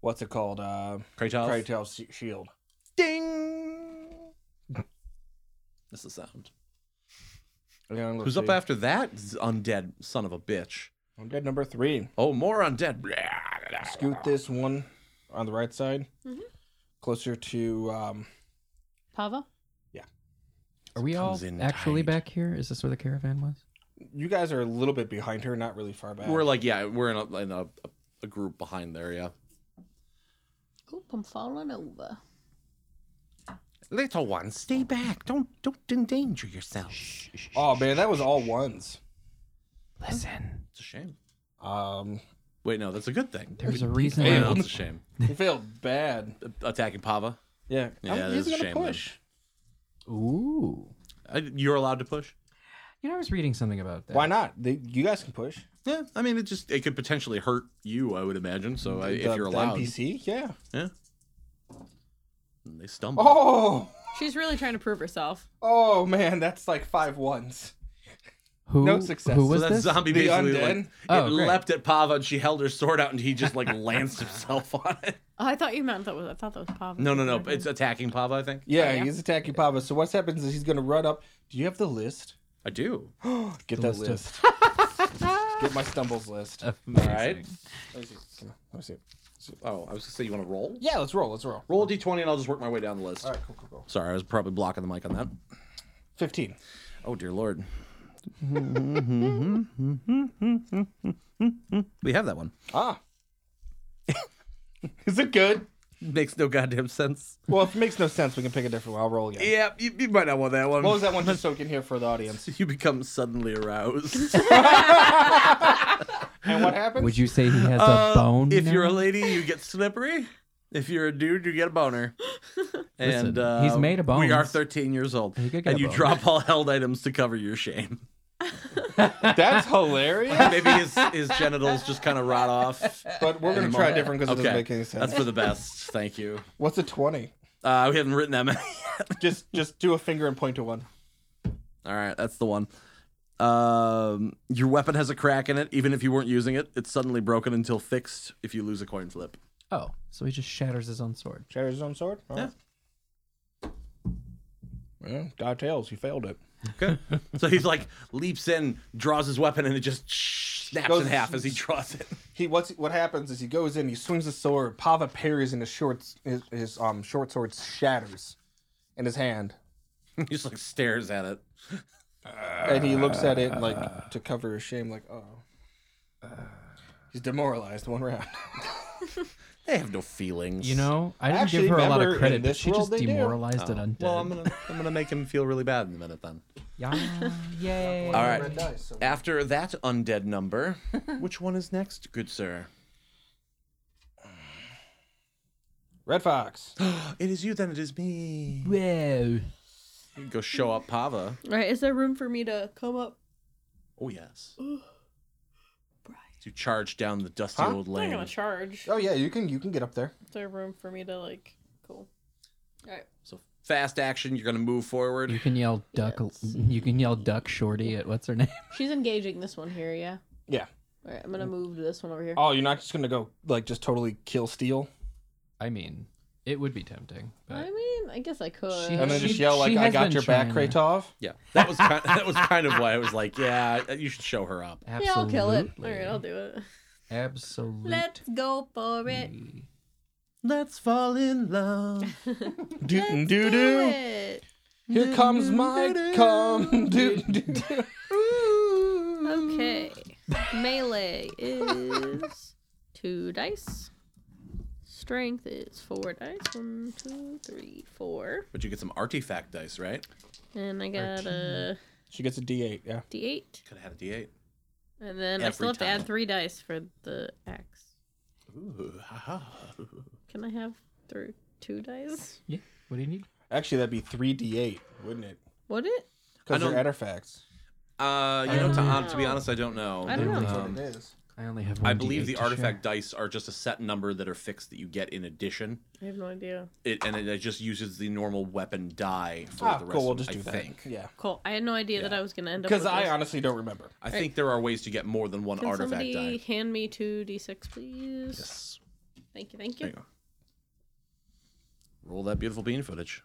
Speaker 2: What's it called? Uh,
Speaker 4: Kratov.
Speaker 2: Kratos' sh- shield.
Speaker 4: Ding. That's the sound. Who's up after that? Z- Undead son of a bitch.
Speaker 2: Undead number three.
Speaker 4: Oh, more undead. Blah, blah, blah.
Speaker 2: Scoot this one on the right side, closer to. Um,
Speaker 7: Pava?
Speaker 3: Are we all
Speaker 4: Comes in
Speaker 3: actually
Speaker 4: tight.
Speaker 3: back here? Is this where the caravan was?
Speaker 2: you guys are a little bit behind her, not really far back.
Speaker 4: We're like, yeah, we're in a, in a, a group behind there, yeah.
Speaker 7: Oop, I'm falling over.
Speaker 4: Little one, stay back. Don't don't endanger yourself.
Speaker 2: oh man, that was all ones.
Speaker 3: Listen.
Speaker 4: It's a shame.
Speaker 2: Um,
Speaker 4: Wait, no, that's a good thing.
Speaker 3: There's
Speaker 4: We-
Speaker 3: a reason
Speaker 4: Yeah,
Speaker 3: why-
Speaker 4: no, it's a shame.
Speaker 2: he failed bad.
Speaker 4: Attacking Pava.
Speaker 2: Yeah,
Speaker 4: Yeah,
Speaker 2: I'm-
Speaker 4: that
Speaker 2: he's
Speaker 4: is a
Speaker 2: gonna
Speaker 4: shame. then.
Speaker 2: push.
Speaker 3: Ooh.
Speaker 4: I, you're allowed to push.
Speaker 3: You know, I was reading something about that.
Speaker 2: Why not? They, you guys can push.
Speaker 4: Yeah, I mean, it just it could potentially hurt you. I would imagine. So I,
Speaker 2: The-
Speaker 4: if you're
Speaker 2: the
Speaker 4: allowed,
Speaker 2: NPC, yeah.
Speaker 4: yeah. And they stumble.
Speaker 2: Oh,
Speaker 7: She's really trying to prove herself.
Speaker 2: oh man, that's like five ones.
Speaker 3: Who,
Speaker 2: No success.
Speaker 3: Who
Speaker 2: So
Speaker 4: So
Speaker 3: was
Speaker 4: that
Speaker 3: this?
Speaker 4: zombie
Speaker 2: The
Speaker 4: basically like,
Speaker 2: undead?
Speaker 4: it
Speaker 3: Oh, great.
Speaker 4: leapt at Pava and she held her sword out and he just like lanced himself on it.
Speaker 7: Oh, I thought you meant that was. I thought that was Pava.
Speaker 4: No, no, no. It's attacking Pava, I think.
Speaker 2: Yeah,
Speaker 7: yeah.
Speaker 2: he's attacking Pava. So what happens is he's gonna run up. Do you have the list?
Speaker 4: I do.
Speaker 2: Get
Speaker 3: The
Speaker 2: that list.
Speaker 3: list.
Speaker 2: Get my stumbles list.
Speaker 3: Amazing.
Speaker 4: Alright.
Speaker 2: Let me see. Come on, let me see.
Speaker 4: Oh, I was gonna say you want to roll.
Speaker 2: Yeah, let's roll. Let's roll.
Speaker 4: Roll a d20 and I'll just work my way down the list.
Speaker 2: All right, cool, cool, cool.
Speaker 4: Sorry, I was probably blocking the mic on that.
Speaker 2: Fifteen.
Speaker 4: Oh dear lord. we have that one.
Speaker 2: Ah. is it good?
Speaker 4: Makes no goddamn sense.
Speaker 2: Well, if it makes no sense, we can pick a different one. I'll roll again.
Speaker 4: Yeah, you, you might not want that one.
Speaker 2: What was that one just so we can hear for the audience?
Speaker 4: You become suddenly aroused.
Speaker 2: And what happened?
Speaker 3: Would you say he has
Speaker 4: Uh,
Speaker 3: a bone?
Speaker 4: If
Speaker 3: now?
Speaker 4: you're a lady, you get slippery. If you're a dude, you get a boner. and
Speaker 3: Listen,
Speaker 4: uh,
Speaker 3: he's made of
Speaker 4: We are
Speaker 3: bones.
Speaker 4: 13 years old,
Speaker 3: He could get
Speaker 4: and
Speaker 3: a
Speaker 4: you
Speaker 3: bone.
Speaker 4: drop all held items to cover your shame.
Speaker 2: That's hilarious.
Speaker 4: Maybe his, his genitals just kind of rot off.
Speaker 2: But we're gonna try different because it
Speaker 4: Okay.
Speaker 2: doesn't make any sense.
Speaker 4: That's for the best. Thank you.
Speaker 2: What's a twenty?
Speaker 4: Uh, we haven't written that many.
Speaker 2: Just just do a finger and point to one.
Speaker 4: All right, that's the one. Um, your weapon has a crack in it. Even if you weren't using it, it's suddenly broken until fixed. If you lose a coin flip,
Speaker 3: oh, so he just shatters his own sword.
Speaker 2: Share his own sword. All right. Yeah, die tails. You failed it.
Speaker 4: so he's like leaps in, draws his weapon, and it just snaps
Speaker 2: Goes-
Speaker 4: in half as he draws it.
Speaker 2: He what's what happens is he goes in, he swings his sword, Pava parries, and his short his, his um short sword shatters in his hand,
Speaker 4: he just like stares at it.
Speaker 2: and he looks at it like to cover his shame, like oh, he's demoralized one round.
Speaker 4: They have no feelings.
Speaker 3: You know, I didn't
Speaker 2: Actually,
Speaker 3: give her a lot
Speaker 2: remember
Speaker 3: of
Speaker 2: in
Speaker 3: credit, but
Speaker 2: this
Speaker 3: she
Speaker 2: world
Speaker 3: just
Speaker 2: they do.
Speaker 3: demoralized it undead.
Speaker 4: Well, I'm gonna I'm gonna make him feel really bad in a minute then.
Speaker 3: Yeah, yay.
Speaker 4: All right.
Speaker 2: Red dice, so-
Speaker 4: After that undead number, which one is next, good sir?
Speaker 2: Red fox.
Speaker 4: It is you, then it is me.
Speaker 3: Whoa.
Speaker 4: You go show up Pava.
Speaker 6: Right, is there room for me to come up?
Speaker 4: Oh yes. To charge down the dusty
Speaker 2: Huh?
Speaker 4: old
Speaker 6: I'm not
Speaker 4: lane.
Speaker 6: gonna charge.
Speaker 2: Oh yeah, you can you can get up there.
Speaker 6: Is there room for me to like? Cool. All right.
Speaker 4: so fast action, you're gonna move
Speaker 3: You
Speaker 4: forward.
Speaker 3: can yell duck. You can yell duck shorty at what's her name?
Speaker 6: She's engaging this one here. Yeah.
Speaker 2: Yeah.
Speaker 6: All right. I'm gonna move to this one over here.
Speaker 2: Oh, you're not just gonna go like just totally kill steel.
Speaker 3: I mean, it would be tempting,
Speaker 6: I
Speaker 3: but
Speaker 6: mean, I guess I could.
Speaker 3: She-
Speaker 2: And then
Speaker 3: She-
Speaker 2: just yell like,
Speaker 3: she
Speaker 2: "I
Speaker 3: has
Speaker 2: got
Speaker 3: been
Speaker 2: your back,
Speaker 3: trying to-
Speaker 2: Kratov."
Speaker 4: Yeah, that was kind that was kind of why I was like, yeah, you should show her up.
Speaker 6: yeah, I'll
Speaker 3: absolutely.
Speaker 6: kill it. All right, I'll do it.
Speaker 3: Absolutely.
Speaker 6: go for
Speaker 4: Let's fall in love.
Speaker 2: Doo doo doo.
Speaker 6: it.
Speaker 2: Here comes my cum. Doo doo doo.
Speaker 6: Okay. Melee is two dice. Strength is four dice. One, two, three, four.
Speaker 4: But you get some artifact dice, right?
Speaker 6: And I got a
Speaker 2: She gets a D8. Yeah.
Speaker 6: d8.
Speaker 4: Could have had a D8.
Speaker 6: And then I
Speaker 4: Every
Speaker 6: still have to
Speaker 4: time.
Speaker 6: add three dice for the axe.
Speaker 4: Ooh, haha.
Speaker 6: Can I have three, two dice?
Speaker 3: Yeah. What do you need?
Speaker 2: Actually, that'd be three D8, wouldn't it?
Speaker 6: Would it?
Speaker 2: Because
Speaker 4: I
Speaker 2: they're
Speaker 4: don't-
Speaker 2: artifacts.
Speaker 4: Uh, you know, to, um, to be honest, I don't know.
Speaker 6: I don't know.
Speaker 3: That's
Speaker 4: Um,
Speaker 2: it is.
Speaker 3: I only have. One
Speaker 4: I believe
Speaker 3: D8
Speaker 4: the
Speaker 3: to share.
Speaker 4: artifact dice are just a set number that are fixed that you get in addition.
Speaker 6: I have no idea.
Speaker 4: It and it, it just uses the normal weapon die for
Speaker 2: Ah,
Speaker 4: the rest.
Speaker 2: cool. We'll
Speaker 4: of,
Speaker 2: just
Speaker 4: I
Speaker 2: do that.
Speaker 4: think.
Speaker 2: Yeah.
Speaker 6: Cool. I had no idea that I was going to end up
Speaker 2: Because
Speaker 6: with
Speaker 2: I
Speaker 6: this.
Speaker 2: honestly don't remember.
Speaker 4: I think there are ways to get more than one
Speaker 6: Can
Speaker 4: artifact
Speaker 6: somebody
Speaker 4: die.
Speaker 6: hand me two d6, please?
Speaker 4: Yes.
Speaker 6: Thank you, thank
Speaker 4: There
Speaker 6: you.
Speaker 4: you go. Roll that beautiful bean footage.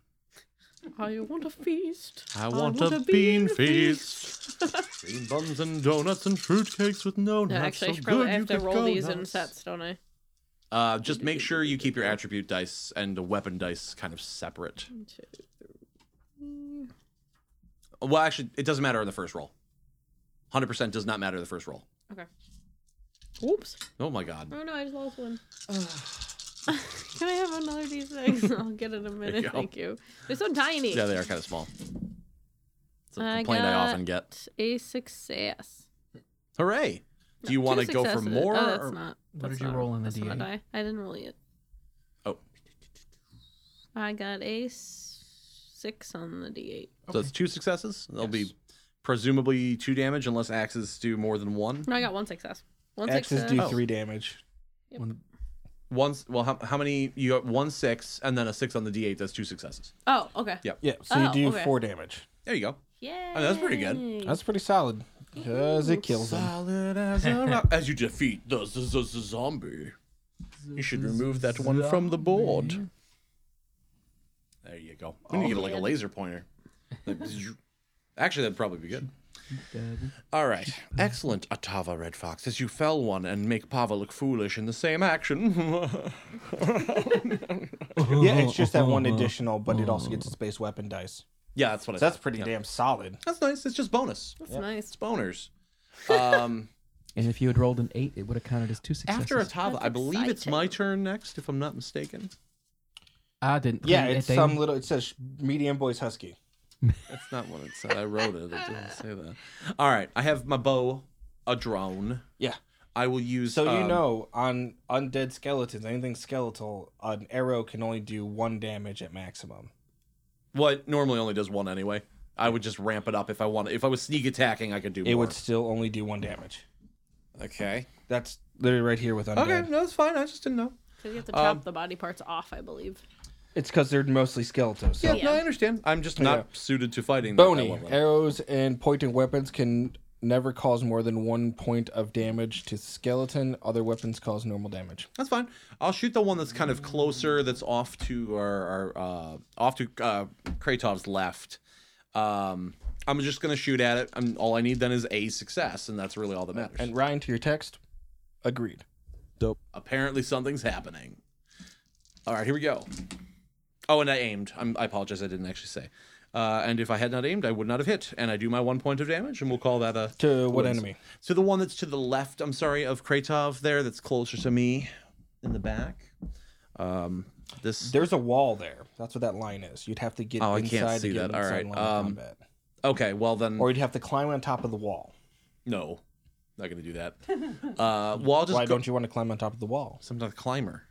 Speaker 6: I want a feast.
Speaker 4: I want, a, bean, feast. bean buns and donuts and fruitcakes with no
Speaker 6: No,
Speaker 4: nuts.
Speaker 6: actually,
Speaker 4: so
Speaker 6: I should probably
Speaker 4: good
Speaker 6: I have
Speaker 4: you
Speaker 6: to
Speaker 4: could
Speaker 6: roll
Speaker 4: go
Speaker 6: these in
Speaker 4: nuts.
Speaker 6: sets, don't I?
Speaker 4: Uh, just make sure you keep your attribute dice and the weapon dice kind of separate.
Speaker 6: One, two,
Speaker 4: Well, actually, it doesn't matter on the first roll. 100% does not matter the first roll.
Speaker 6: Okay. Oops.
Speaker 4: Oh my god.
Speaker 6: Oh no, I just lost one. Can I have another d6? I'll get it in a minute.
Speaker 4: go.
Speaker 6: Thank you. They're so tiny.
Speaker 4: Yeah, they are kind of small. It's a
Speaker 6: I
Speaker 4: complaint I often
Speaker 6: got
Speaker 4: get.
Speaker 6: A success.
Speaker 4: Hooray! Do you
Speaker 6: Two
Speaker 4: want to go for
Speaker 6: successes.
Speaker 4: more?
Speaker 6: Oh, that's
Speaker 4: or-
Speaker 6: not.
Speaker 3: What
Speaker 6: that's
Speaker 3: did you
Speaker 6: not-
Speaker 3: roll on the
Speaker 6: that's not
Speaker 3: D8?
Speaker 6: a die. I didn't roll it.
Speaker 4: Oh,
Speaker 6: I got a s- six on the d8.
Speaker 4: so it's two successes. They'll be presumably two damage unless axes do more than one.
Speaker 6: No, I got one success. One
Speaker 2: X's
Speaker 6: success.
Speaker 2: do three damage.
Speaker 3: One-
Speaker 4: Once, well, how, how many? You got one six and then a six on the d8. That's two successes.
Speaker 6: Oh, okay.
Speaker 4: Yeah.
Speaker 2: Yeah. So
Speaker 6: Oh,
Speaker 2: you do
Speaker 6: okay.
Speaker 2: four damage.
Speaker 4: There you go.
Speaker 6: Yeah.
Speaker 4: Oh, that's pretty good.
Speaker 2: That's pretty solid. Because it kills him.
Speaker 4: Solid as a rock. As you defeat the z- z- z- zombie, you should remove that one from the board. There you go. We need to get like a laser pointer. Like, zzz. Actually, that'd probably be good. All right. Excellent, Atava Red Fox, as you fell one and make Pava look foolish in the same action.
Speaker 2: Yeah, it's just that one additional, but it also gets its base weapon dice.
Speaker 4: yeah, that's what I
Speaker 2: So that's
Speaker 4: said.
Speaker 2: pretty
Speaker 4: Yeah.
Speaker 2: damn solid.
Speaker 4: That's nice. It's just bonus.
Speaker 6: That's nice.
Speaker 4: It's boners. Um,
Speaker 3: And if you had rolled an eight, it would have counted as two successes.
Speaker 4: after Atava,
Speaker 6: That's
Speaker 4: I believe it's my
Speaker 6: exciting.
Speaker 4: turn next, if I'm not mistaken.
Speaker 3: I didn't.
Speaker 2: Yeah,
Speaker 3: clean
Speaker 2: it's
Speaker 3: it,
Speaker 2: some
Speaker 3: Dave.
Speaker 2: little. It says medium boys husky.
Speaker 4: That's not what it said. I wrote it. It didn't say that. All right. I have my bow, a drone.
Speaker 2: Yeah.
Speaker 4: I will use.
Speaker 2: So you
Speaker 4: um,
Speaker 2: know, on undead skeletons, anything skeletal, an arrow can only do one damage at maximum.
Speaker 4: Well, it normally only does one anyway. I would just ramp it up if I wanted. If I was sneak attacking, I could do
Speaker 2: It
Speaker 4: more.
Speaker 2: would still only do one damage.
Speaker 4: Okay.
Speaker 2: That's literally right here with undead.
Speaker 4: Okay. No, it's fine. I just didn't know.
Speaker 7: Because you have to chop
Speaker 4: Um,
Speaker 7: the body parts off, I believe.
Speaker 2: It's because they're mostly skeletal. So.
Speaker 4: Yeah, No, I understand. I'm just not suited to fighting. that
Speaker 2: Bony
Speaker 4: level.
Speaker 2: arrows and pointing weapons can never cause more than one point of damage to skeleton. Other weapons cause normal damage.
Speaker 4: That's fine. I'll shoot the one that's kind of closer, that's off to our, our uh, off to uh, Kratov's left. Um, I'm just gonna shoot at it. i all I need then is a success, and that's really all that matters.
Speaker 2: And Ryan, to your text, agreed.
Speaker 4: apparently something's happening. All right, here we go. Oh, and I aimed. I'm, I apologize, I didn't actually say. Uh, and if I had not aimed, I would not have hit. And I do my one point of damage, and we'll call that a
Speaker 2: To what
Speaker 4: win.
Speaker 2: enemy?
Speaker 4: So the one that's to the left, I'm sorry, of Kratov there, that's closer to me, in the back. Um, this
Speaker 2: There's a wall there. That's what that line is. You'd have to get
Speaker 4: Oh, I
Speaker 2: inside
Speaker 4: can't see
Speaker 2: to get
Speaker 4: that.
Speaker 2: inside
Speaker 4: Alright,
Speaker 2: line of
Speaker 4: um,
Speaker 2: combat.
Speaker 4: okay. Well then,
Speaker 2: Or you'd have to climb on top of the wall.
Speaker 4: no, not gonna do that. Uh, well, I'll just
Speaker 2: Why
Speaker 4: go-
Speaker 2: don't you want to climb on top of the wall?
Speaker 4: So I'm not a climber.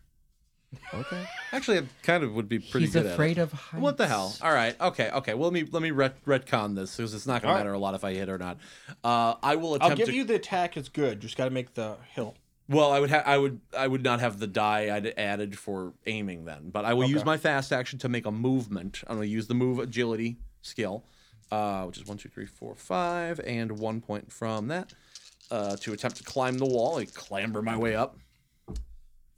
Speaker 2: Okay.
Speaker 4: Actually, I kind of would be pretty
Speaker 3: He's
Speaker 4: good
Speaker 3: afraid
Speaker 4: at it.
Speaker 3: of heights.
Speaker 4: What the hell? All right. Okay. Okay. Well, let me let me ret- retcon this because it's not going
Speaker 2: All
Speaker 4: to
Speaker 2: right.
Speaker 4: matter a lot if I hit or not. Uh, I will
Speaker 2: I'll
Speaker 4: attempt.
Speaker 2: give
Speaker 4: to,
Speaker 2: you the attack is good. You just got to make the hill.
Speaker 4: Well, I would have. I would. I would not have the die I'd added for aiming then. But I will use my fast action to make a movement. I'm going to use the move agility skill, uh, which is one, two, three, four, five, and one point from that uh, to attempt to climb the wall and clamber my way up.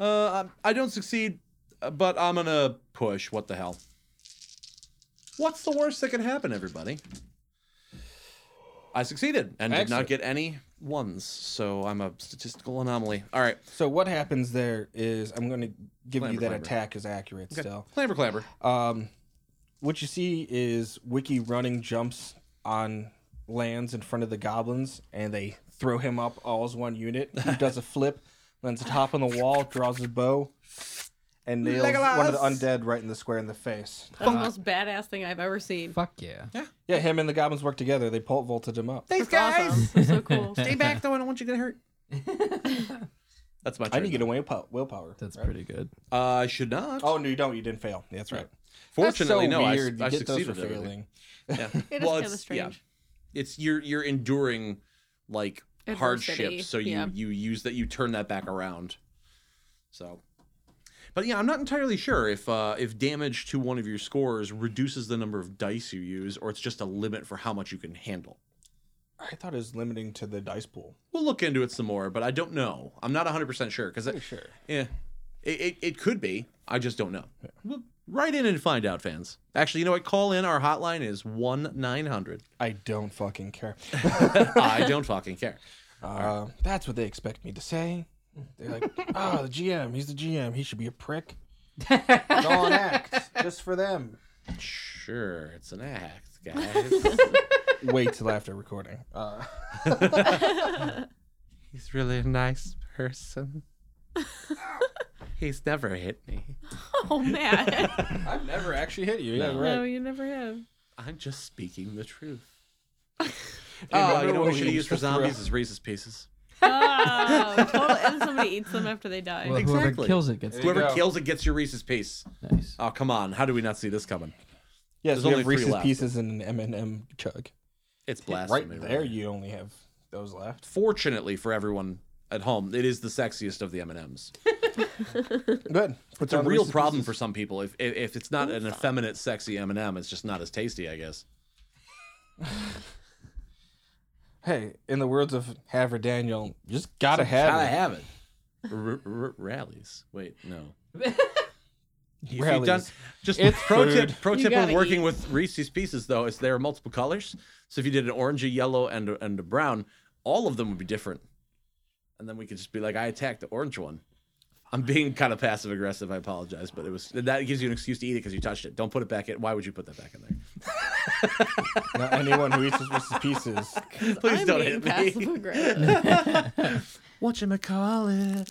Speaker 4: Uh, I, I don't succeed, uh, but I'm gonna push. What the hell? What's the worst that can happen, everybody? I succeeded and did not
Speaker 2: Excellent.
Speaker 4: get any ones, so I'm a statistical anomaly. All right,
Speaker 2: So what happens there is I'm going to give
Speaker 4: Clamber,
Speaker 2: you that
Speaker 4: clamber.
Speaker 2: attack is accurate still.
Speaker 4: clamber, clamber.
Speaker 2: Um, what you see is Wiki running jumps on lands in front of the goblins, and they throw him up all as one unit. He does a flip, lands atop on the wall, draws his bow, and nails one of the undead right in the square in the face.
Speaker 7: That's the most badass thing I've ever seen.
Speaker 3: Fuck yeah.
Speaker 2: Yeah, him and the goblins work together. They pole vaulted him up.
Speaker 4: Thanks,
Speaker 7: Awesome. That's so cool.
Speaker 4: Stay back, though. I don't want you to get hurt. That's my
Speaker 2: I didn't
Speaker 4: turn.
Speaker 2: get away pow- willpower.
Speaker 3: That's
Speaker 2: right?
Speaker 3: pretty good.
Speaker 4: Uh, I should not.
Speaker 2: Oh no, you don't. You didn't fail. That's right.
Speaker 4: Fortunately,
Speaker 2: That's so
Speaker 4: no. I-
Speaker 2: Weird.
Speaker 4: I,
Speaker 2: you get those for
Speaker 4: succeeded. at everything.
Speaker 2: failing.
Speaker 4: Yeah.
Speaker 7: It is
Speaker 4: well,
Speaker 7: kinda
Speaker 4: it's
Speaker 7: strange.
Speaker 4: Yeah. It's you're you're enduring like
Speaker 7: Adversity,
Speaker 4: hardship, so you
Speaker 7: yeah.
Speaker 4: you use that you turn that back around. So, but yeah, I'm not entirely sure if uh, if damage to one of your scores reduces the number of dice you use, or it's just a limit for how much you can handle.
Speaker 2: I thought it was limiting to the dice pool.
Speaker 4: We'll look into it some more, but I don't know. I'm not 100 percent sure because
Speaker 2: Pretty sure.
Speaker 4: yeah, it, it it could be. I just don't know. Well, Write in and find out, fans. Actually, you know what? Call in. Our hotline is one nine hundred.
Speaker 2: I don't fucking care.
Speaker 4: I don't fucking care.
Speaker 2: Uh, that's what they expect me to say. They're like, oh, the GM, he's the GM. He should be a prick. It's all an act, just for them.
Speaker 4: Sure, it's an act, guys.
Speaker 2: Wait till after recording. Uh,
Speaker 4: He's really a nice person. He's never hit me.
Speaker 7: Oh, man.
Speaker 2: I've never actually hit you. Yeah,
Speaker 4: No.
Speaker 7: no,
Speaker 2: right.
Speaker 7: you never have.
Speaker 4: I'm just speaking the truth.
Speaker 2: remember
Speaker 4: Oh, you know what
Speaker 2: when
Speaker 4: we should
Speaker 2: we
Speaker 4: have used for
Speaker 2: used to throw-
Speaker 4: zombies is Reese's Pieces.
Speaker 7: Oh, totally. And somebody eats them after they die.
Speaker 3: Well, whoever
Speaker 4: Exactly.
Speaker 3: kills it gets
Speaker 2: There you
Speaker 4: Whoever
Speaker 2: go.
Speaker 4: kills it gets your Reese's Piece.
Speaker 3: nice.
Speaker 4: Oh, come on. How do we not see this coming?
Speaker 2: Yes,
Speaker 4: There's
Speaker 2: we
Speaker 4: only
Speaker 2: have
Speaker 4: three
Speaker 2: Reese's
Speaker 4: left.
Speaker 2: Pieces and an M&M chug.
Speaker 4: It's blasphemy.
Speaker 2: Right there, you only have those left.
Speaker 4: Fortunately for everyone at home, it is the sexiest of the M&Ms.
Speaker 2: Good.
Speaker 4: It's a real problem for some people. If, if if it's not an effeminate, sexy M&M, it's just not as tasty, I guess.
Speaker 2: Hey, in the words of Haver Daniel, you just gotta have
Speaker 4: Gotta
Speaker 2: it.
Speaker 4: have it. R- r- rallies. Wait, no. If you've
Speaker 2: Rallies.
Speaker 4: done- just
Speaker 2: It's
Speaker 4: pro
Speaker 2: food.
Speaker 4: tip. Pro
Speaker 7: You
Speaker 4: tip of
Speaker 7: gotta
Speaker 4: working
Speaker 7: eat.
Speaker 4: with Reese's Pieces though is there are multiple colors. So if you did an orange, a yellow, and a, and a brown, all of them would be different. And then we could just be like, I attacked the orange one. I'm being kind of passive aggressive. I apologize, but it was that gives you an excuse to eat it because you touched it. Don't put it back in. Why would you put that back in there?
Speaker 2: Not anyone who eats his Reese's Pieces.
Speaker 4: Please
Speaker 7: I'm
Speaker 4: don't
Speaker 7: being
Speaker 4: hit me.
Speaker 7: passive aggressive.
Speaker 4: Whatchamacallit.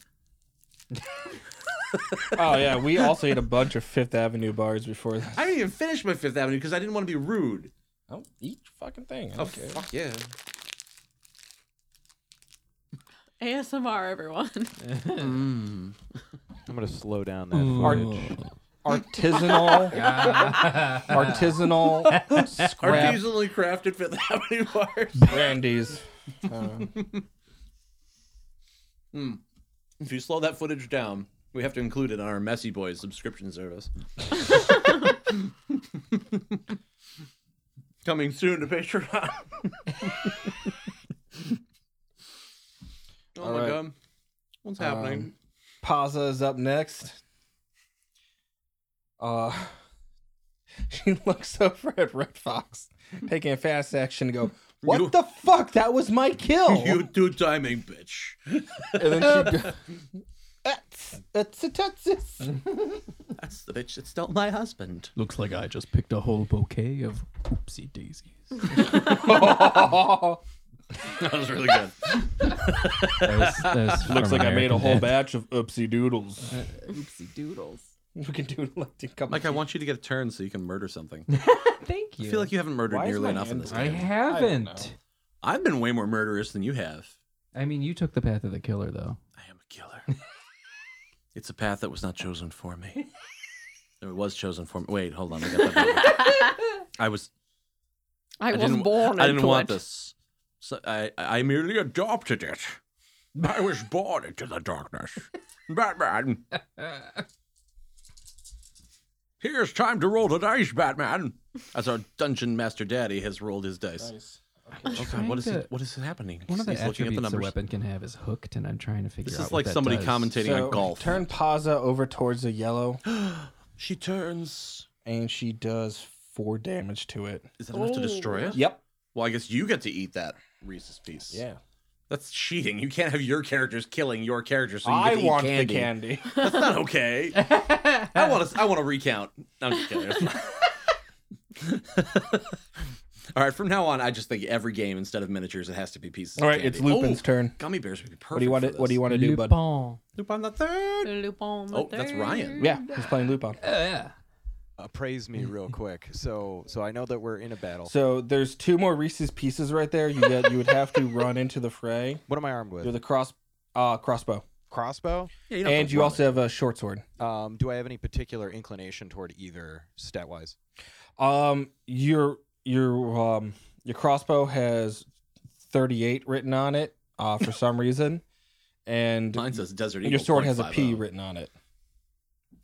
Speaker 2: Oh yeah, we also ate a bunch of Fifth Avenue bars before this.
Speaker 4: I didn't even finish my Fifth Avenue because I didn't want to be rude.
Speaker 2: Oh, eat your fucking thing. I
Speaker 4: Oh
Speaker 2: don't care.
Speaker 4: fuck yeah!
Speaker 6: ASMR, everyone.
Speaker 4: Mm.
Speaker 5: I'm gonna slow down that.
Speaker 2: Mm. Artisanal, artisanal scrap
Speaker 4: Artisanally crafted Fifth Avenue bars.
Speaker 2: brandies. Uh,
Speaker 4: Hmm. If you slow that footage down, we have to include it on our Messy Boys subscription service. Coming soon to Patreon. oh
Speaker 2: All
Speaker 4: my
Speaker 2: right.
Speaker 4: god. What's happening?
Speaker 2: Paza is up next. Uh, she looks over at Red Fox, taking a fast action to go, What
Speaker 4: You-
Speaker 2: the fuck? That was my kill.
Speaker 4: you do timing, bitch.
Speaker 2: And then she goes, That's, that's a Texas.
Speaker 4: That's the bitch that stole my husband.
Speaker 3: Looks like I just picked a whole bouquet of oopsie daisies.
Speaker 4: That was really good.
Speaker 2: Looks like I made a whole batch of oopsie doodles.
Speaker 3: Uh, Oopsie doodles.
Speaker 2: You can do like a couple.
Speaker 4: Mike, I want you to get a turn so you can murder something.
Speaker 3: Thank you.
Speaker 4: I feel like you haven't murdered
Speaker 2: Why is
Speaker 4: nearly
Speaker 2: my
Speaker 4: enough in
Speaker 2: hand-
Speaker 4: this
Speaker 3: I
Speaker 4: game.
Speaker 3: haven't.
Speaker 4: I've been way more murderous than you have.
Speaker 3: I, mean, you took the path of the killer, though.
Speaker 4: I am a killer. it's a path that was not chosen for me. No, It was chosen for me. Wait, hold on. I got that. backwards. I was.
Speaker 6: I, was
Speaker 4: didn't,
Speaker 6: born.
Speaker 4: I didn't
Speaker 6: into
Speaker 4: want
Speaker 6: it.
Speaker 4: this. So I, I merely adopted it. I was born into the darkness. Batman. Here's time to roll the dice, Batman. As our dungeon master daddy has rolled his dice. Oh God, what is
Speaker 3: Trying
Speaker 4: it?
Speaker 3: to-
Speaker 4: What is happening?
Speaker 3: One of the
Speaker 4: He's looking
Speaker 3: attributes
Speaker 4: at the
Speaker 3: a
Speaker 4: numbers.
Speaker 3: weapon can have is hooked, and I'm trying to figure
Speaker 4: This
Speaker 3: out
Speaker 4: is
Speaker 3: what
Speaker 4: like
Speaker 3: that
Speaker 4: somebody
Speaker 3: does.
Speaker 4: commentating on golf.
Speaker 2: turn Paza over towards the yellow,
Speaker 4: She turns.
Speaker 2: and she does four damage to it.
Speaker 4: Is that enough to destroy it?
Speaker 2: Yep.
Speaker 4: Well, I guess you get to eat that Reese's piece.
Speaker 2: Oh. Yeah.
Speaker 4: That's cheating. You can't have your characters killing your characters. So you
Speaker 2: I
Speaker 4: get to
Speaker 2: want
Speaker 4: eat candy.
Speaker 2: the candy.
Speaker 4: That's not okay. I want to. I want to recount. No, I'm just kidding. That's not- All right. From now on, I just think every game instead of miniatures, it has to be pieces.
Speaker 2: All
Speaker 4: of
Speaker 2: right, it's
Speaker 4: candy.
Speaker 2: Lupin's
Speaker 4: Oh,
Speaker 2: turn.
Speaker 4: Gummy bears would be perfect.
Speaker 2: What do you want? To,
Speaker 4: for
Speaker 2: what do you
Speaker 4: this.
Speaker 2: want to do, bud?
Speaker 3: Lupin.
Speaker 4: Lupin the third.
Speaker 6: Lupin the
Speaker 4: Oh, that's
Speaker 6: Third.
Speaker 4: Ryan.
Speaker 2: Yeah, he's playing Lupin.
Speaker 5: Appraise me real quick, so so I know that we're in a battle.
Speaker 2: So there's two more Reese's pieces right there. You got, you would have to run into the fray
Speaker 5: What am I armed
Speaker 2: through
Speaker 5: with?
Speaker 2: the cross uh, crossbow,
Speaker 5: Crossbow.
Speaker 4: Yeah, you don't have
Speaker 2: and
Speaker 4: to
Speaker 2: you
Speaker 4: roll
Speaker 2: also have a short sword.
Speaker 5: Um, do I have any particular inclination toward either stat wise?
Speaker 2: Um, your your um your crossbow has 38 written on it uh, for some reason, and
Speaker 4: it. Mine says Desert Eagle.
Speaker 2: your sword has a P
Speaker 4: 0.50.
Speaker 2: written on it.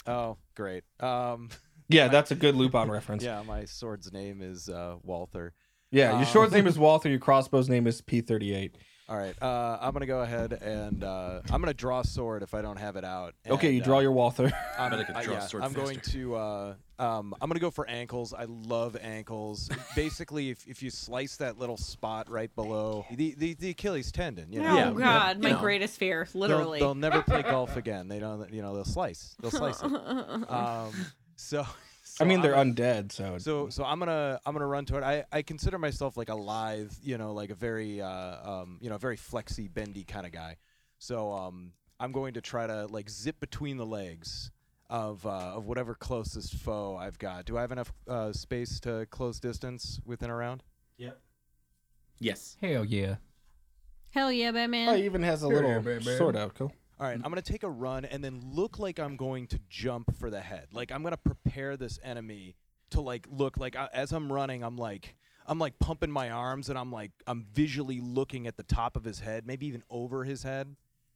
Speaker 5: Oh, great. Um,
Speaker 2: Yeah, that's a good Lupin reference.
Speaker 5: yeah, my sword's name is uh, Walther.
Speaker 2: Yeah, your
Speaker 5: Um,
Speaker 2: sword's name is Walther. Your crossbow's name is P38.
Speaker 5: All right, uh, I'm gonna go ahead and uh, I'm gonna draw a sword if I don't have it out.
Speaker 2: Okay, you
Speaker 5: and,
Speaker 2: draw
Speaker 5: uh,
Speaker 2: your Walther.
Speaker 5: I'm,
Speaker 4: bet I could
Speaker 5: uh,
Speaker 4: draw a
Speaker 5: yeah,
Speaker 4: sword
Speaker 5: I'm going
Speaker 4: faster.
Speaker 5: to uh, um, I'm gonna go for ankles. I love ankles. Basically, if, if you slice that little spot right below the, the, the Achilles tendon, you know,
Speaker 6: Oh
Speaker 4: Yeah,
Speaker 5: they'll-
Speaker 6: God, my
Speaker 4: you know.
Speaker 6: greatest fear,
Speaker 5: they'll-
Speaker 6: literally.
Speaker 5: they'll, never play golf again. They don't, you know, they'll slice, they'll slice it. Um, so, so
Speaker 2: I mean, they're
Speaker 5: I'm-
Speaker 2: undead, so.
Speaker 5: so so I'm gonna I'm gonna run toward. I I consider myself like a lithe, you know, like a very uh, um, you know, very flexy, bendy kind of guy. So um, I'm going to try to like zip between the legs of uh, of whatever closest foe I've got. Do I have enough uh, space to close distance within a round?
Speaker 4: Yes.
Speaker 3: Hell yeah.
Speaker 7: Hell yeah, Batman.
Speaker 2: Oh, he even has a little sword out. Cool.
Speaker 5: All right, I'm gonna take a run and then look like I'm going to jump for the head. Like I'm gonna prepare this enemy to like look like I, as I'm running, I'm like I'm like pumping my arms and I'm like I'm visually looking at the top of his head, maybe even over his head,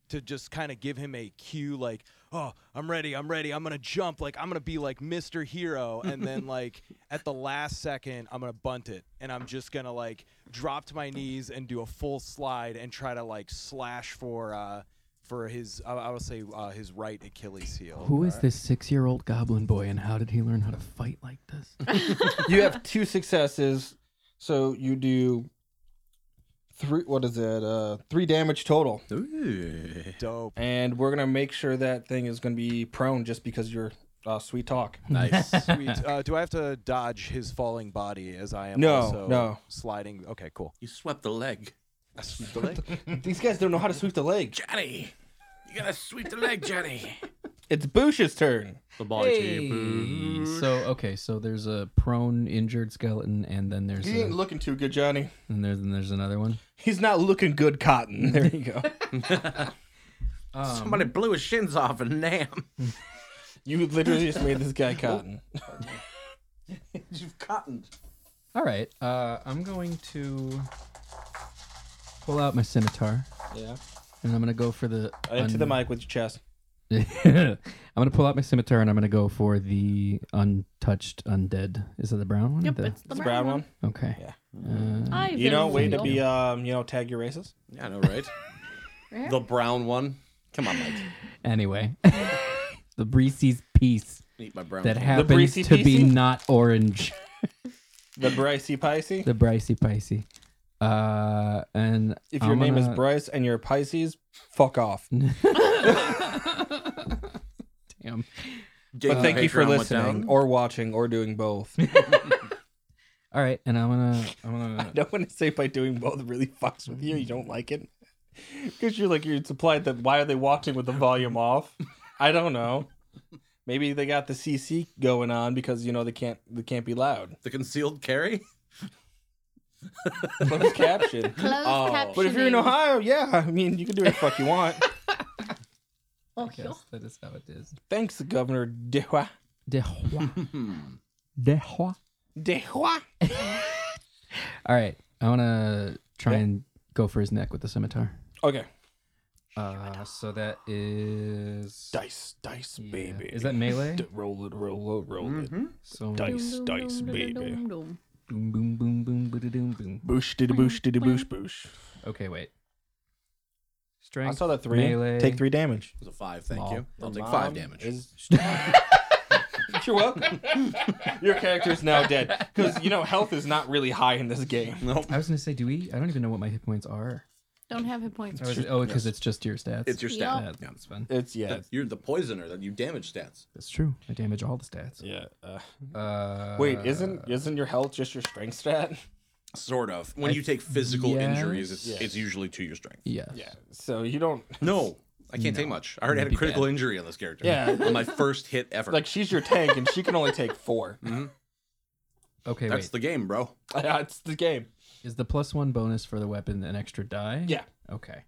Speaker 5: to just kind of give him a cue like, oh, I'm ready, I'm ready, I'm gonna jump. Like I'm gonna be like Mr. Hero, and then like at the last second, I'm gonna bunt it, and I'm just gonna like drop to my knees and do a full slide and try to like slash for. uh for his, I, I would say, uh, his right Achilles heel. Uh,
Speaker 3: Who is this six-year-old goblin boy, and how did he learn how to fight like this?
Speaker 2: You have two successes, so you do three. What is it? Uh, three damage total.
Speaker 4: Ooh.
Speaker 5: Dope.
Speaker 2: And we're gonna make sure that thing is gonna be prone just because you're uh, sweet talk.
Speaker 4: Nice.
Speaker 5: Sweet. Uh, do I have to dodge his falling body as I am
Speaker 2: No,
Speaker 5: also
Speaker 2: no.
Speaker 5: sliding? Okay, cool.
Speaker 4: you swept the leg,
Speaker 2: These guys don't know how to sweep the leg.
Speaker 4: Johnny. You gotta sweep the leg, Johnny.
Speaker 2: It's Boosh's turn.
Speaker 4: The body
Speaker 3: Hey, So okay, so there's a prone injured skeleton, and then there's
Speaker 2: He ain't
Speaker 3: a,
Speaker 2: looking too good, Johnny.
Speaker 3: and there's and there's another one.
Speaker 2: He's not looking good, Cotton. There you go.
Speaker 4: Somebody blew his shins off and nam.
Speaker 2: you literally just made this guy Cotton.
Speaker 4: You've cottoned.
Speaker 3: All right, uh, I'm going to pull out my scimitar,
Speaker 2: Yeah.
Speaker 3: and I'm gonna go for the.
Speaker 2: Into the
Speaker 3: un-
Speaker 2: mic with your chest.
Speaker 3: I'm gonna pull out my scimitar, and I'm gonna go for the untouched undead. Is that the brown one?
Speaker 7: Yep,
Speaker 3: The-
Speaker 7: it's the
Speaker 2: It's a
Speaker 7: brown,
Speaker 2: brown one.
Speaker 3: okay.
Speaker 2: Yeah.
Speaker 3: Uh,
Speaker 7: I've
Speaker 2: You
Speaker 7: been
Speaker 2: know, way to
Speaker 7: single.
Speaker 2: be, um, you know, tag your racist.
Speaker 4: Yeah, I know, right?
Speaker 7: Right?
Speaker 4: the brown one. Come on, Mike.
Speaker 3: anyway, the Breezy's piece
Speaker 4: Eat my brown.
Speaker 3: that
Speaker 4: one.
Speaker 3: happens
Speaker 2: Breezy
Speaker 3: to be
Speaker 2: Piece?
Speaker 3: not orange.
Speaker 2: The Brycey Pisces.
Speaker 3: The Bricey Pisces. Uh, and
Speaker 2: If your
Speaker 3: I'm
Speaker 2: name is
Speaker 3: gonna-
Speaker 2: Bryce and you're a Pisces, fuck off.
Speaker 3: Damn.
Speaker 4: Dig
Speaker 2: But
Speaker 4: the
Speaker 2: thank you for
Speaker 4: Patreon went down.
Speaker 2: listening or watching or doing both.
Speaker 3: All right, and I'm gonna, I'm gonna.
Speaker 2: No one to say by doing both really fucks with you. You don't like it because you're like you're supplied that. Why are they watching with the volume off? I don't know. Maybe they got the CC going on because you know they can't they can't be loud.
Speaker 4: The concealed carry.
Speaker 2: Closed caption.
Speaker 7: Closed
Speaker 4: Oh.
Speaker 7: captioning.
Speaker 2: But if you're in Ohio, yeah, I mean you can do what the fuck you want.
Speaker 7: Oh, yeah.
Speaker 3: Yes, that is how it is.
Speaker 2: Thanks, Governor Dehua.
Speaker 3: Dehua. Dehua.
Speaker 2: Dehua.
Speaker 3: All right, I wanna try and go for his neck with the scimitar.
Speaker 2: Okay.
Speaker 3: Uh, so that is
Speaker 2: Dice, dice,
Speaker 3: yeah.
Speaker 2: baby.
Speaker 3: Is that melee?
Speaker 2: D- roll it, roll it, roll
Speaker 4: Mm-hmm.
Speaker 2: it.
Speaker 3: so
Speaker 2: Dice, dice, baby.
Speaker 7: Dum, dum.
Speaker 3: Boom, boom, boom, boom, boom, boom.
Speaker 2: Boosh, diddy, boosh, diddy, boosh, boosh.
Speaker 3: Okay, wait.
Speaker 2: I
Speaker 3: Strength.
Speaker 2: saw that three.
Speaker 3: Melee.
Speaker 2: Take three damage.
Speaker 4: It was a five. Thank you. I'll take
Speaker 2: Mom
Speaker 4: five damage.
Speaker 2: is- You're welcome. Your character is now dead because you know health is not really high in this game.
Speaker 4: Nope.
Speaker 3: I was gonna say, do we? I don't even know what my hit points are.
Speaker 7: Don't have hit points.
Speaker 3: Oh, is it- oh, because it's just your stats.
Speaker 4: It's your stat.
Speaker 3: Yeah, that's fun.
Speaker 2: It's yeah,
Speaker 4: You're the poisoner that you damage stats.
Speaker 3: That's true. I damage all the stats.
Speaker 2: yeah. Uh,
Speaker 4: Mm-hmm.
Speaker 3: Uh,
Speaker 2: wait, isn't isn't your health just your strength stat?
Speaker 4: Sort of. When you take physical
Speaker 3: yes.
Speaker 4: injuries, it's,
Speaker 2: Yes.
Speaker 4: it's usually to your strength.
Speaker 3: yeah.
Speaker 2: So you don't
Speaker 4: No, I can't take much. I already had a critical injury on this character.
Speaker 2: Yeah.
Speaker 4: on my first hit ever.
Speaker 2: like she's your tank and she can only take four.
Speaker 3: Okay,
Speaker 4: That's
Speaker 3: wait.
Speaker 4: the game, bro.
Speaker 2: it's the game.
Speaker 3: Is the plus one bonus for the weapon an extra die?
Speaker 2: Yeah.
Speaker 3: Okay.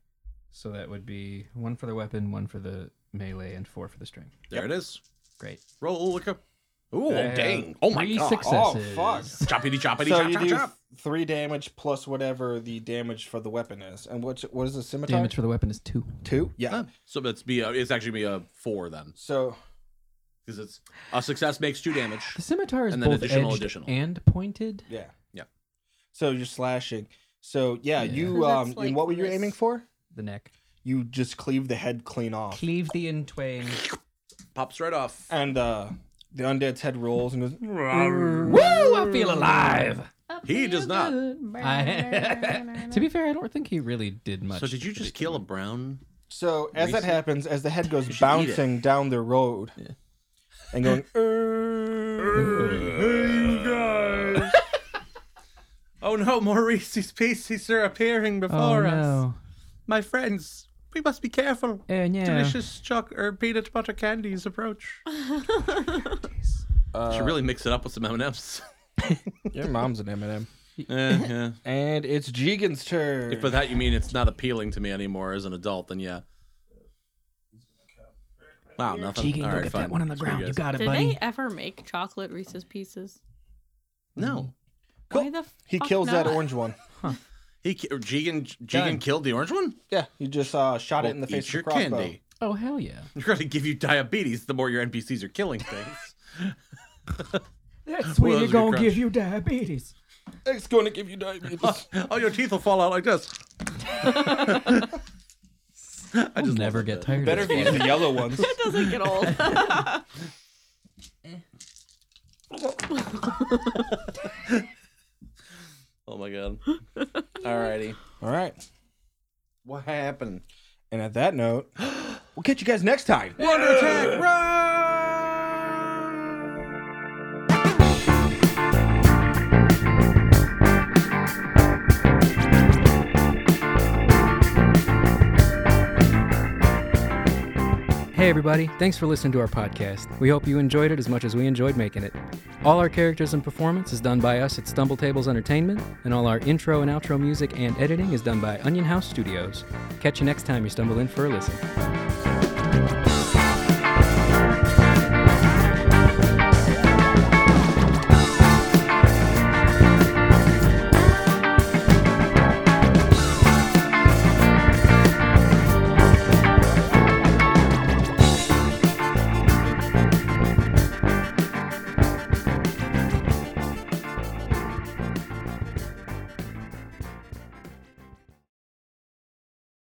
Speaker 3: So that would be one for the weapon, one for the melee, and four for the string.
Speaker 4: There it is.
Speaker 3: Great.
Speaker 4: Roll like a. Ooh,
Speaker 3: I have
Speaker 4: dang! Oh my
Speaker 3: three
Speaker 4: god!
Speaker 2: Oh,
Speaker 3: Successes.
Speaker 2: fuck.
Speaker 4: Choppity choppity
Speaker 2: So
Speaker 4: chop
Speaker 2: you
Speaker 4: chop
Speaker 2: do
Speaker 4: chop.
Speaker 2: three damage plus whatever the damage for the weapon is, and what what is the scimitar?
Speaker 3: Damage for the weapon is two.
Speaker 2: two. Yeah.
Speaker 4: Ah, So that's be a, it's actually be a four then
Speaker 2: So
Speaker 4: because it's a success makes two damage.
Speaker 3: The scimitar is
Speaker 4: And then
Speaker 3: both
Speaker 4: additional,
Speaker 3: edged
Speaker 4: additional.
Speaker 3: and pointed.
Speaker 2: Yeah.
Speaker 4: Yeah.
Speaker 2: So you're slashing. So yeah,
Speaker 3: Yeah.
Speaker 2: you
Speaker 7: So that's
Speaker 2: um
Speaker 7: like
Speaker 2: and what were you
Speaker 7: this.
Speaker 2: aiming for?
Speaker 3: The neck.
Speaker 2: You just cleave the head clean off.
Speaker 3: Cleave the in twain.
Speaker 4: Pops right off.
Speaker 2: And uh the undead's head rolls and goes "Mm."
Speaker 3: Woo! I feel alive.
Speaker 7: I
Speaker 4: He does
Speaker 7: feel
Speaker 4: not.
Speaker 7: good.
Speaker 3: I- to be fair, I don't think he really did much.
Speaker 4: So did you just kill a brown?
Speaker 2: So as that happens, as the head goes
Speaker 4: should eat it.
Speaker 2: bouncing down the road and going "Mm."
Speaker 4: Oh no, Maurice's pieces are appearing
Speaker 3: Oh
Speaker 4: before
Speaker 3: no!
Speaker 4: My friends, we must be careful.
Speaker 3: Oh no!
Speaker 4: choc or peanut butter candies approach. Should really mix it up with some M and M's.
Speaker 2: Your mom's an M&M.
Speaker 4: Yeah,
Speaker 2: And it's Jigen's turn.
Speaker 4: If by that you mean it's not appealing to me anymore as an adult, then yeah. Wow, nothing.
Speaker 3: Keegan,
Speaker 4: All
Speaker 3: go
Speaker 4: right,
Speaker 3: get
Speaker 4: fine.
Speaker 3: that one on the
Speaker 4: Screw
Speaker 3: ground. You
Speaker 4: guys.
Speaker 3: got it,
Speaker 7: Did
Speaker 3: buddy.
Speaker 7: they ever make chocolate Reese's Pieces?
Speaker 4: no.
Speaker 7: Why the
Speaker 2: he
Speaker 7: fuck
Speaker 2: kills that
Speaker 7: not?
Speaker 2: orange one.
Speaker 4: He ki- or Jigen
Speaker 2: Done.
Speaker 4: Jigen killed the orange one.
Speaker 2: Yeah, you just uh, shot it in the
Speaker 4: Well,
Speaker 2: face
Speaker 4: eat
Speaker 2: with
Speaker 4: your
Speaker 2: a crossbow.
Speaker 4: candy.
Speaker 3: Oh hell yeah!
Speaker 4: You're gonna give you diabetes the more your NPCs are killing things.
Speaker 3: That's
Speaker 4: Well, that was a good crunch.
Speaker 3: you diabetes.
Speaker 2: It's going to give you diabetes.
Speaker 4: oh, your teeth will fall out like this.
Speaker 3: I just never get tired.
Speaker 2: Better
Speaker 3: of it.
Speaker 2: be the yellow ones.
Speaker 6: It doesn't get old.
Speaker 4: Oh my god. Alrighty.
Speaker 2: All right.
Speaker 4: What happened?
Speaker 2: And at that note, we'll catch you guys next time.
Speaker 4: Wonder attack. Run!
Speaker 3: Hey
Speaker 1: Hey, everybody. Thanks for listening to our podcast. We hope you enjoyed it as much as we enjoyed making it. All our characters and performance is done by us at Stumble Tables Entertainment, and all our intro and outro music and editing is done by Onion House Studios. Catch you next time you stumble in for a listen.